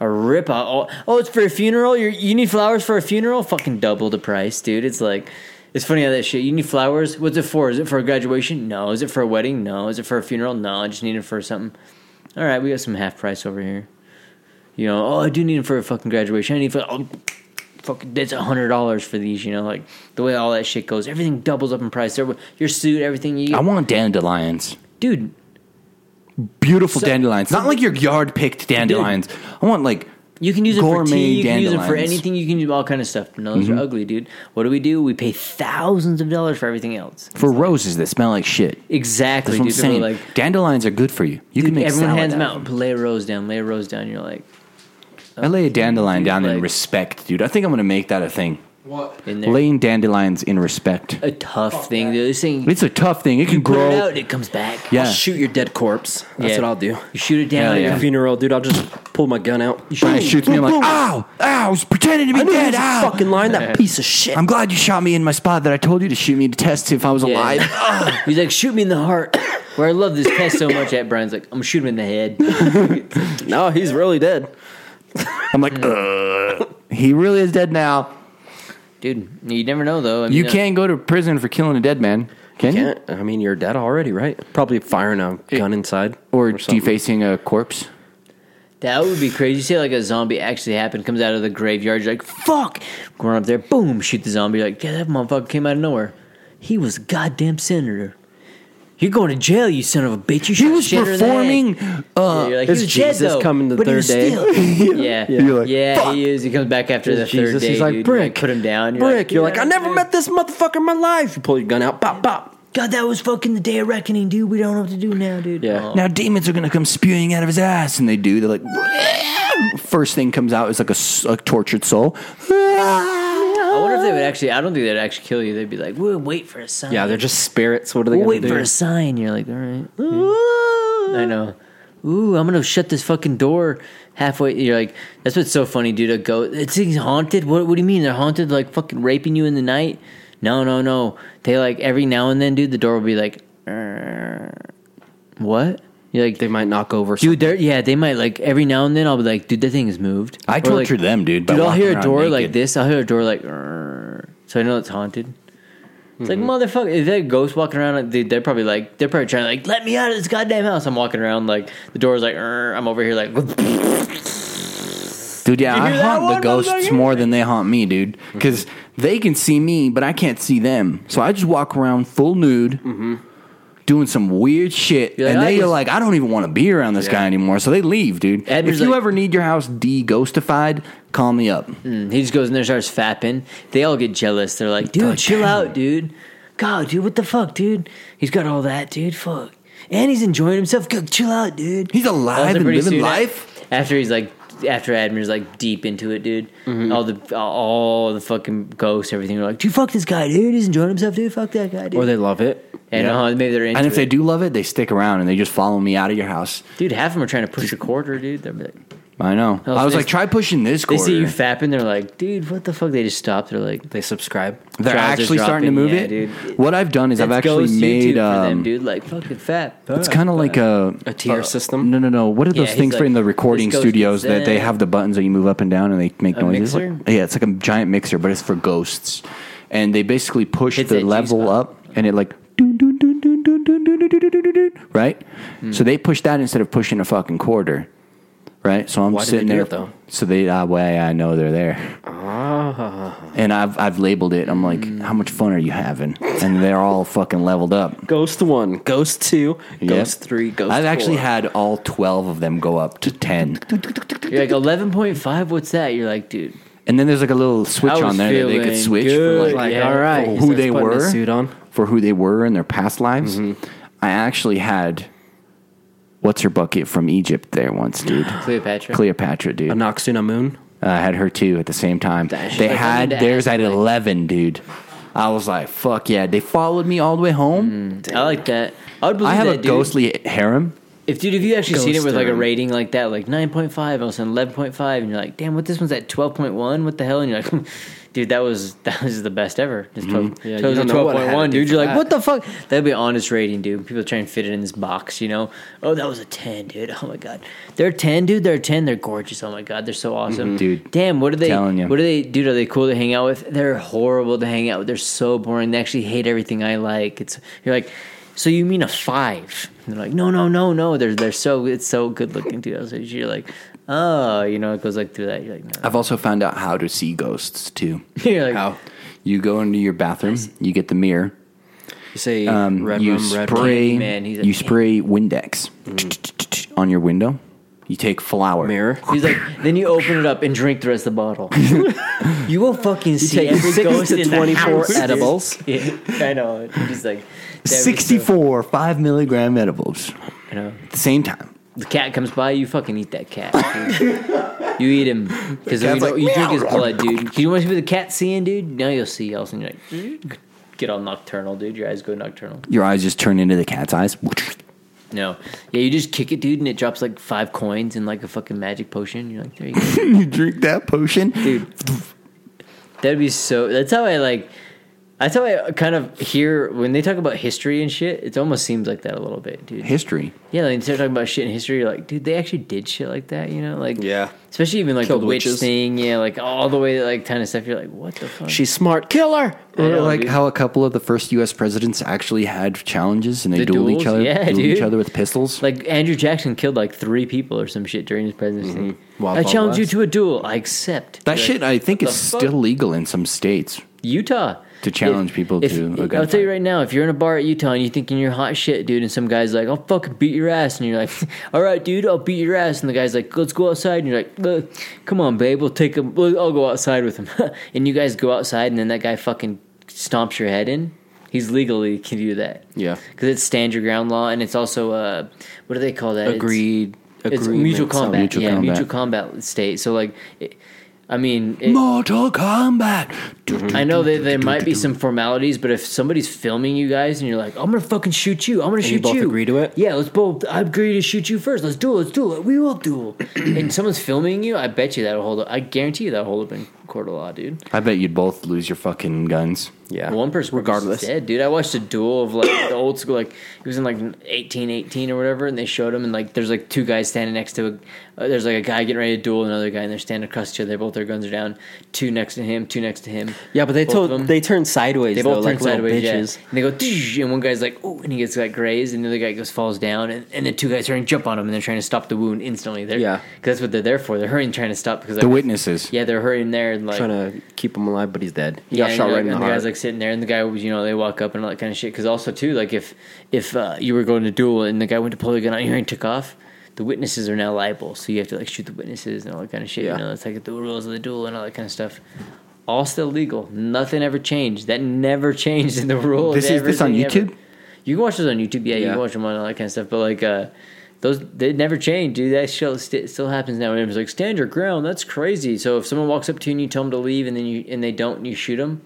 Speaker 6: A rip out. Oh, oh, it's for a funeral. You're, you need flowers for a funeral. Fucking double the price, dude. It's like, it's funny how that shit. You need flowers. What's it for? Is it for a graduation? No. Is it for a wedding? No. Is it for a funeral? No. I just need it for something. All right, we got some half price over here. You know, oh, I do need it for a fucking graduation. I need for oh, fucking that's a hundred dollars for these. You know, like the way all that shit goes, everything doubles up in price. There- Your suit, everything you,
Speaker 7: I want dandelions.
Speaker 6: dude.
Speaker 7: Beautiful dandelions. Not like your yard picked dandelions. I want like
Speaker 6: You can use it for
Speaker 7: Gourmet
Speaker 6: tea. You can use it for
Speaker 7: dandelions. Mm-hmm.
Speaker 6: anything. You can do all kind of stuff. No, those are ugly, dude. What do we do? We pay thousands of dollars for everything else.
Speaker 7: for roses that smell like shit.
Speaker 6: Exactly,
Speaker 7: That's what I'm
Speaker 6: dude. They're
Speaker 7: saying.
Speaker 6: Like
Speaker 7: Dandelions are good for you. You can
Speaker 6: dude,
Speaker 7: make
Speaker 6: everyone
Speaker 7: salad
Speaker 6: hands them
Speaker 7: out.
Speaker 6: out. Lay a rose down. Lay a rose down. You're like
Speaker 7: I lay a dandelion
Speaker 6: Dude,
Speaker 7: down in
Speaker 6: like-
Speaker 7: respect, dude. I think I'm gonna make that a thing.
Speaker 6: in there.
Speaker 7: Laying dandelions in respect.
Speaker 6: a tough thing. Dude. This thing
Speaker 7: It's a tough thing. It can
Speaker 6: put it out
Speaker 7: grow.
Speaker 6: and it comes back.
Speaker 7: Yeah.
Speaker 5: Shoot your dead corpse. That's
Speaker 6: Yeah.
Speaker 5: what I'll do.
Speaker 6: You shoot it down.
Speaker 7: Hell
Speaker 6: at
Speaker 7: yeah.
Speaker 5: Your
Speaker 6: your
Speaker 5: funeral, dude. I'll just pulled my gun out.
Speaker 7: Brian shoots me. I'm like,
Speaker 5: Boom.
Speaker 7: ow, ow, I was pretending to be
Speaker 5: I knew he
Speaker 7: dead.
Speaker 5: was a
Speaker 7: Ow.
Speaker 5: fucking lying. That piece of shit.
Speaker 7: I'm glad you shot me in my spot that I told you to shoot me to test if I was
Speaker 6: Yeah.
Speaker 7: alive. Ah.
Speaker 6: He's like, shoot me in the heart. Where I love this test so much at Brian's like, I'm gonna shoot him in the head.
Speaker 5: no, he's really dead.
Speaker 7: I'm like, Ugh. he really is dead now.
Speaker 6: Dude, you never know though. I mean,
Speaker 7: You
Speaker 6: uh,
Speaker 7: can't go to prison for killing a dead man, can you?
Speaker 5: Can't. I mean, you're dead already, right? Probably firing a gun inside
Speaker 7: Or
Speaker 5: something.
Speaker 7: defacing a corpse.
Speaker 6: That would be crazy. You see, like a zombie actually happened, comes out of the graveyard. You're like, fuck! Going up there, boom, shoot the zombie. You're like, yeah, that motherfucker came out of nowhere. He was a goddamn senator. You're going to jail, you son of a bitch. You
Speaker 7: He
Speaker 6: shot
Speaker 7: was
Speaker 6: Shinner in the head."
Speaker 7: performing.
Speaker 6: Yeah,
Speaker 7: Uh,
Speaker 6: you're like,
Speaker 5: is
Speaker 6: he was dead,
Speaker 5: Jesus
Speaker 6: though,
Speaker 5: coming the
Speaker 6: but he
Speaker 5: third
Speaker 6: was
Speaker 5: day?
Speaker 6: still- yeah, yeah,
Speaker 7: You're like, "Fuck."
Speaker 6: he is. He comes back after the
Speaker 5: There's Jesus.
Speaker 6: third day.
Speaker 5: he's like,
Speaker 6: dude. You,
Speaker 5: Brick.
Speaker 6: put him down. You're
Speaker 5: Brick. you're like,
Speaker 6: "Yeah,
Speaker 5: I never
Speaker 6: dude.
Speaker 5: met this motherfucker in my life. You pull your gun out. Bop, bop.
Speaker 6: God, that was fucking the day of reckoning, dude. We don't know what to do now, dude.
Speaker 5: Yeah.
Speaker 7: now demons are gonna come spewing out of his ass, and they do. They're like, first thing comes out is like a, s- a tortured soul.
Speaker 6: I wonder if they would actually. I don't think they'd actually kill you. They'd be like, "We'll wait for a sign."
Speaker 5: Yeah, they're just spirits. What are they
Speaker 6: We'll
Speaker 5: going
Speaker 6: wait
Speaker 5: to do?
Speaker 6: for a sign. You're like, all right. I know. Ooh, I'm gonna shut this fucking door halfway. You're like, that's what's so funny, dude. A ghost. It's thing's haunted. What? What do you mean they're haunted? Like fucking raping you in the night? No, no, no. They like every now and then, dude. The door will be like, "Er, what? You're like,
Speaker 5: They might knock over.
Speaker 6: dude. They're yeah. They might like every now and then. I'll be like, dude, that thing has moved.
Speaker 7: I
Speaker 6: Or, like,
Speaker 7: tortured them, dude. by
Speaker 6: Dude, I'll
Speaker 7: walking
Speaker 6: hear a
Speaker 7: around
Speaker 6: door
Speaker 7: naked.
Speaker 6: like this. I'll hear a door like, "Rrrr," so I know it's haunted. It's like motherfucker. If that ghost walking around, like, dude, they're probably like, they're probably trying to like, let me out of this goddamn house. I'm walking around like the door's like, "Rrrr," I'm over here like,
Speaker 7: Dude, yeah,
Speaker 6: you
Speaker 7: I
Speaker 6: hear that
Speaker 7: haunt the
Speaker 6: one,
Speaker 7: ghosts
Speaker 6: motherfucker?
Speaker 7: more than they haunt me, dude. Because they can see me, but I can't see them. So I just walk around full nude,
Speaker 6: Mm-hmm.
Speaker 7: doing some weird shit,
Speaker 6: You're like,
Speaker 7: and
Speaker 6: "I
Speaker 7: they are
Speaker 6: just-
Speaker 7: like, "I don't even want to be around this guy anymore." So they leave, dude.
Speaker 6: Edgar's
Speaker 7: if you
Speaker 6: like-
Speaker 7: ever need your house de-ghostified, call me up.
Speaker 6: Mm, he just goes in there, starts fapping. They all get jealous. They're like, dude, chill out, dude. God, dude, what the fuck, dude? He's got all that, dude. Fuck. And he's enjoying himself. Go, chill out, dude.
Speaker 7: He's alive
Speaker 6: Also
Speaker 7: and
Speaker 6: pretty
Speaker 7: living
Speaker 6: soon a-
Speaker 7: life?
Speaker 6: After he's like, after Admir's like deep into it, dude.
Speaker 7: Mm-hmm.
Speaker 6: All the all the fucking ghosts, everything. are like, dude, fuck this guy, dude. He's enjoying himself, dude. Fuck that guy, dude.
Speaker 5: Or they love it.
Speaker 6: and
Speaker 7: Yeah.
Speaker 6: uh, maybe they're into
Speaker 7: And if
Speaker 6: it.
Speaker 7: they do love it, they stick around and they just follow me out of your house.
Speaker 6: dude, half of them are trying to push a quarter, dude. They're like,
Speaker 7: I know.
Speaker 6: Oh,
Speaker 7: I
Speaker 6: so
Speaker 7: was
Speaker 6: they-
Speaker 7: like, try pushing this
Speaker 6: they
Speaker 7: quarter.
Speaker 6: see you fapping, they're like, dude, what the fuck? They just stop. They're like,
Speaker 5: They subscribe.
Speaker 7: They're
Speaker 6: trousers
Speaker 7: actually starting to move
Speaker 6: dropping.
Speaker 7: it.
Speaker 6: Yeah, dude.
Speaker 7: What I've done is I've
Speaker 6: That's
Speaker 7: actually
Speaker 6: ghost YouTube
Speaker 7: made
Speaker 6: for them,
Speaker 7: um,
Speaker 6: dude. Like fucking fat.
Speaker 7: It's kind of like a
Speaker 5: A tier system?
Speaker 7: No, no, no. What are
Speaker 6: Yeah,
Speaker 7: those
Speaker 6: he's
Speaker 7: things for
Speaker 6: like,
Speaker 7: in the recording
Speaker 6: this goes
Speaker 7: studios that they
Speaker 6: there.
Speaker 7: have the buttons that you move up and down and they make
Speaker 6: A
Speaker 7: noises? Like-
Speaker 6: mixer?
Speaker 7: yeah, it's like a giant mixer, but it's for ghosts, and they basically push
Speaker 6: Hits
Speaker 7: the
Speaker 6: that G
Speaker 7: level
Speaker 6: spot.
Speaker 7: up, and it like. doo, doo, doo, doo, doo, doo, doo, doo, doo, doo, doo, doo, Right,
Speaker 6: Hmm.
Speaker 7: so they push that instead of pushing a fucking quarter, right? So I'm
Speaker 5: Why did they
Speaker 7: sitting
Speaker 5: do
Speaker 7: there.
Speaker 5: it, though?
Speaker 7: So they, uh, way I know they're there,
Speaker 6: Ah.
Speaker 7: and I've I've labeled it. I'm like,
Speaker 6: Hmm.
Speaker 7: how much fun are you having? And they're all fucking leveled up.
Speaker 5: Ghost one, ghost two,
Speaker 7: Yep.
Speaker 5: ghost three, ghost
Speaker 7: I've actually
Speaker 5: four.
Speaker 7: had all 12 of them go up to 10.
Speaker 6: You're like eleven point five. What's that? You're like, dude.
Speaker 7: And then there's like a little switch
Speaker 6: I
Speaker 7: on
Speaker 6: was
Speaker 7: there that they could
Speaker 6: feeling
Speaker 7: switch
Speaker 6: good.
Speaker 7: for like
Speaker 5: Like,
Speaker 6: Yeah.
Speaker 5: all right.
Speaker 7: for
Speaker 5: He
Speaker 7: who
Speaker 5: starts
Speaker 7: they
Speaker 5: putting his
Speaker 7: were
Speaker 5: Suit on.
Speaker 7: for who they were in their past lives.
Speaker 6: Mm-hmm.
Speaker 7: I actually had what's her bucket from Egypt there once, dude.
Speaker 6: Cleopatra.
Speaker 7: Cleopatra, dude. Uh,
Speaker 5: A Noxuna moon.
Speaker 7: I had her too at the same time.
Speaker 6: Damn.
Speaker 7: They
Speaker 6: Like, I
Speaker 7: had
Speaker 6: need to
Speaker 7: theirs at
Speaker 6: ask, like-
Speaker 7: 11, dude. I was like, fuck yeah. They followed me all the way home.
Speaker 6: I like that. I would believe
Speaker 7: I have
Speaker 6: Mm. that,
Speaker 7: a
Speaker 6: dude.
Speaker 7: ghostly harem.
Speaker 6: If dude, if you actually seen it with like a
Speaker 5: Ghoster.
Speaker 6: rating like that, like nine point five, all of a sudden eleven point five, and you're like, damn, what this one's at twelve point one? What the hell? And you're like, dude, that was that was the best ever. Just twelve,
Speaker 5: Mm-hmm. Yeah, you
Speaker 6: twelve
Speaker 5: don't know what
Speaker 6: point one,
Speaker 5: had to do
Speaker 6: dude.
Speaker 5: for
Speaker 6: You're like,
Speaker 5: that.
Speaker 6: what the fuck? That'd be honest rating, dude. People try and fit it in this box, you know? Oh, that was a ten, dude. Oh my god, they're ten, dude. They're ten. They're gorgeous. Oh my god, they're so
Speaker 5: Mm-hmm.
Speaker 6: awesome,
Speaker 7: Dude,
Speaker 6: Damn, what are they?
Speaker 7: telling you.
Speaker 6: What are they, dude? Are they cool to hang out with? They're horrible to hang out with. They're so boring. They actually hate everything I like. It's you're like, so you mean a five? And they're like, no, no, no, no. They're they're so it's so good looking too. So you're like, oh, you know, it goes like through that. You're like, no.
Speaker 7: I've also found out how to see ghosts too.
Speaker 6: You're like,
Speaker 7: You go into your bathroom, you get the mirror,
Speaker 5: You say
Speaker 7: um,
Speaker 5: red
Speaker 7: you
Speaker 5: rum, red rum.
Speaker 7: spray,
Speaker 6: Man, he's a-
Speaker 7: you spray Windex on your window. You take flour.
Speaker 5: Mirror.
Speaker 6: He's like, then you open it up and drink the rest of the bottle. you will fucking see
Speaker 5: take
Speaker 6: every
Speaker 5: six
Speaker 6: ghost
Speaker 5: to
Speaker 6: in the
Speaker 5: 24
Speaker 6: house, dude.
Speaker 5: edibles.
Speaker 6: Yeah, I know. You're Just like that was so-
Speaker 7: Sixty-four five milligram edibles
Speaker 6: you know.
Speaker 7: at the same time.
Speaker 6: The cat comes by, you fucking eat that cat. Dude. you eat him because you, don't- you drink his blood, dude. You want to be the cat seeing, dude? Now you'll see. All of a sudden, you're like, get all nocturnal, dude. Your eyes go nocturnal.
Speaker 7: Your eyes just turn into the cat's eyes.
Speaker 6: No. Yeah, you just kick it, dude, and it drops like five coins and like a fucking magic potion. You're like, there you go.
Speaker 7: you drink that potion?
Speaker 6: dude. That'd be so. That's how I like. That's how I kind of hear when they talk about history and shit. It almost seems like that a little bit, dude.
Speaker 7: History.
Speaker 6: yeah, like, they start talking about shit in history. You're like, dude, they actually did shit like that, you know? Like,
Speaker 7: Yeah.
Speaker 6: especially even like
Speaker 7: Killed
Speaker 6: the witch
Speaker 7: witches.
Speaker 6: thing. Yeah, like all the way like kind of stuff. You're like, what the fuck?
Speaker 5: She's smart. Kill her.
Speaker 6: I
Speaker 7: Or
Speaker 6: know,
Speaker 7: like
Speaker 6: dude.
Speaker 7: how a couple of the first U.S. presidents actually had challenges and they
Speaker 6: The
Speaker 7: dueled
Speaker 6: duels?
Speaker 7: each other,
Speaker 6: Yeah,
Speaker 7: dueled
Speaker 6: dude.
Speaker 7: each other with pistols.
Speaker 6: like Andrew Jackson killed like three people or some shit during his presidency.
Speaker 7: Mm-hmm. Wild
Speaker 6: I
Speaker 7: Wild
Speaker 6: challenge you
Speaker 7: West.
Speaker 6: to a duel. I accept
Speaker 7: that
Speaker 6: You're
Speaker 7: shit, I think,
Speaker 6: what
Speaker 7: is
Speaker 6: the fuck?
Speaker 7: still legal in some states.
Speaker 6: Utah
Speaker 7: To challenge
Speaker 6: If-
Speaker 7: people
Speaker 6: if-
Speaker 7: to a
Speaker 6: I'll tell
Speaker 7: gunfight.
Speaker 6: you right now, if you're in a bar at Utah and you're thinking you're hot shit, dude, and some guy's like, "I'll fucking beat your ass," and you're like, "All right, dude, I'll beat your ass," and the guy's like, "Let's go outside," and you're like, "Uh, "Come on, babe, we'll take a, we'll- I'll go outside with him," and you guys go outside, and then that guy fucking stomps your head in. He's legally can do that.
Speaker 7: Yeah.
Speaker 6: because it's stand your ground law, and it's also uh, what do they call that? It's-
Speaker 7: Agreed.
Speaker 6: It's, mutual combat.
Speaker 7: Mutual
Speaker 6: yeah,
Speaker 7: combat.
Speaker 6: mutual combat state. So like, it, I mean, it,
Speaker 7: Mortal Kombat.
Speaker 6: I know that there might be some formalities, but if somebody's filming you guys and you're like, "I'm gonna fucking shoot you," I'm gonna shoot
Speaker 5: you both agree to it?
Speaker 6: Yeah, let's both. I agree to shoot you first. Let's duel. Let's duel. We will duel. and someone's filming you. I bet you that'll hold up. I guarantee you that'll hold up in court of law, dude.
Speaker 7: I bet you'd both lose your fucking guns.
Speaker 5: Yeah.
Speaker 6: One person,
Speaker 5: Uh, Regardless.
Speaker 6: dead, dude. I watched a duel of like the old school, like it was in like 1818 or whatever, and they showed him, and like there's like two guys standing next to a, uh, there's like a guy getting ready to duel another guy, and they're standing across each other. Both their guns are down. Two next to him, two next to him.
Speaker 5: Yeah, but they
Speaker 6: Both of
Speaker 5: told
Speaker 6: them.
Speaker 5: they turned sideways.
Speaker 6: They both
Speaker 5: though,
Speaker 6: turn
Speaker 5: like little
Speaker 6: sideways, yeah.
Speaker 5: bitches.
Speaker 6: And they go, "Tsh," and one guy's like, "Ooh," and he gets like grazed, and the other guy goes falls down, and, and the two guys hurry and jump on him, and they're trying to stop the wound instantly. They're,
Speaker 5: Yeah.
Speaker 6: 'cause that's what they're there for. They're hurrying, trying to stop because
Speaker 7: The witnesses.
Speaker 6: Yeah, they're hurrying there and like
Speaker 5: Trying to keep him alive, but he's dead. He got
Speaker 6: and
Speaker 5: shot
Speaker 6: you're
Speaker 5: right
Speaker 6: like-
Speaker 5: in the
Speaker 6: and
Speaker 5: heart.
Speaker 6: guy's like sitting there, and the guy was, you know, they walk up and all that kind of shit. Because also too, like if if uh, you were going to duel and the guy went to pull the gun out here and took off, the witnesses are now liable, so you have to like shoot the witnesses and all that kind of shit.
Speaker 5: Yeah.
Speaker 6: You know, it's like the rules of the duel and all that kind of stuff. All still legal. Nothing ever changed. That never changed in the rules.
Speaker 7: This is- this on
Speaker 6: everything
Speaker 7: YouTube?
Speaker 6: Ever. You can watch those on YouTube. Yeah, you
Speaker 5: Yeah.
Speaker 6: can watch them on all that kind of stuff. But like. uh those they never change, dude. That show st- still happens now. And it's like stand your ground. That's crazy. So if someone walks up to you and you tell them to leave, and then you and they don't, and you shoot them,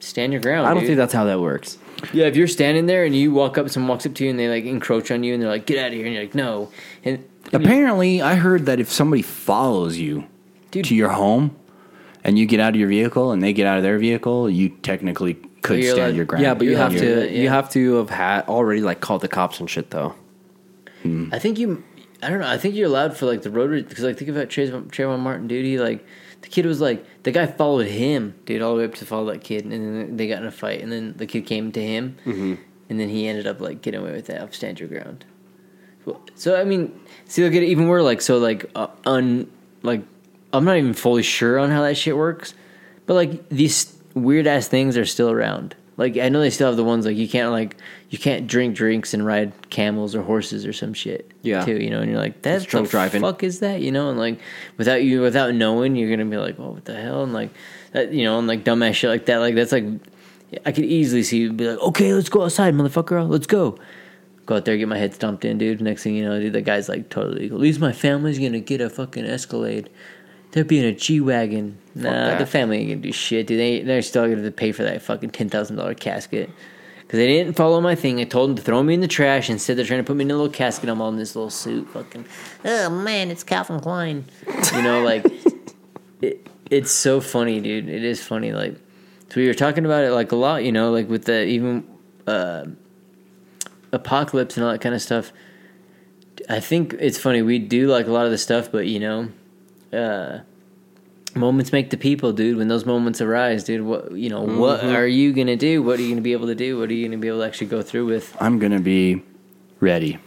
Speaker 6: stand your ground.
Speaker 5: I don't
Speaker 6: dude.
Speaker 5: think that's how that works.
Speaker 6: Yeah, if you're standing there and you walk up, someone walks up to you and they like encroach on you, and they're like, "Get out of here!" and you're like, "No," and
Speaker 7: Apparently, I heard that if somebody follows you
Speaker 6: Dude.
Speaker 7: to your home and you get out of your vehicle and they get out of their vehicle, you technically could
Speaker 6: You're
Speaker 7: stand
Speaker 6: allowed-
Speaker 7: your ground.
Speaker 5: Yeah, but you
Speaker 6: You
Speaker 5: have
Speaker 6: have
Speaker 5: to
Speaker 6: to-
Speaker 5: you
Speaker 6: yeah.
Speaker 5: have to have had already like called the cops and shit though.
Speaker 6: I think you, I don't know. I think you're allowed for like the road because like think about Trayvon, Trayvon Martin, dude. He like the kid was like the guy followed him, dude, all the way up to follow that kid, and then they got in a fight, and then the kid came to him,
Speaker 5: Mm-hmm.
Speaker 6: and then he ended up like getting away with that off stand your ground. Well, So I mean, see, look at it even more like so like uh, un like I'm not even fully sure on how that shit works, but like these weird ass things are still around. Like I know they still have the ones like you can't like you can't drink drinks and ride camels or horses or some shit.
Speaker 5: Yeah.
Speaker 6: too. You know, and you're like that's
Speaker 5: drunk
Speaker 6: the
Speaker 5: driving.
Speaker 6: Fuck is that? You know, and like without you without knowing, you're gonna be like, oh, what the hell? And like that, you know, and like dumbass shit like that. Like that's like I could easily see you be like, okay, let's go outside, motherfucker, let's go go out there, get my head stomped in, dude. Next thing you know, dude, the guy's like totally legal. At least my family's gonna get a fucking Escalade. They're being a G wagon. Nah,
Speaker 5: that.
Speaker 6: the family ain't gonna do shit, dude. They they're still gonna have to pay for that fucking ten thousand dollar casket. Cause they didn't follow my thing. I told them to throw me in the trash. Instead, they're trying to put me in a little casket. I'm all in this little suit, fucking. Oh man, it's Calvin Klein. You know, like it, it's so funny, dude. It is funny. Like so we were talking about it like a lot, you know, like with the even uh, apocalypse and all that kind of stuff. I think it's funny we do like a lot of the stuff, but you know, uh, moments make the people, dude. When those moments arise, dude, what you know, what
Speaker 7: Mm-hmm.
Speaker 6: are you gonna do? What are you gonna be able to do? What are you gonna be able to actually go through with?
Speaker 7: I'm going to be ready.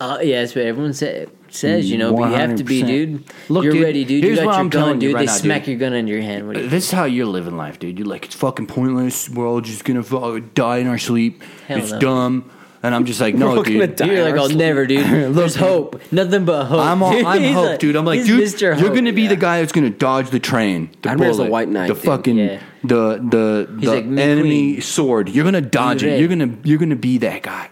Speaker 6: Uh, yeah, that's what everyone sa- says. You know, but you have to be,
Speaker 7: 100%.
Speaker 6: dude.
Speaker 7: Look,
Speaker 6: you're
Speaker 7: dude,
Speaker 6: ready, dude.
Speaker 7: here's
Speaker 6: you
Speaker 7: what
Speaker 6: got your
Speaker 7: I'm telling
Speaker 6: gun,
Speaker 7: you
Speaker 6: dude.
Speaker 7: right
Speaker 6: they
Speaker 7: now,
Speaker 6: smack
Speaker 7: dude.
Speaker 6: your gun into your hand. What do you
Speaker 7: This is how you're living life, dude. You're like, it's fucking pointless. We're all just gonna fu- die in our sleep.
Speaker 6: Hell
Speaker 7: it's
Speaker 6: no.
Speaker 7: dumb. And I'm just like, no,
Speaker 5: gonna
Speaker 7: dude.
Speaker 5: die.
Speaker 6: You're like,
Speaker 5: or
Speaker 6: I'll
Speaker 5: sleep.
Speaker 6: never, dude. There's hope. Nothing but hope.
Speaker 7: I'm all,
Speaker 6: dude.
Speaker 7: I'm
Speaker 6: He's
Speaker 7: hope,
Speaker 6: like-
Speaker 7: dude. I'm like,
Speaker 6: he's
Speaker 7: dude,
Speaker 6: Mr.
Speaker 7: you're
Speaker 6: Hope,
Speaker 7: gonna be
Speaker 6: yeah.
Speaker 7: the guy that's gonna dodge the train, the
Speaker 5: I'd
Speaker 7: bullet,
Speaker 5: wear the white knight,
Speaker 7: the
Speaker 5: dude.
Speaker 7: fucking
Speaker 6: Yeah.
Speaker 7: the the
Speaker 6: He's
Speaker 7: the
Speaker 6: like, "Me
Speaker 7: enemy
Speaker 6: queen."
Speaker 7: sword. You're gonna dodge
Speaker 6: Be
Speaker 7: it.
Speaker 6: red.
Speaker 7: You're gonna you're gonna be that guy.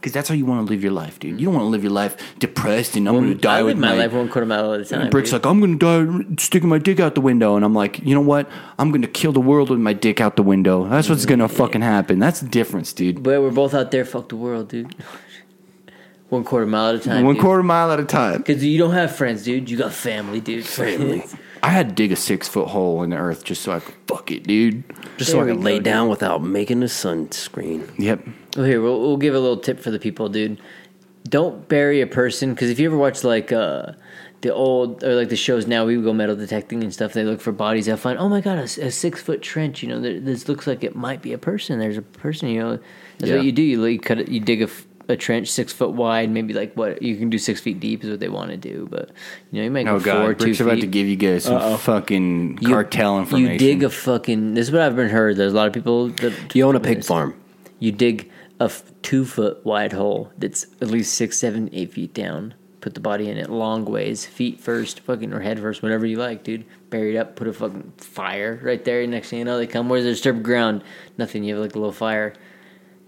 Speaker 7: Because that's how you want to live your life, dude. You don't want to live your life depressed and I'm gonna die
Speaker 6: I
Speaker 7: with
Speaker 6: live my
Speaker 7: my
Speaker 6: life one quarter mile at a time.
Speaker 7: And Brick's
Speaker 6: dude.
Speaker 7: like, I'm gonna die sticking my dick out the window, and I'm like, you know what? I'm gonna kill the world with my dick out the
Speaker 6: Mm,
Speaker 7: window. That's what's gonna fucking happen. That's the difference, dude.
Speaker 6: but we're both out there. Fuck the world, dude. One quarter mile at a time.
Speaker 7: One
Speaker 6: dude.
Speaker 7: quarter mile at a time.
Speaker 6: Because you don't have friends, dude. You got family, dude. Family.
Speaker 7: I had to dig a six foot hole in the earth just so I could fuck it, dude.
Speaker 5: Just so I
Speaker 6: There
Speaker 5: can
Speaker 6: we
Speaker 5: lay
Speaker 6: go,
Speaker 5: down without making a sunscreen.
Speaker 7: Yep.
Speaker 6: well, here we'll, we'll give a little tip for the people, dude. Don't bury a person because if you ever watch like uh, the old or like the shows now, we go metal detecting and stuff. They look for bodies. They'll find, oh my god, a, six foot trench. You know, there, this looks like it might be a person. There's a person. You know, that's
Speaker 7: Yeah.
Speaker 6: what you do. You like cut, it, you dig a, f- a trench six foot wide, maybe like what you can do six feet deep is what they want to do. But you know, you might go
Speaker 7: Oh
Speaker 6: four,
Speaker 7: god,
Speaker 6: two
Speaker 7: Rick's
Speaker 6: feet.
Speaker 7: about to give you guys some fucking
Speaker 6: You-
Speaker 7: cartel information.
Speaker 6: You dig a fucking. This is what I've been heard. There's a lot of people that
Speaker 5: You own a pig
Speaker 6: this.
Speaker 5: farm.
Speaker 6: You dig a f- two foot wide hole that's at least six, seven, eight feet down. Put the body in it long ways, feet first, fucking or head first, whatever you like, dude. Bury it up. Put a fucking fire right there. Next thing you know, they come. Where's their disturbed ground? Nothing. You have like a little fire.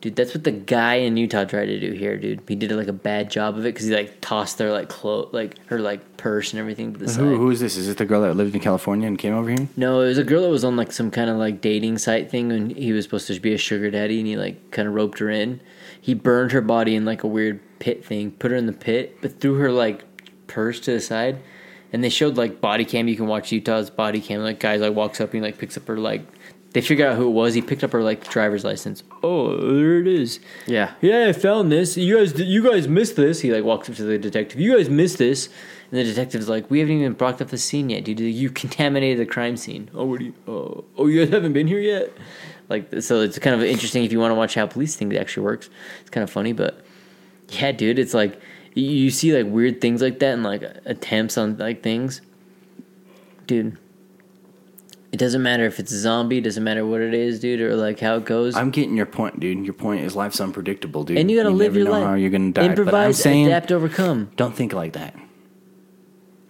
Speaker 6: Dude, that's what the guy in Utah tried to do here, dude. He did like a bad job of it because he like tossed their like clo like her like purse and everything to the side.
Speaker 7: Who, who is this? Is it the girl that lived in California and came over here?
Speaker 6: No, it was a girl that was on like some kind of like dating site thing, and he was supposed to be a sugar daddy, and he like kind of roped her in. He burned her body in like a weird pit thing, put her in the pit, but threw her like purse to the side. And they showed like body cam. You can watch Utah's body cam. Like guys like walks up and he like picks up her like. They figure out who it was. He picked up her like driver's license. Oh, there it is.
Speaker 5: Yeah.
Speaker 6: Yeah, I found this. You guys, you guys missed this. He like walks up to the detective. You guys missed this, and the detective's like, "We haven't even brought up the scene yet, dude. You contaminated the crime scene. Oh, what do you? Oh, oh, you guys haven't been here yet. Like, so it's kind of interesting if you want to watch how police things actually works. It's kind of funny, but yeah, dude, it's like you- you see like weird things like that and like attempts on like things, dude. It doesn't matter if it's a zombie. Doesn't matter what it is, dude, or like how it goes.
Speaker 7: I'm getting your point, dude. Your point is life's unpredictable, dude.
Speaker 6: and you gotta live
Speaker 7: never
Speaker 6: your
Speaker 7: know
Speaker 6: life.
Speaker 7: How you're gonna die. but I'm
Speaker 6: Improvise,
Speaker 7: saying,
Speaker 6: adapt, overcome.
Speaker 7: Don't think like that.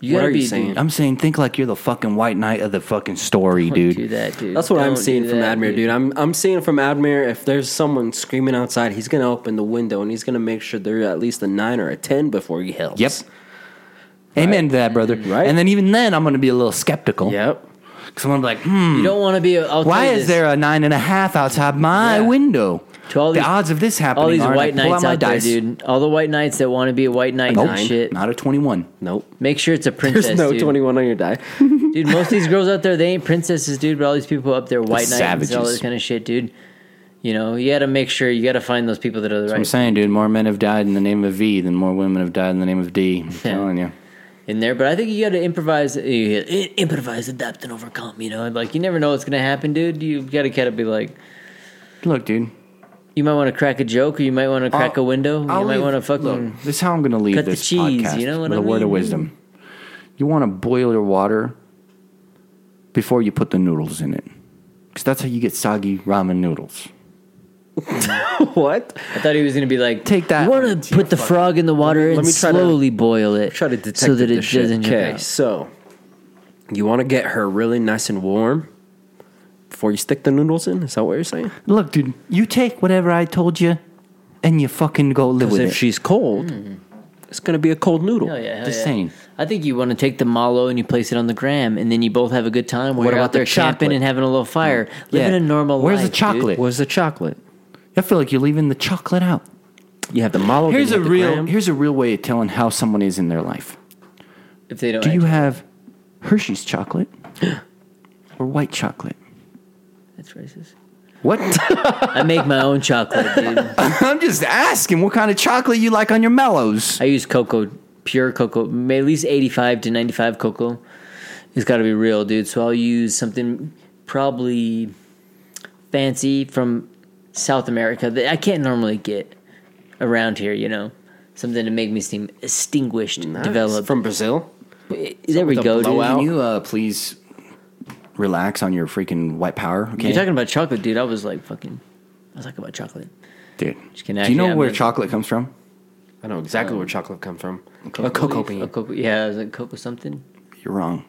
Speaker 6: You
Speaker 5: What
Speaker 6: gotta
Speaker 5: are
Speaker 6: be
Speaker 5: you saying?
Speaker 7: I'm saying think like you're the fucking white knight of the fucking story,
Speaker 6: Don't
Speaker 7: dude.
Speaker 6: do that, dude.
Speaker 5: That's what I'm
Speaker 6: Don't
Speaker 5: seeing
Speaker 6: do
Speaker 5: from
Speaker 6: that,
Speaker 5: Admir, dude. I'm I'm seeing from Admir if there's someone screaming outside, he's gonna open the window and he's gonna make sure they're at least a nine or a ten before he helps.
Speaker 7: Yep. Amen to that, brother.
Speaker 5: Right.
Speaker 7: And then even then, I'm gonna be a little skeptical.
Speaker 5: Yep.
Speaker 7: Because I'm gonna be like, hmm.
Speaker 6: You don't want to be. a- I'll
Speaker 7: Why
Speaker 6: tell you
Speaker 7: is
Speaker 6: this.
Speaker 7: there a nine and a half outside my
Speaker 6: Yeah.
Speaker 7: window?
Speaker 6: To all
Speaker 7: the
Speaker 6: these-
Speaker 7: odds of this happening.
Speaker 6: all these
Speaker 7: are, and I
Speaker 6: white
Speaker 7: pull
Speaker 6: knights
Speaker 7: my
Speaker 6: out there,
Speaker 7: dice.
Speaker 6: dude? All the white knights that want to be a white knight
Speaker 7: Nope,
Speaker 6: and shit.
Speaker 7: not a twenty-one.
Speaker 5: Nope.
Speaker 6: Make sure it's a princess.
Speaker 5: There's no
Speaker 6: dude.
Speaker 5: 21 on your die.
Speaker 6: dude. Most of these girls out there, they ain't princesses, dude. But all these people up there, white knights, and all
Speaker 7: savages.
Speaker 6: this kind of shit, dude. You know, you gotta make sure you gotta find those people that are the
Speaker 7: I'm
Speaker 6: right
Speaker 7: saying, dude, more men have died in the name of V than more women have died in the name of D. I'm telling you.
Speaker 6: in there. But I think you gotta improvise, you, i- improvise, adapt, and overcome. You know, And, like you never know what's gonna happen, dude. You gotta kind of be like,
Speaker 7: Look, dude.
Speaker 6: you might want to crack a joke, or you might want to crack
Speaker 7: I'll-
Speaker 6: a window,
Speaker 7: I'll
Speaker 6: you might
Speaker 7: leave-
Speaker 6: want to fucking.
Speaker 7: Look, this is how I'm going to leave
Speaker 6: cut the
Speaker 7: this
Speaker 6: cheese,
Speaker 7: podcast.
Speaker 6: you know what
Speaker 7: with
Speaker 6: I
Speaker 7: a word of
Speaker 6: mean?
Speaker 7: wisdom. You want to boil your water before you put the noodles in it, because that's how you get soggy ramen noodles.
Speaker 5: what?
Speaker 6: I thought he was gonna be like,
Speaker 7: Take that.
Speaker 6: You want to put the frog in the water and
Speaker 5: let me try to-
Speaker 6: slowly boil it,
Speaker 5: Try to detect
Speaker 6: so that it
Speaker 5: this shit.
Speaker 6: doesn't. jump
Speaker 5: Okay,
Speaker 6: out.
Speaker 5: so you want to get her really nice and warm before you stick the noodles in? Is that what you're saying?
Speaker 7: Look, dude, you take whatever I told you, and you fucking go live
Speaker 5: Because
Speaker 7: with
Speaker 5: if
Speaker 7: it.
Speaker 5: she's cold, it's gonna be a cold noodle.
Speaker 6: Hell Mm-hmm. Oh, yeah, hell
Speaker 7: Just
Speaker 6: yeah.
Speaker 7: saying.
Speaker 6: I think you want to take the malo and you place it on the gram, and then you both have a good time. While
Speaker 5: What
Speaker 6: you're
Speaker 5: about
Speaker 6: out there
Speaker 5: the
Speaker 6: chopping
Speaker 5: chocolate? Mm.
Speaker 6: and having a little fire, living
Speaker 7: Yeah.
Speaker 6: a normal
Speaker 7: Where's the
Speaker 6: life, dude.
Speaker 7: chocolate?
Speaker 5: Where's the chocolate?
Speaker 7: I feel like you're leaving the chocolate out.
Speaker 5: You have the malo. then
Speaker 7: Here's
Speaker 5: you
Speaker 7: a
Speaker 5: have the
Speaker 7: real
Speaker 5: gram.
Speaker 7: here's a real way of telling how someone is in their life.
Speaker 6: If they don't,
Speaker 7: Do you
Speaker 6: actually-
Speaker 7: have Hershey's chocolate or white chocolate?
Speaker 6: That's racist.
Speaker 7: What?
Speaker 6: I make my own chocolate, dude.
Speaker 7: I'm just asking what kind of chocolate you like on your mellows.
Speaker 6: I use cocoa, pure cocoa, ma- at least 85 to 95 cocoa. It's got to be real, dude. So I'll use something probably fancy from South America that I can't normally get around here, you know? Something to make me seem distinguished, developed. Eh,
Speaker 5: from Brazil.
Speaker 6: there we
Speaker 5: with a
Speaker 6: go, dude.
Speaker 5: blowout.
Speaker 7: Can you uh, please relax on your freaking white power? Okay,
Speaker 6: You're talking about chocolate, dude. I was like, fucking, I was talking about chocolate.
Speaker 7: dude.
Speaker 6: kidding,
Speaker 7: Do you know
Speaker 6: actually,
Speaker 7: where
Speaker 6: I'm-
Speaker 7: chocolate comes from?
Speaker 5: I know exactly
Speaker 6: Um,
Speaker 5: where chocolate comes from.
Speaker 6: Cocoa
Speaker 5: a cocoa
Speaker 6: leaf,
Speaker 5: bean.
Speaker 6: A cocoa, yeah, it was like cocoa something.
Speaker 7: You're wrong.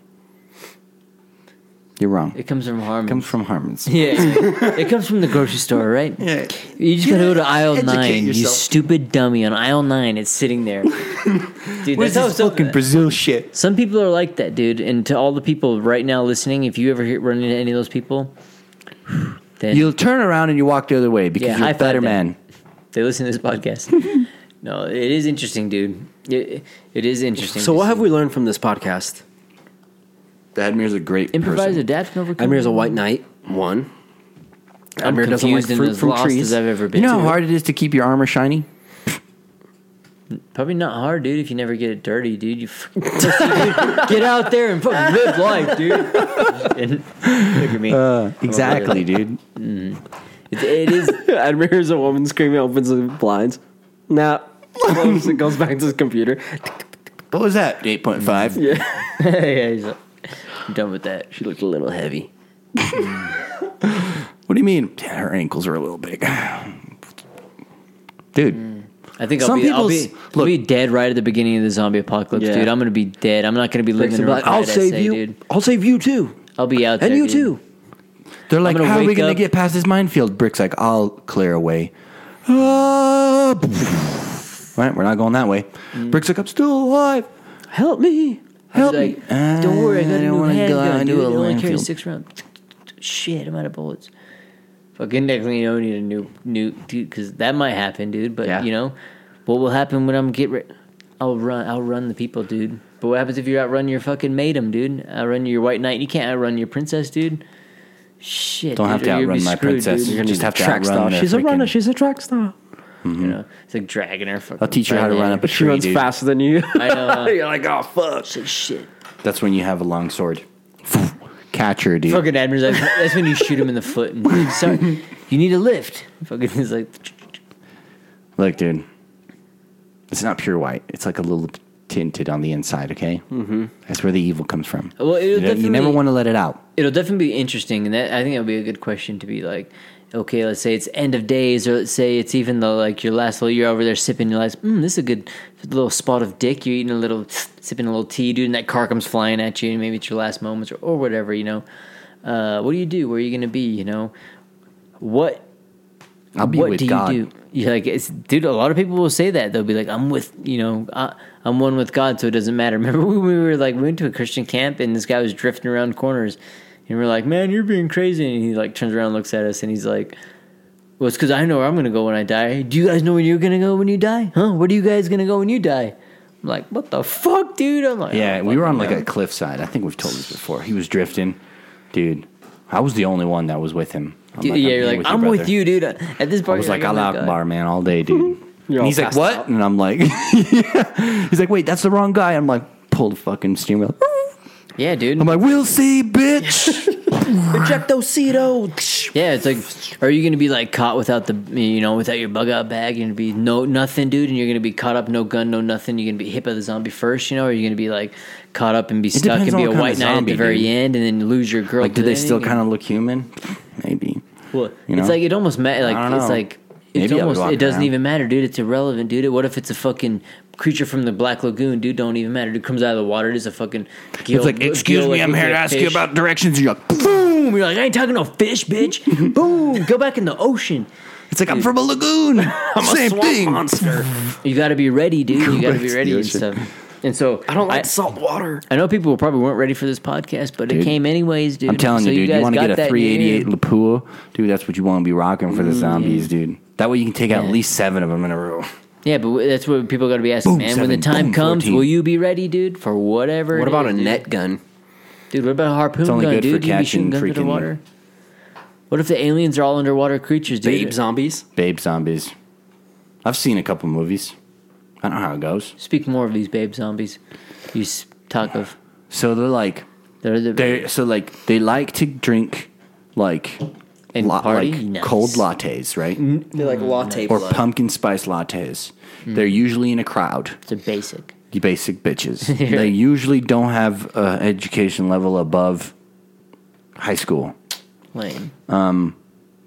Speaker 7: You're wrong.
Speaker 6: It comes from Harmon.
Speaker 7: It comes from Harmons.
Speaker 6: Yeah, it comes from the grocery store, right? Yeah. You just gotta go to aisle
Speaker 7: Educate
Speaker 6: nine. You
Speaker 7: yourself.
Speaker 6: stupid dummy on aisle nine. It's sitting there. Dude,
Speaker 7: Where's
Speaker 6: that's how
Speaker 7: this
Speaker 6: some,
Speaker 7: fucking Brazil shit?
Speaker 6: some people are like that, dude. And to all the people right now listening, if you ever hit, run into any of those people, then
Speaker 7: You'll turn around and you walk the other way because
Speaker 6: Yeah,
Speaker 7: you're a
Speaker 6: high-five
Speaker 7: better
Speaker 6: them.
Speaker 7: man.
Speaker 6: they listen to this podcast. No, it is interesting, dude. It, it is interesting.
Speaker 5: So
Speaker 6: to
Speaker 5: what have
Speaker 6: see.
Speaker 5: we learned from this podcast?
Speaker 7: The Admir's a great
Speaker 6: Improvise,
Speaker 7: person.
Speaker 6: adapt, and overcome.
Speaker 5: Admir's a white knight. One.
Speaker 6: I'm
Speaker 5: Admir doesn't like
Speaker 6: confused and
Speaker 5: fruit
Speaker 6: as
Speaker 5: from
Speaker 6: lost
Speaker 5: trees.
Speaker 6: as I've ever
Speaker 7: You
Speaker 6: been.
Speaker 7: know how
Speaker 6: to it.
Speaker 7: hard it is to keep your armor shiny?
Speaker 6: Probably not hard, dude. If you never get it dirty, dude, you f- get out there and fucking live life, dude. And look at me.
Speaker 7: Uh, Exactly, dude.
Speaker 6: It, it is.
Speaker 5: Admir is a woman screaming, opens the blinds. Nah. Close and goes back to his computer.
Speaker 7: What was that? 8.5.
Speaker 6: yeah, he's like, I'm done with that.
Speaker 5: She looked a little heavy.
Speaker 7: What do you mean? Yeah, her ankles are a little big. Dude,
Speaker 6: Mm. I think I'll
Speaker 7: Some
Speaker 6: be. I'll be,
Speaker 7: people's-
Speaker 6: I'll be dead right at the beginning of the zombie apocalypse,
Speaker 5: Yeah.
Speaker 6: dude. I'm gonna be dead. I'm not gonna be living. to
Speaker 5: Like, like,
Speaker 6: regret
Speaker 5: I'll
Speaker 6: it, I
Speaker 5: save
Speaker 6: say,
Speaker 5: you.
Speaker 6: dude.
Speaker 5: I'll save you too.
Speaker 6: I'll be out there,
Speaker 5: And you
Speaker 6: dude.
Speaker 5: too.
Speaker 7: they're like,
Speaker 6: gonna
Speaker 7: how are we
Speaker 6: wake
Speaker 7: going
Speaker 6: up-
Speaker 7: to get past this minefield? Brick's like, I'll clear away. Ah, right, we're not going that way.
Speaker 6: Mm.
Speaker 7: Brick's like, I'm still alive.
Speaker 5: Help me.
Speaker 7: Help
Speaker 6: Like,
Speaker 7: me.
Speaker 6: don't worry, I got a new
Speaker 7: wanna
Speaker 6: handgun,
Speaker 7: into
Speaker 6: dude. It only
Speaker 7: landfill.
Speaker 6: carries six rounds. Shit, I'm out of bullets. Fucking definitely you don't need a new new dude because that might happen, dude. But
Speaker 7: Yeah.
Speaker 6: you know what will happen when I'm get ri I'll run. I'll run the people, dude. But what happens if you outrun your fucking maidam, dude? Outrun your white knight. You can't outrun your princess, dude. Shit.
Speaker 7: Don't
Speaker 6: dude,
Speaker 7: have to
Speaker 6: or you'll be
Speaker 7: outrun my
Speaker 6: screwed,
Speaker 7: princess.
Speaker 6: dude.
Speaker 7: You just have to
Speaker 5: track star.
Speaker 7: outrun. their
Speaker 5: She's a runner.
Speaker 7: freaking-
Speaker 5: She's a track star.
Speaker 6: You know, it's like dragging her. Fucking
Speaker 7: I'll teach her how to
Speaker 6: by the
Speaker 7: run
Speaker 6: hand.
Speaker 7: up a
Speaker 5: She
Speaker 7: tree,
Speaker 5: runs
Speaker 7: dude.
Speaker 5: faster than you.
Speaker 6: I know.
Speaker 5: You're like, oh fuck.
Speaker 6: Shit.
Speaker 7: That's when you have a long sword. Catch her, dude.
Speaker 6: Fucking Admiral's like, that's when you shoot him in the foot. And he's like, sorry, you need a lift. Fucking he's like,
Speaker 7: Look, dude. It's not pure white. It's like a little tinted on the inside. Okay, mm-hmm. that's where the evil comes from.
Speaker 6: Well, it'll
Speaker 7: you, know, you never
Speaker 6: Oh, definitely-
Speaker 7: want to let it out.
Speaker 6: it'll definitely be interesting, and that I think that would be a good question to be like, okay, let's say it's end of days, or let's say it's even though like your last little year over there sipping, you're like, mm, this is a good little spot of dick. You're eating a little, sipping a little tea, dude, and that car comes flying at you, and maybe it's your last moments or, or whatever, you know. Uh, what do you do? Where are you gonna be? You know, what
Speaker 7: I'll be
Speaker 6: what
Speaker 7: with
Speaker 6: do
Speaker 7: God.
Speaker 6: you do? Yeah, like it's, dude, a lot of people will say that they'll be like, "I'm with you know, I, I'm one with God, so it doesn't matter." Remember when we were like, we went to a Christian camp and this guy was drifting around corners, and we're like, "Man, you're being crazy," and he like turns around, and looks at us, and he's like, "Well, it's because I know where I'm gonna go when I die. Do you guys know where you're gonna go when you die? Huh? Where do you guys gonna go when you die?" I'm like, "What the fuck, dude?" I'm like,
Speaker 7: Yeah,
Speaker 6: "Oh,
Speaker 7: we were on
Speaker 6: fucking
Speaker 7: like
Speaker 6: no."
Speaker 7: a cliffside. I think we've told this before. He was drifting, dude. I was the only one that was with him. I'm
Speaker 6: "Oh, Dude,
Speaker 7: like, I'm
Speaker 6: yeah, you're
Speaker 7: here
Speaker 6: like,
Speaker 7: your
Speaker 6: "I'm
Speaker 7: brother."
Speaker 6: with you, dude." At this point,
Speaker 7: I was
Speaker 6: you're
Speaker 7: like, I'll
Speaker 6: "Oh my
Speaker 7: out
Speaker 6: God."
Speaker 7: bar man all day, dude.
Speaker 5: all
Speaker 7: and he's like,
Speaker 5: passed
Speaker 7: what? And I'm like, yeah. He's like, wait, that's the wrong guy. I'm like, pulled fucking steering wheel.
Speaker 6: Yeah, dude.
Speaker 7: I'm like, we'll see, bitch.
Speaker 5: Ejectocito.
Speaker 6: Yeah, it's like, are you going to be like caught without the, you know, without your bug out bag? You're going to be no nothing, dude, and you're going to be caught up, no gun, no nothing. You're going to be hit by the zombie first, you know, or are you going to be like caught up and be stuck
Speaker 7: depends
Speaker 6: and be
Speaker 7: on
Speaker 6: a
Speaker 7: what kind
Speaker 6: white
Speaker 7: of
Speaker 6: knight at
Speaker 7: zombie,
Speaker 6: the very
Speaker 7: dude.
Speaker 6: end, and then lose your girl?
Speaker 7: like, do
Speaker 6: to
Speaker 7: they
Speaker 6: the
Speaker 7: still
Speaker 6: ending?
Speaker 7: kind of look human? Maybe.
Speaker 6: Well,
Speaker 7: you know?
Speaker 6: it's like it almost ma- like
Speaker 7: don't
Speaker 6: it's
Speaker 7: know.
Speaker 6: like it's
Speaker 7: Maybe I'll be
Speaker 6: almost
Speaker 7: walking
Speaker 6: it doesn't
Speaker 7: around.
Speaker 6: even matter, dude. It's irrelevant, dude. What if it's a fucking creature from the Black Lagoon, dude? Don't even matter. Dude comes out of the water. It is a fucking. Gill,
Speaker 7: It's like,
Speaker 6: gill,
Speaker 7: excuse me,
Speaker 6: like,
Speaker 7: I'm
Speaker 6: looks
Speaker 7: here to
Speaker 6: like a
Speaker 7: ask you
Speaker 6: fish."
Speaker 7: about directions. And you're like,
Speaker 6: Boom! You're like, I ain't talking no fish, bitch. Boom! Go back in the ocean.
Speaker 7: it's like, I'm from a lagoon. Same thing.
Speaker 5: monster.
Speaker 6: You got to be ready, dude. you got
Speaker 7: back
Speaker 6: to
Speaker 7: to
Speaker 6: be
Speaker 7: the
Speaker 6: ready and
Speaker 7: ocean.
Speaker 6: stuff. And so
Speaker 5: I don't like
Speaker 6: I,
Speaker 5: salt water.
Speaker 6: I know people probably weren't ready for this podcast, but it
Speaker 7: Dude.
Speaker 6: came anyways, dude.
Speaker 7: I'm telling
Speaker 6: So
Speaker 7: you, dude, Mm, you,
Speaker 6: guys
Speaker 7: want to
Speaker 6: got
Speaker 7: get a
Speaker 6: that in
Speaker 7: 388
Speaker 6: your-
Speaker 7: Lapua, dude. That's what you want to be rocking for the zombies, dude. That way you can take out
Speaker 6: Yeah.
Speaker 7: at least seven of them in a row.
Speaker 6: Yeah, but w- that's what people got to be asking,
Speaker 7: Boom,
Speaker 6: man. when
Speaker 7: seven,
Speaker 6: the time
Speaker 7: boom,
Speaker 6: comes,
Speaker 7: 14.
Speaker 6: will you be ready, dude, for whatever? it
Speaker 5: What about
Speaker 6: is,
Speaker 5: a
Speaker 6: dude?
Speaker 5: net gun?
Speaker 6: dude? What about a harpoon
Speaker 7: only
Speaker 6: gun,
Speaker 7: good for
Speaker 6: dude? You be
Speaker 7: catching
Speaker 6: shooting guns
Speaker 7: freaking-
Speaker 6: underwater. What if the aliens are all underwater creatures, dude?
Speaker 5: Babe zombies.
Speaker 7: Babe zombies. I've seen a couple movies. I don't know how it goes.
Speaker 6: Speak more of these babe zombies. You s- talk of.
Speaker 7: So they're like
Speaker 6: They're the
Speaker 7: they so like they like to drink like
Speaker 6: And party?
Speaker 7: like
Speaker 6: Nice.
Speaker 7: cold lattes, right?
Speaker 5: They're like latte
Speaker 7: Or pumpkin spice lattes. They're usually in a crowd.
Speaker 6: it's a basic.
Speaker 7: You basic bitches. they usually don't have uh, education level above high school.
Speaker 6: Lame.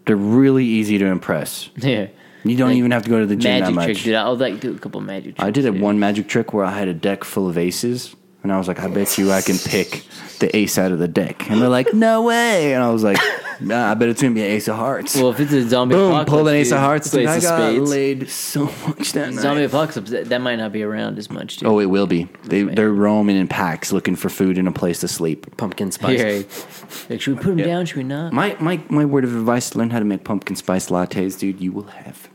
Speaker 7: They're really easy to impress.
Speaker 6: Yeah.
Speaker 7: You don't
Speaker 6: Like,
Speaker 7: even have to go to the gym that
Speaker 6: Magic
Speaker 7: much.
Speaker 6: trick, dude. I'll like do a couple magic tricks.
Speaker 7: I did a
Speaker 6: dude.
Speaker 7: one magic trick where I had a deck full of aces, and I was like, I bet you I can pick the ace out of the deck. And they're like, no way. And I was like, nah, I bet it's going to be an ace of hearts.
Speaker 6: Well, if it's a zombie
Speaker 7: Boom,
Speaker 6: apocalypse,
Speaker 7: pulled an ace
Speaker 6: dude,
Speaker 7: of hearts.
Speaker 5: It's an
Speaker 7: dude,
Speaker 5: ace
Speaker 7: I
Speaker 5: of
Speaker 7: got
Speaker 5: spades.
Speaker 7: laid so much that night.
Speaker 6: Zombie apocalypse that, that might not be around as much. Dude.
Speaker 7: Oh, it will be. They, they're roaming in packs looking for food and a place to sleep.
Speaker 5: Pumpkin spice.
Speaker 6: yeah. Like, should we put him down? Should we not?
Speaker 7: My, my, my word of advice learn how to make pumpkin spice lattes, dude. You will have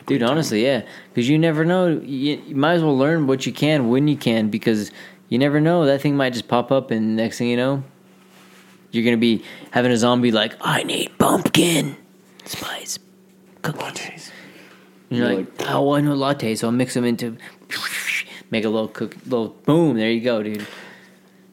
Speaker 7: a
Speaker 6: Dude, honestly, yeah, because you never know. You, you might as well learn what you can when you can, because you never know that thing might just pop up, and next thing you know, you're gonna be having a zombie like, "I need pumpkin spice cookies." And you're like, "Oh, I know latte, so I'll mix them into make a little cook, little boom." There you go, dude.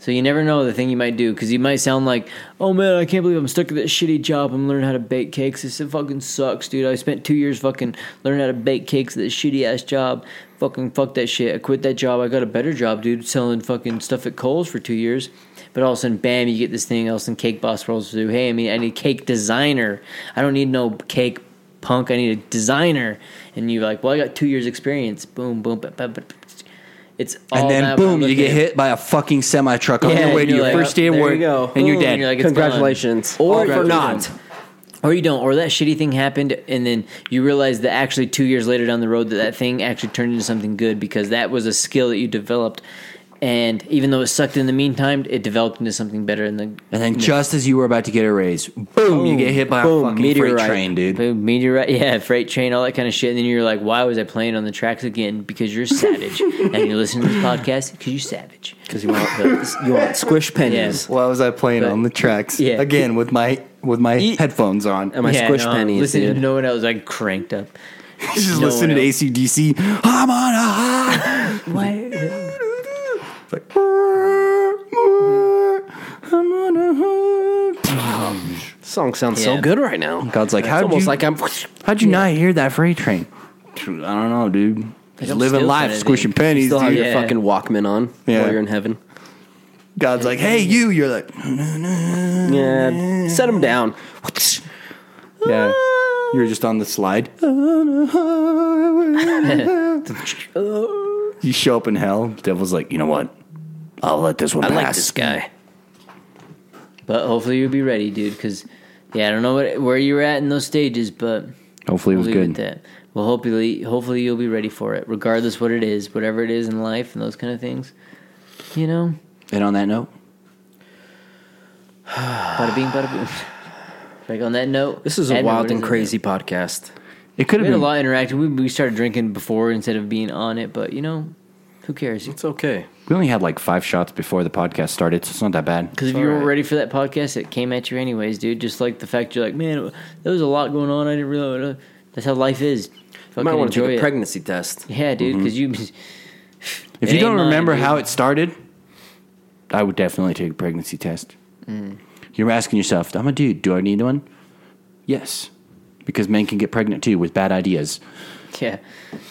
Speaker 6: So you never know the thing you might do because you might sound like, "Oh man, I can't believe I'm stuck at that shitty job. I'm learning how to bake cakes. This it fucking sucks, dude. I spent two years fucking learning how to bake cakes at this shitty ass job. Fucking fuck that shit. I quit that job. I got a better job, dude, selling fucking stuff at Kohl's for two years. But all of a sudden, bam, you get this thing else, and Cake Boss rolls through. Hey, I mean, I need cake designer. I don't need no cake punk. I need a designer. And you're like, well, I got two years experience. Boom, boom, ba- ba- ba- it's all
Speaker 7: and then
Speaker 6: that when I
Speaker 7: boom,
Speaker 6: look
Speaker 7: you get
Speaker 6: at-
Speaker 7: hit by a fucking semi truck on
Speaker 6: Yeah,
Speaker 7: your way
Speaker 6: and
Speaker 7: to your
Speaker 6: you're like,
Speaker 7: first day of
Speaker 5: there
Speaker 7: work,
Speaker 5: you go.
Speaker 7: and you're
Speaker 6: Boom,
Speaker 7: dead.
Speaker 6: and you're like, it's
Speaker 5: Congratulations.
Speaker 6: done.
Speaker 5: Or for
Speaker 6: Congratulations.
Speaker 5: not.
Speaker 6: or you don't, or that shitty thing happened, and then you realize that actually two years later down the road that that thing actually turned into something good because that was a skill that you developed, and even though it sucked in the meantime, it developed into something better in the
Speaker 7: and then just as you were about to get a raise, boom, you get hit by
Speaker 5: Boom,
Speaker 7: a fucking
Speaker 5: meteorite.
Speaker 7: freight train, dude.
Speaker 6: Boom, meteorite, yeah, freight train, all that kind of shit. And then you're like, why was I playing on the tracks again? Because you're savage, and you listen to this podcast because you're savage.
Speaker 5: Because you want the, you want squish pennies.
Speaker 7: Why was I playing
Speaker 6: But-
Speaker 7: on the tracks
Speaker 6: Yeah.
Speaker 7: again with my with my headphones on?
Speaker 5: Am I squish
Speaker 6: no,
Speaker 5: pennies?
Speaker 6: Listen,
Speaker 5: dude.
Speaker 6: no one else. I cranked up.
Speaker 7: just
Speaker 6: No
Speaker 7: listening to
Speaker 6: one
Speaker 7: ACDC. I'm on a high. It's like, I'm on a high.
Speaker 5: This song sounds so
Speaker 6: Yeah.
Speaker 5: good right now.
Speaker 7: God's like,
Speaker 5: it's
Speaker 7: how'd
Speaker 5: almost
Speaker 7: you-
Speaker 5: like I'm.
Speaker 7: How'd you not hear that freight train? I don't know, dude. Just
Speaker 6: don't
Speaker 7: living
Speaker 6: steal
Speaker 7: life,
Speaker 6: from it,
Speaker 7: squishing
Speaker 6: I think.
Speaker 7: pennies.
Speaker 5: Still have
Speaker 7: Dude.
Speaker 5: your
Speaker 6: Yeah.
Speaker 5: fucking Walkman on
Speaker 7: Yeah.
Speaker 5: while you're in heaven.
Speaker 7: God's like, hey, you. You're like,
Speaker 5: Yeah, set them down.
Speaker 7: yeah. You're just on the slide.
Speaker 6: Oh.
Speaker 7: you show up in hell. Devil's like, you know what? I'll let this one
Speaker 5: I
Speaker 7: pass.
Speaker 5: like this guy.
Speaker 6: But hopefully you'll be ready, dude. Because yeah, I don't know what, where you're at in those stages, but
Speaker 7: Hopefully, it was
Speaker 6: we'll leave
Speaker 7: good.
Speaker 6: it at that. Well, hopefully, hopefully you'll be ready for it, regardless what it is, whatever it is in life and those kind of things. You know,
Speaker 7: And on that note,
Speaker 6: bada bing, bada boom. Like on that note,
Speaker 5: This is a
Speaker 6: Admin, what
Speaker 5: wild
Speaker 6: is
Speaker 5: and
Speaker 6: it?
Speaker 5: crazy podcast.
Speaker 7: it could
Speaker 6: We
Speaker 7: have
Speaker 6: had a
Speaker 7: been.
Speaker 6: lot of interaction. We, we started drinking before instead of being on it, but you know, who cares?
Speaker 5: It's okay.
Speaker 7: We only had like five shots before the podcast started, so it's not that bad.
Speaker 6: Because if you weren't
Speaker 5: alright.
Speaker 6: ready for that podcast, it came at you anyways, dude. Just like the fact you're like, man, there was a lot going on. I didn't realize. That's how life is.
Speaker 5: You
Speaker 6: Fucking
Speaker 5: might want to
Speaker 6: enjoy
Speaker 5: take a Mm-hmm.
Speaker 6: it.
Speaker 5: pregnancy test.
Speaker 6: Yeah, dude, because you.
Speaker 7: If
Speaker 6: It
Speaker 7: you
Speaker 6: ain't
Speaker 7: don't
Speaker 6: mine,
Speaker 7: remember
Speaker 6: dude.
Speaker 7: how it started, I would definitely take a pregnancy test. You're asking yourself, I'm a dude. Do I need one? Yes, because men can get pregnant too with bad ideas.
Speaker 6: Yeah.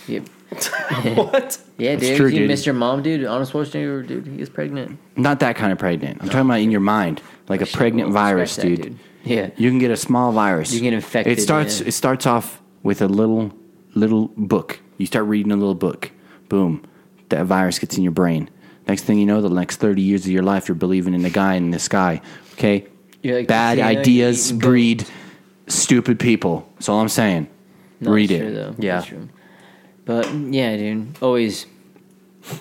Speaker 6: Yep.
Speaker 5: What?
Speaker 6: Yeah, dude.
Speaker 7: true,
Speaker 6: if you
Speaker 7: dude.
Speaker 6: missed your mom, dude. Honest Schwarzenegger, dude. He is pregnant.
Speaker 7: Not that kind of pregnant. I'm talking about in your mind, like a pregnant virus,
Speaker 6: Scratch that,
Speaker 7: dude.
Speaker 6: Yeah.
Speaker 7: You can get a small virus.
Speaker 6: You get infected,
Speaker 7: It starts.
Speaker 6: yeah.
Speaker 7: It starts off with a little little book. You start reading a little book. Boom, that virus gets in your brain. Next thing you know, the next thirty years of your life, you're believing in a guy in the sky. Okay,
Speaker 6: You're like,
Speaker 7: bad
Speaker 6: you know, you're
Speaker 7: ideas
Speaker 6: eating
Speaker 7: breed stupid people. That's all I'm saying.
Speaker 6: Not
Speaker 7: Read
Speaker 6: sure,
Speaker 7: it.
Speaker 6: Though.
Speaker 5: Yeah.
Speaker 6: That's true. But yeah, dude. Always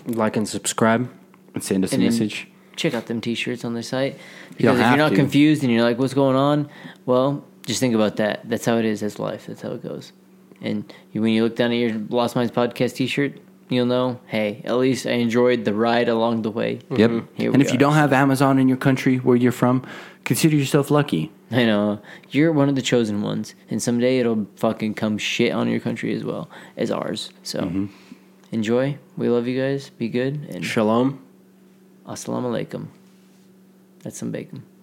Speaker 5: Like and subscribe.
Speaker 7: And send us
Speaker 6: And
Speaker 7: a
Speaker 6: then-
Speaker 7: message.
Speaker 6: check out them t-shirts on their site.
Speaker 7: don't
Speaker 6: Because if
Speaker 7: have
Speaker 6: you're not
Speaker 7: to.
Speaker 6: confused and you're like, what's going on? Well, just think about that. That's how it is. That's life. That's how it goes. And you, when you look down at your Lost Minds podcast t-shirt, you'll know, hey, at least I enjoyed the ride along the way.
Speaker 7: Yep.
Speaker 6: Mm-hmm. Here
Speaker 7: And
Speaker 6: we
Speaker 7: if you
Speaker 6: are.
Speaker 7: don't have Amazon in your country where you're from, consider yourself lucky.
Speaker 6: I know. You're one of the chosen ones. And someday it'll fucking come shit on your country as well as ours. So
Speaker 7: Mm-hmm.
Speaker 6: enjoy. We love you guys. Be good. And
Speaker 5: Shalom.
Speaker 6: assalamu alaikum. That's some bacon.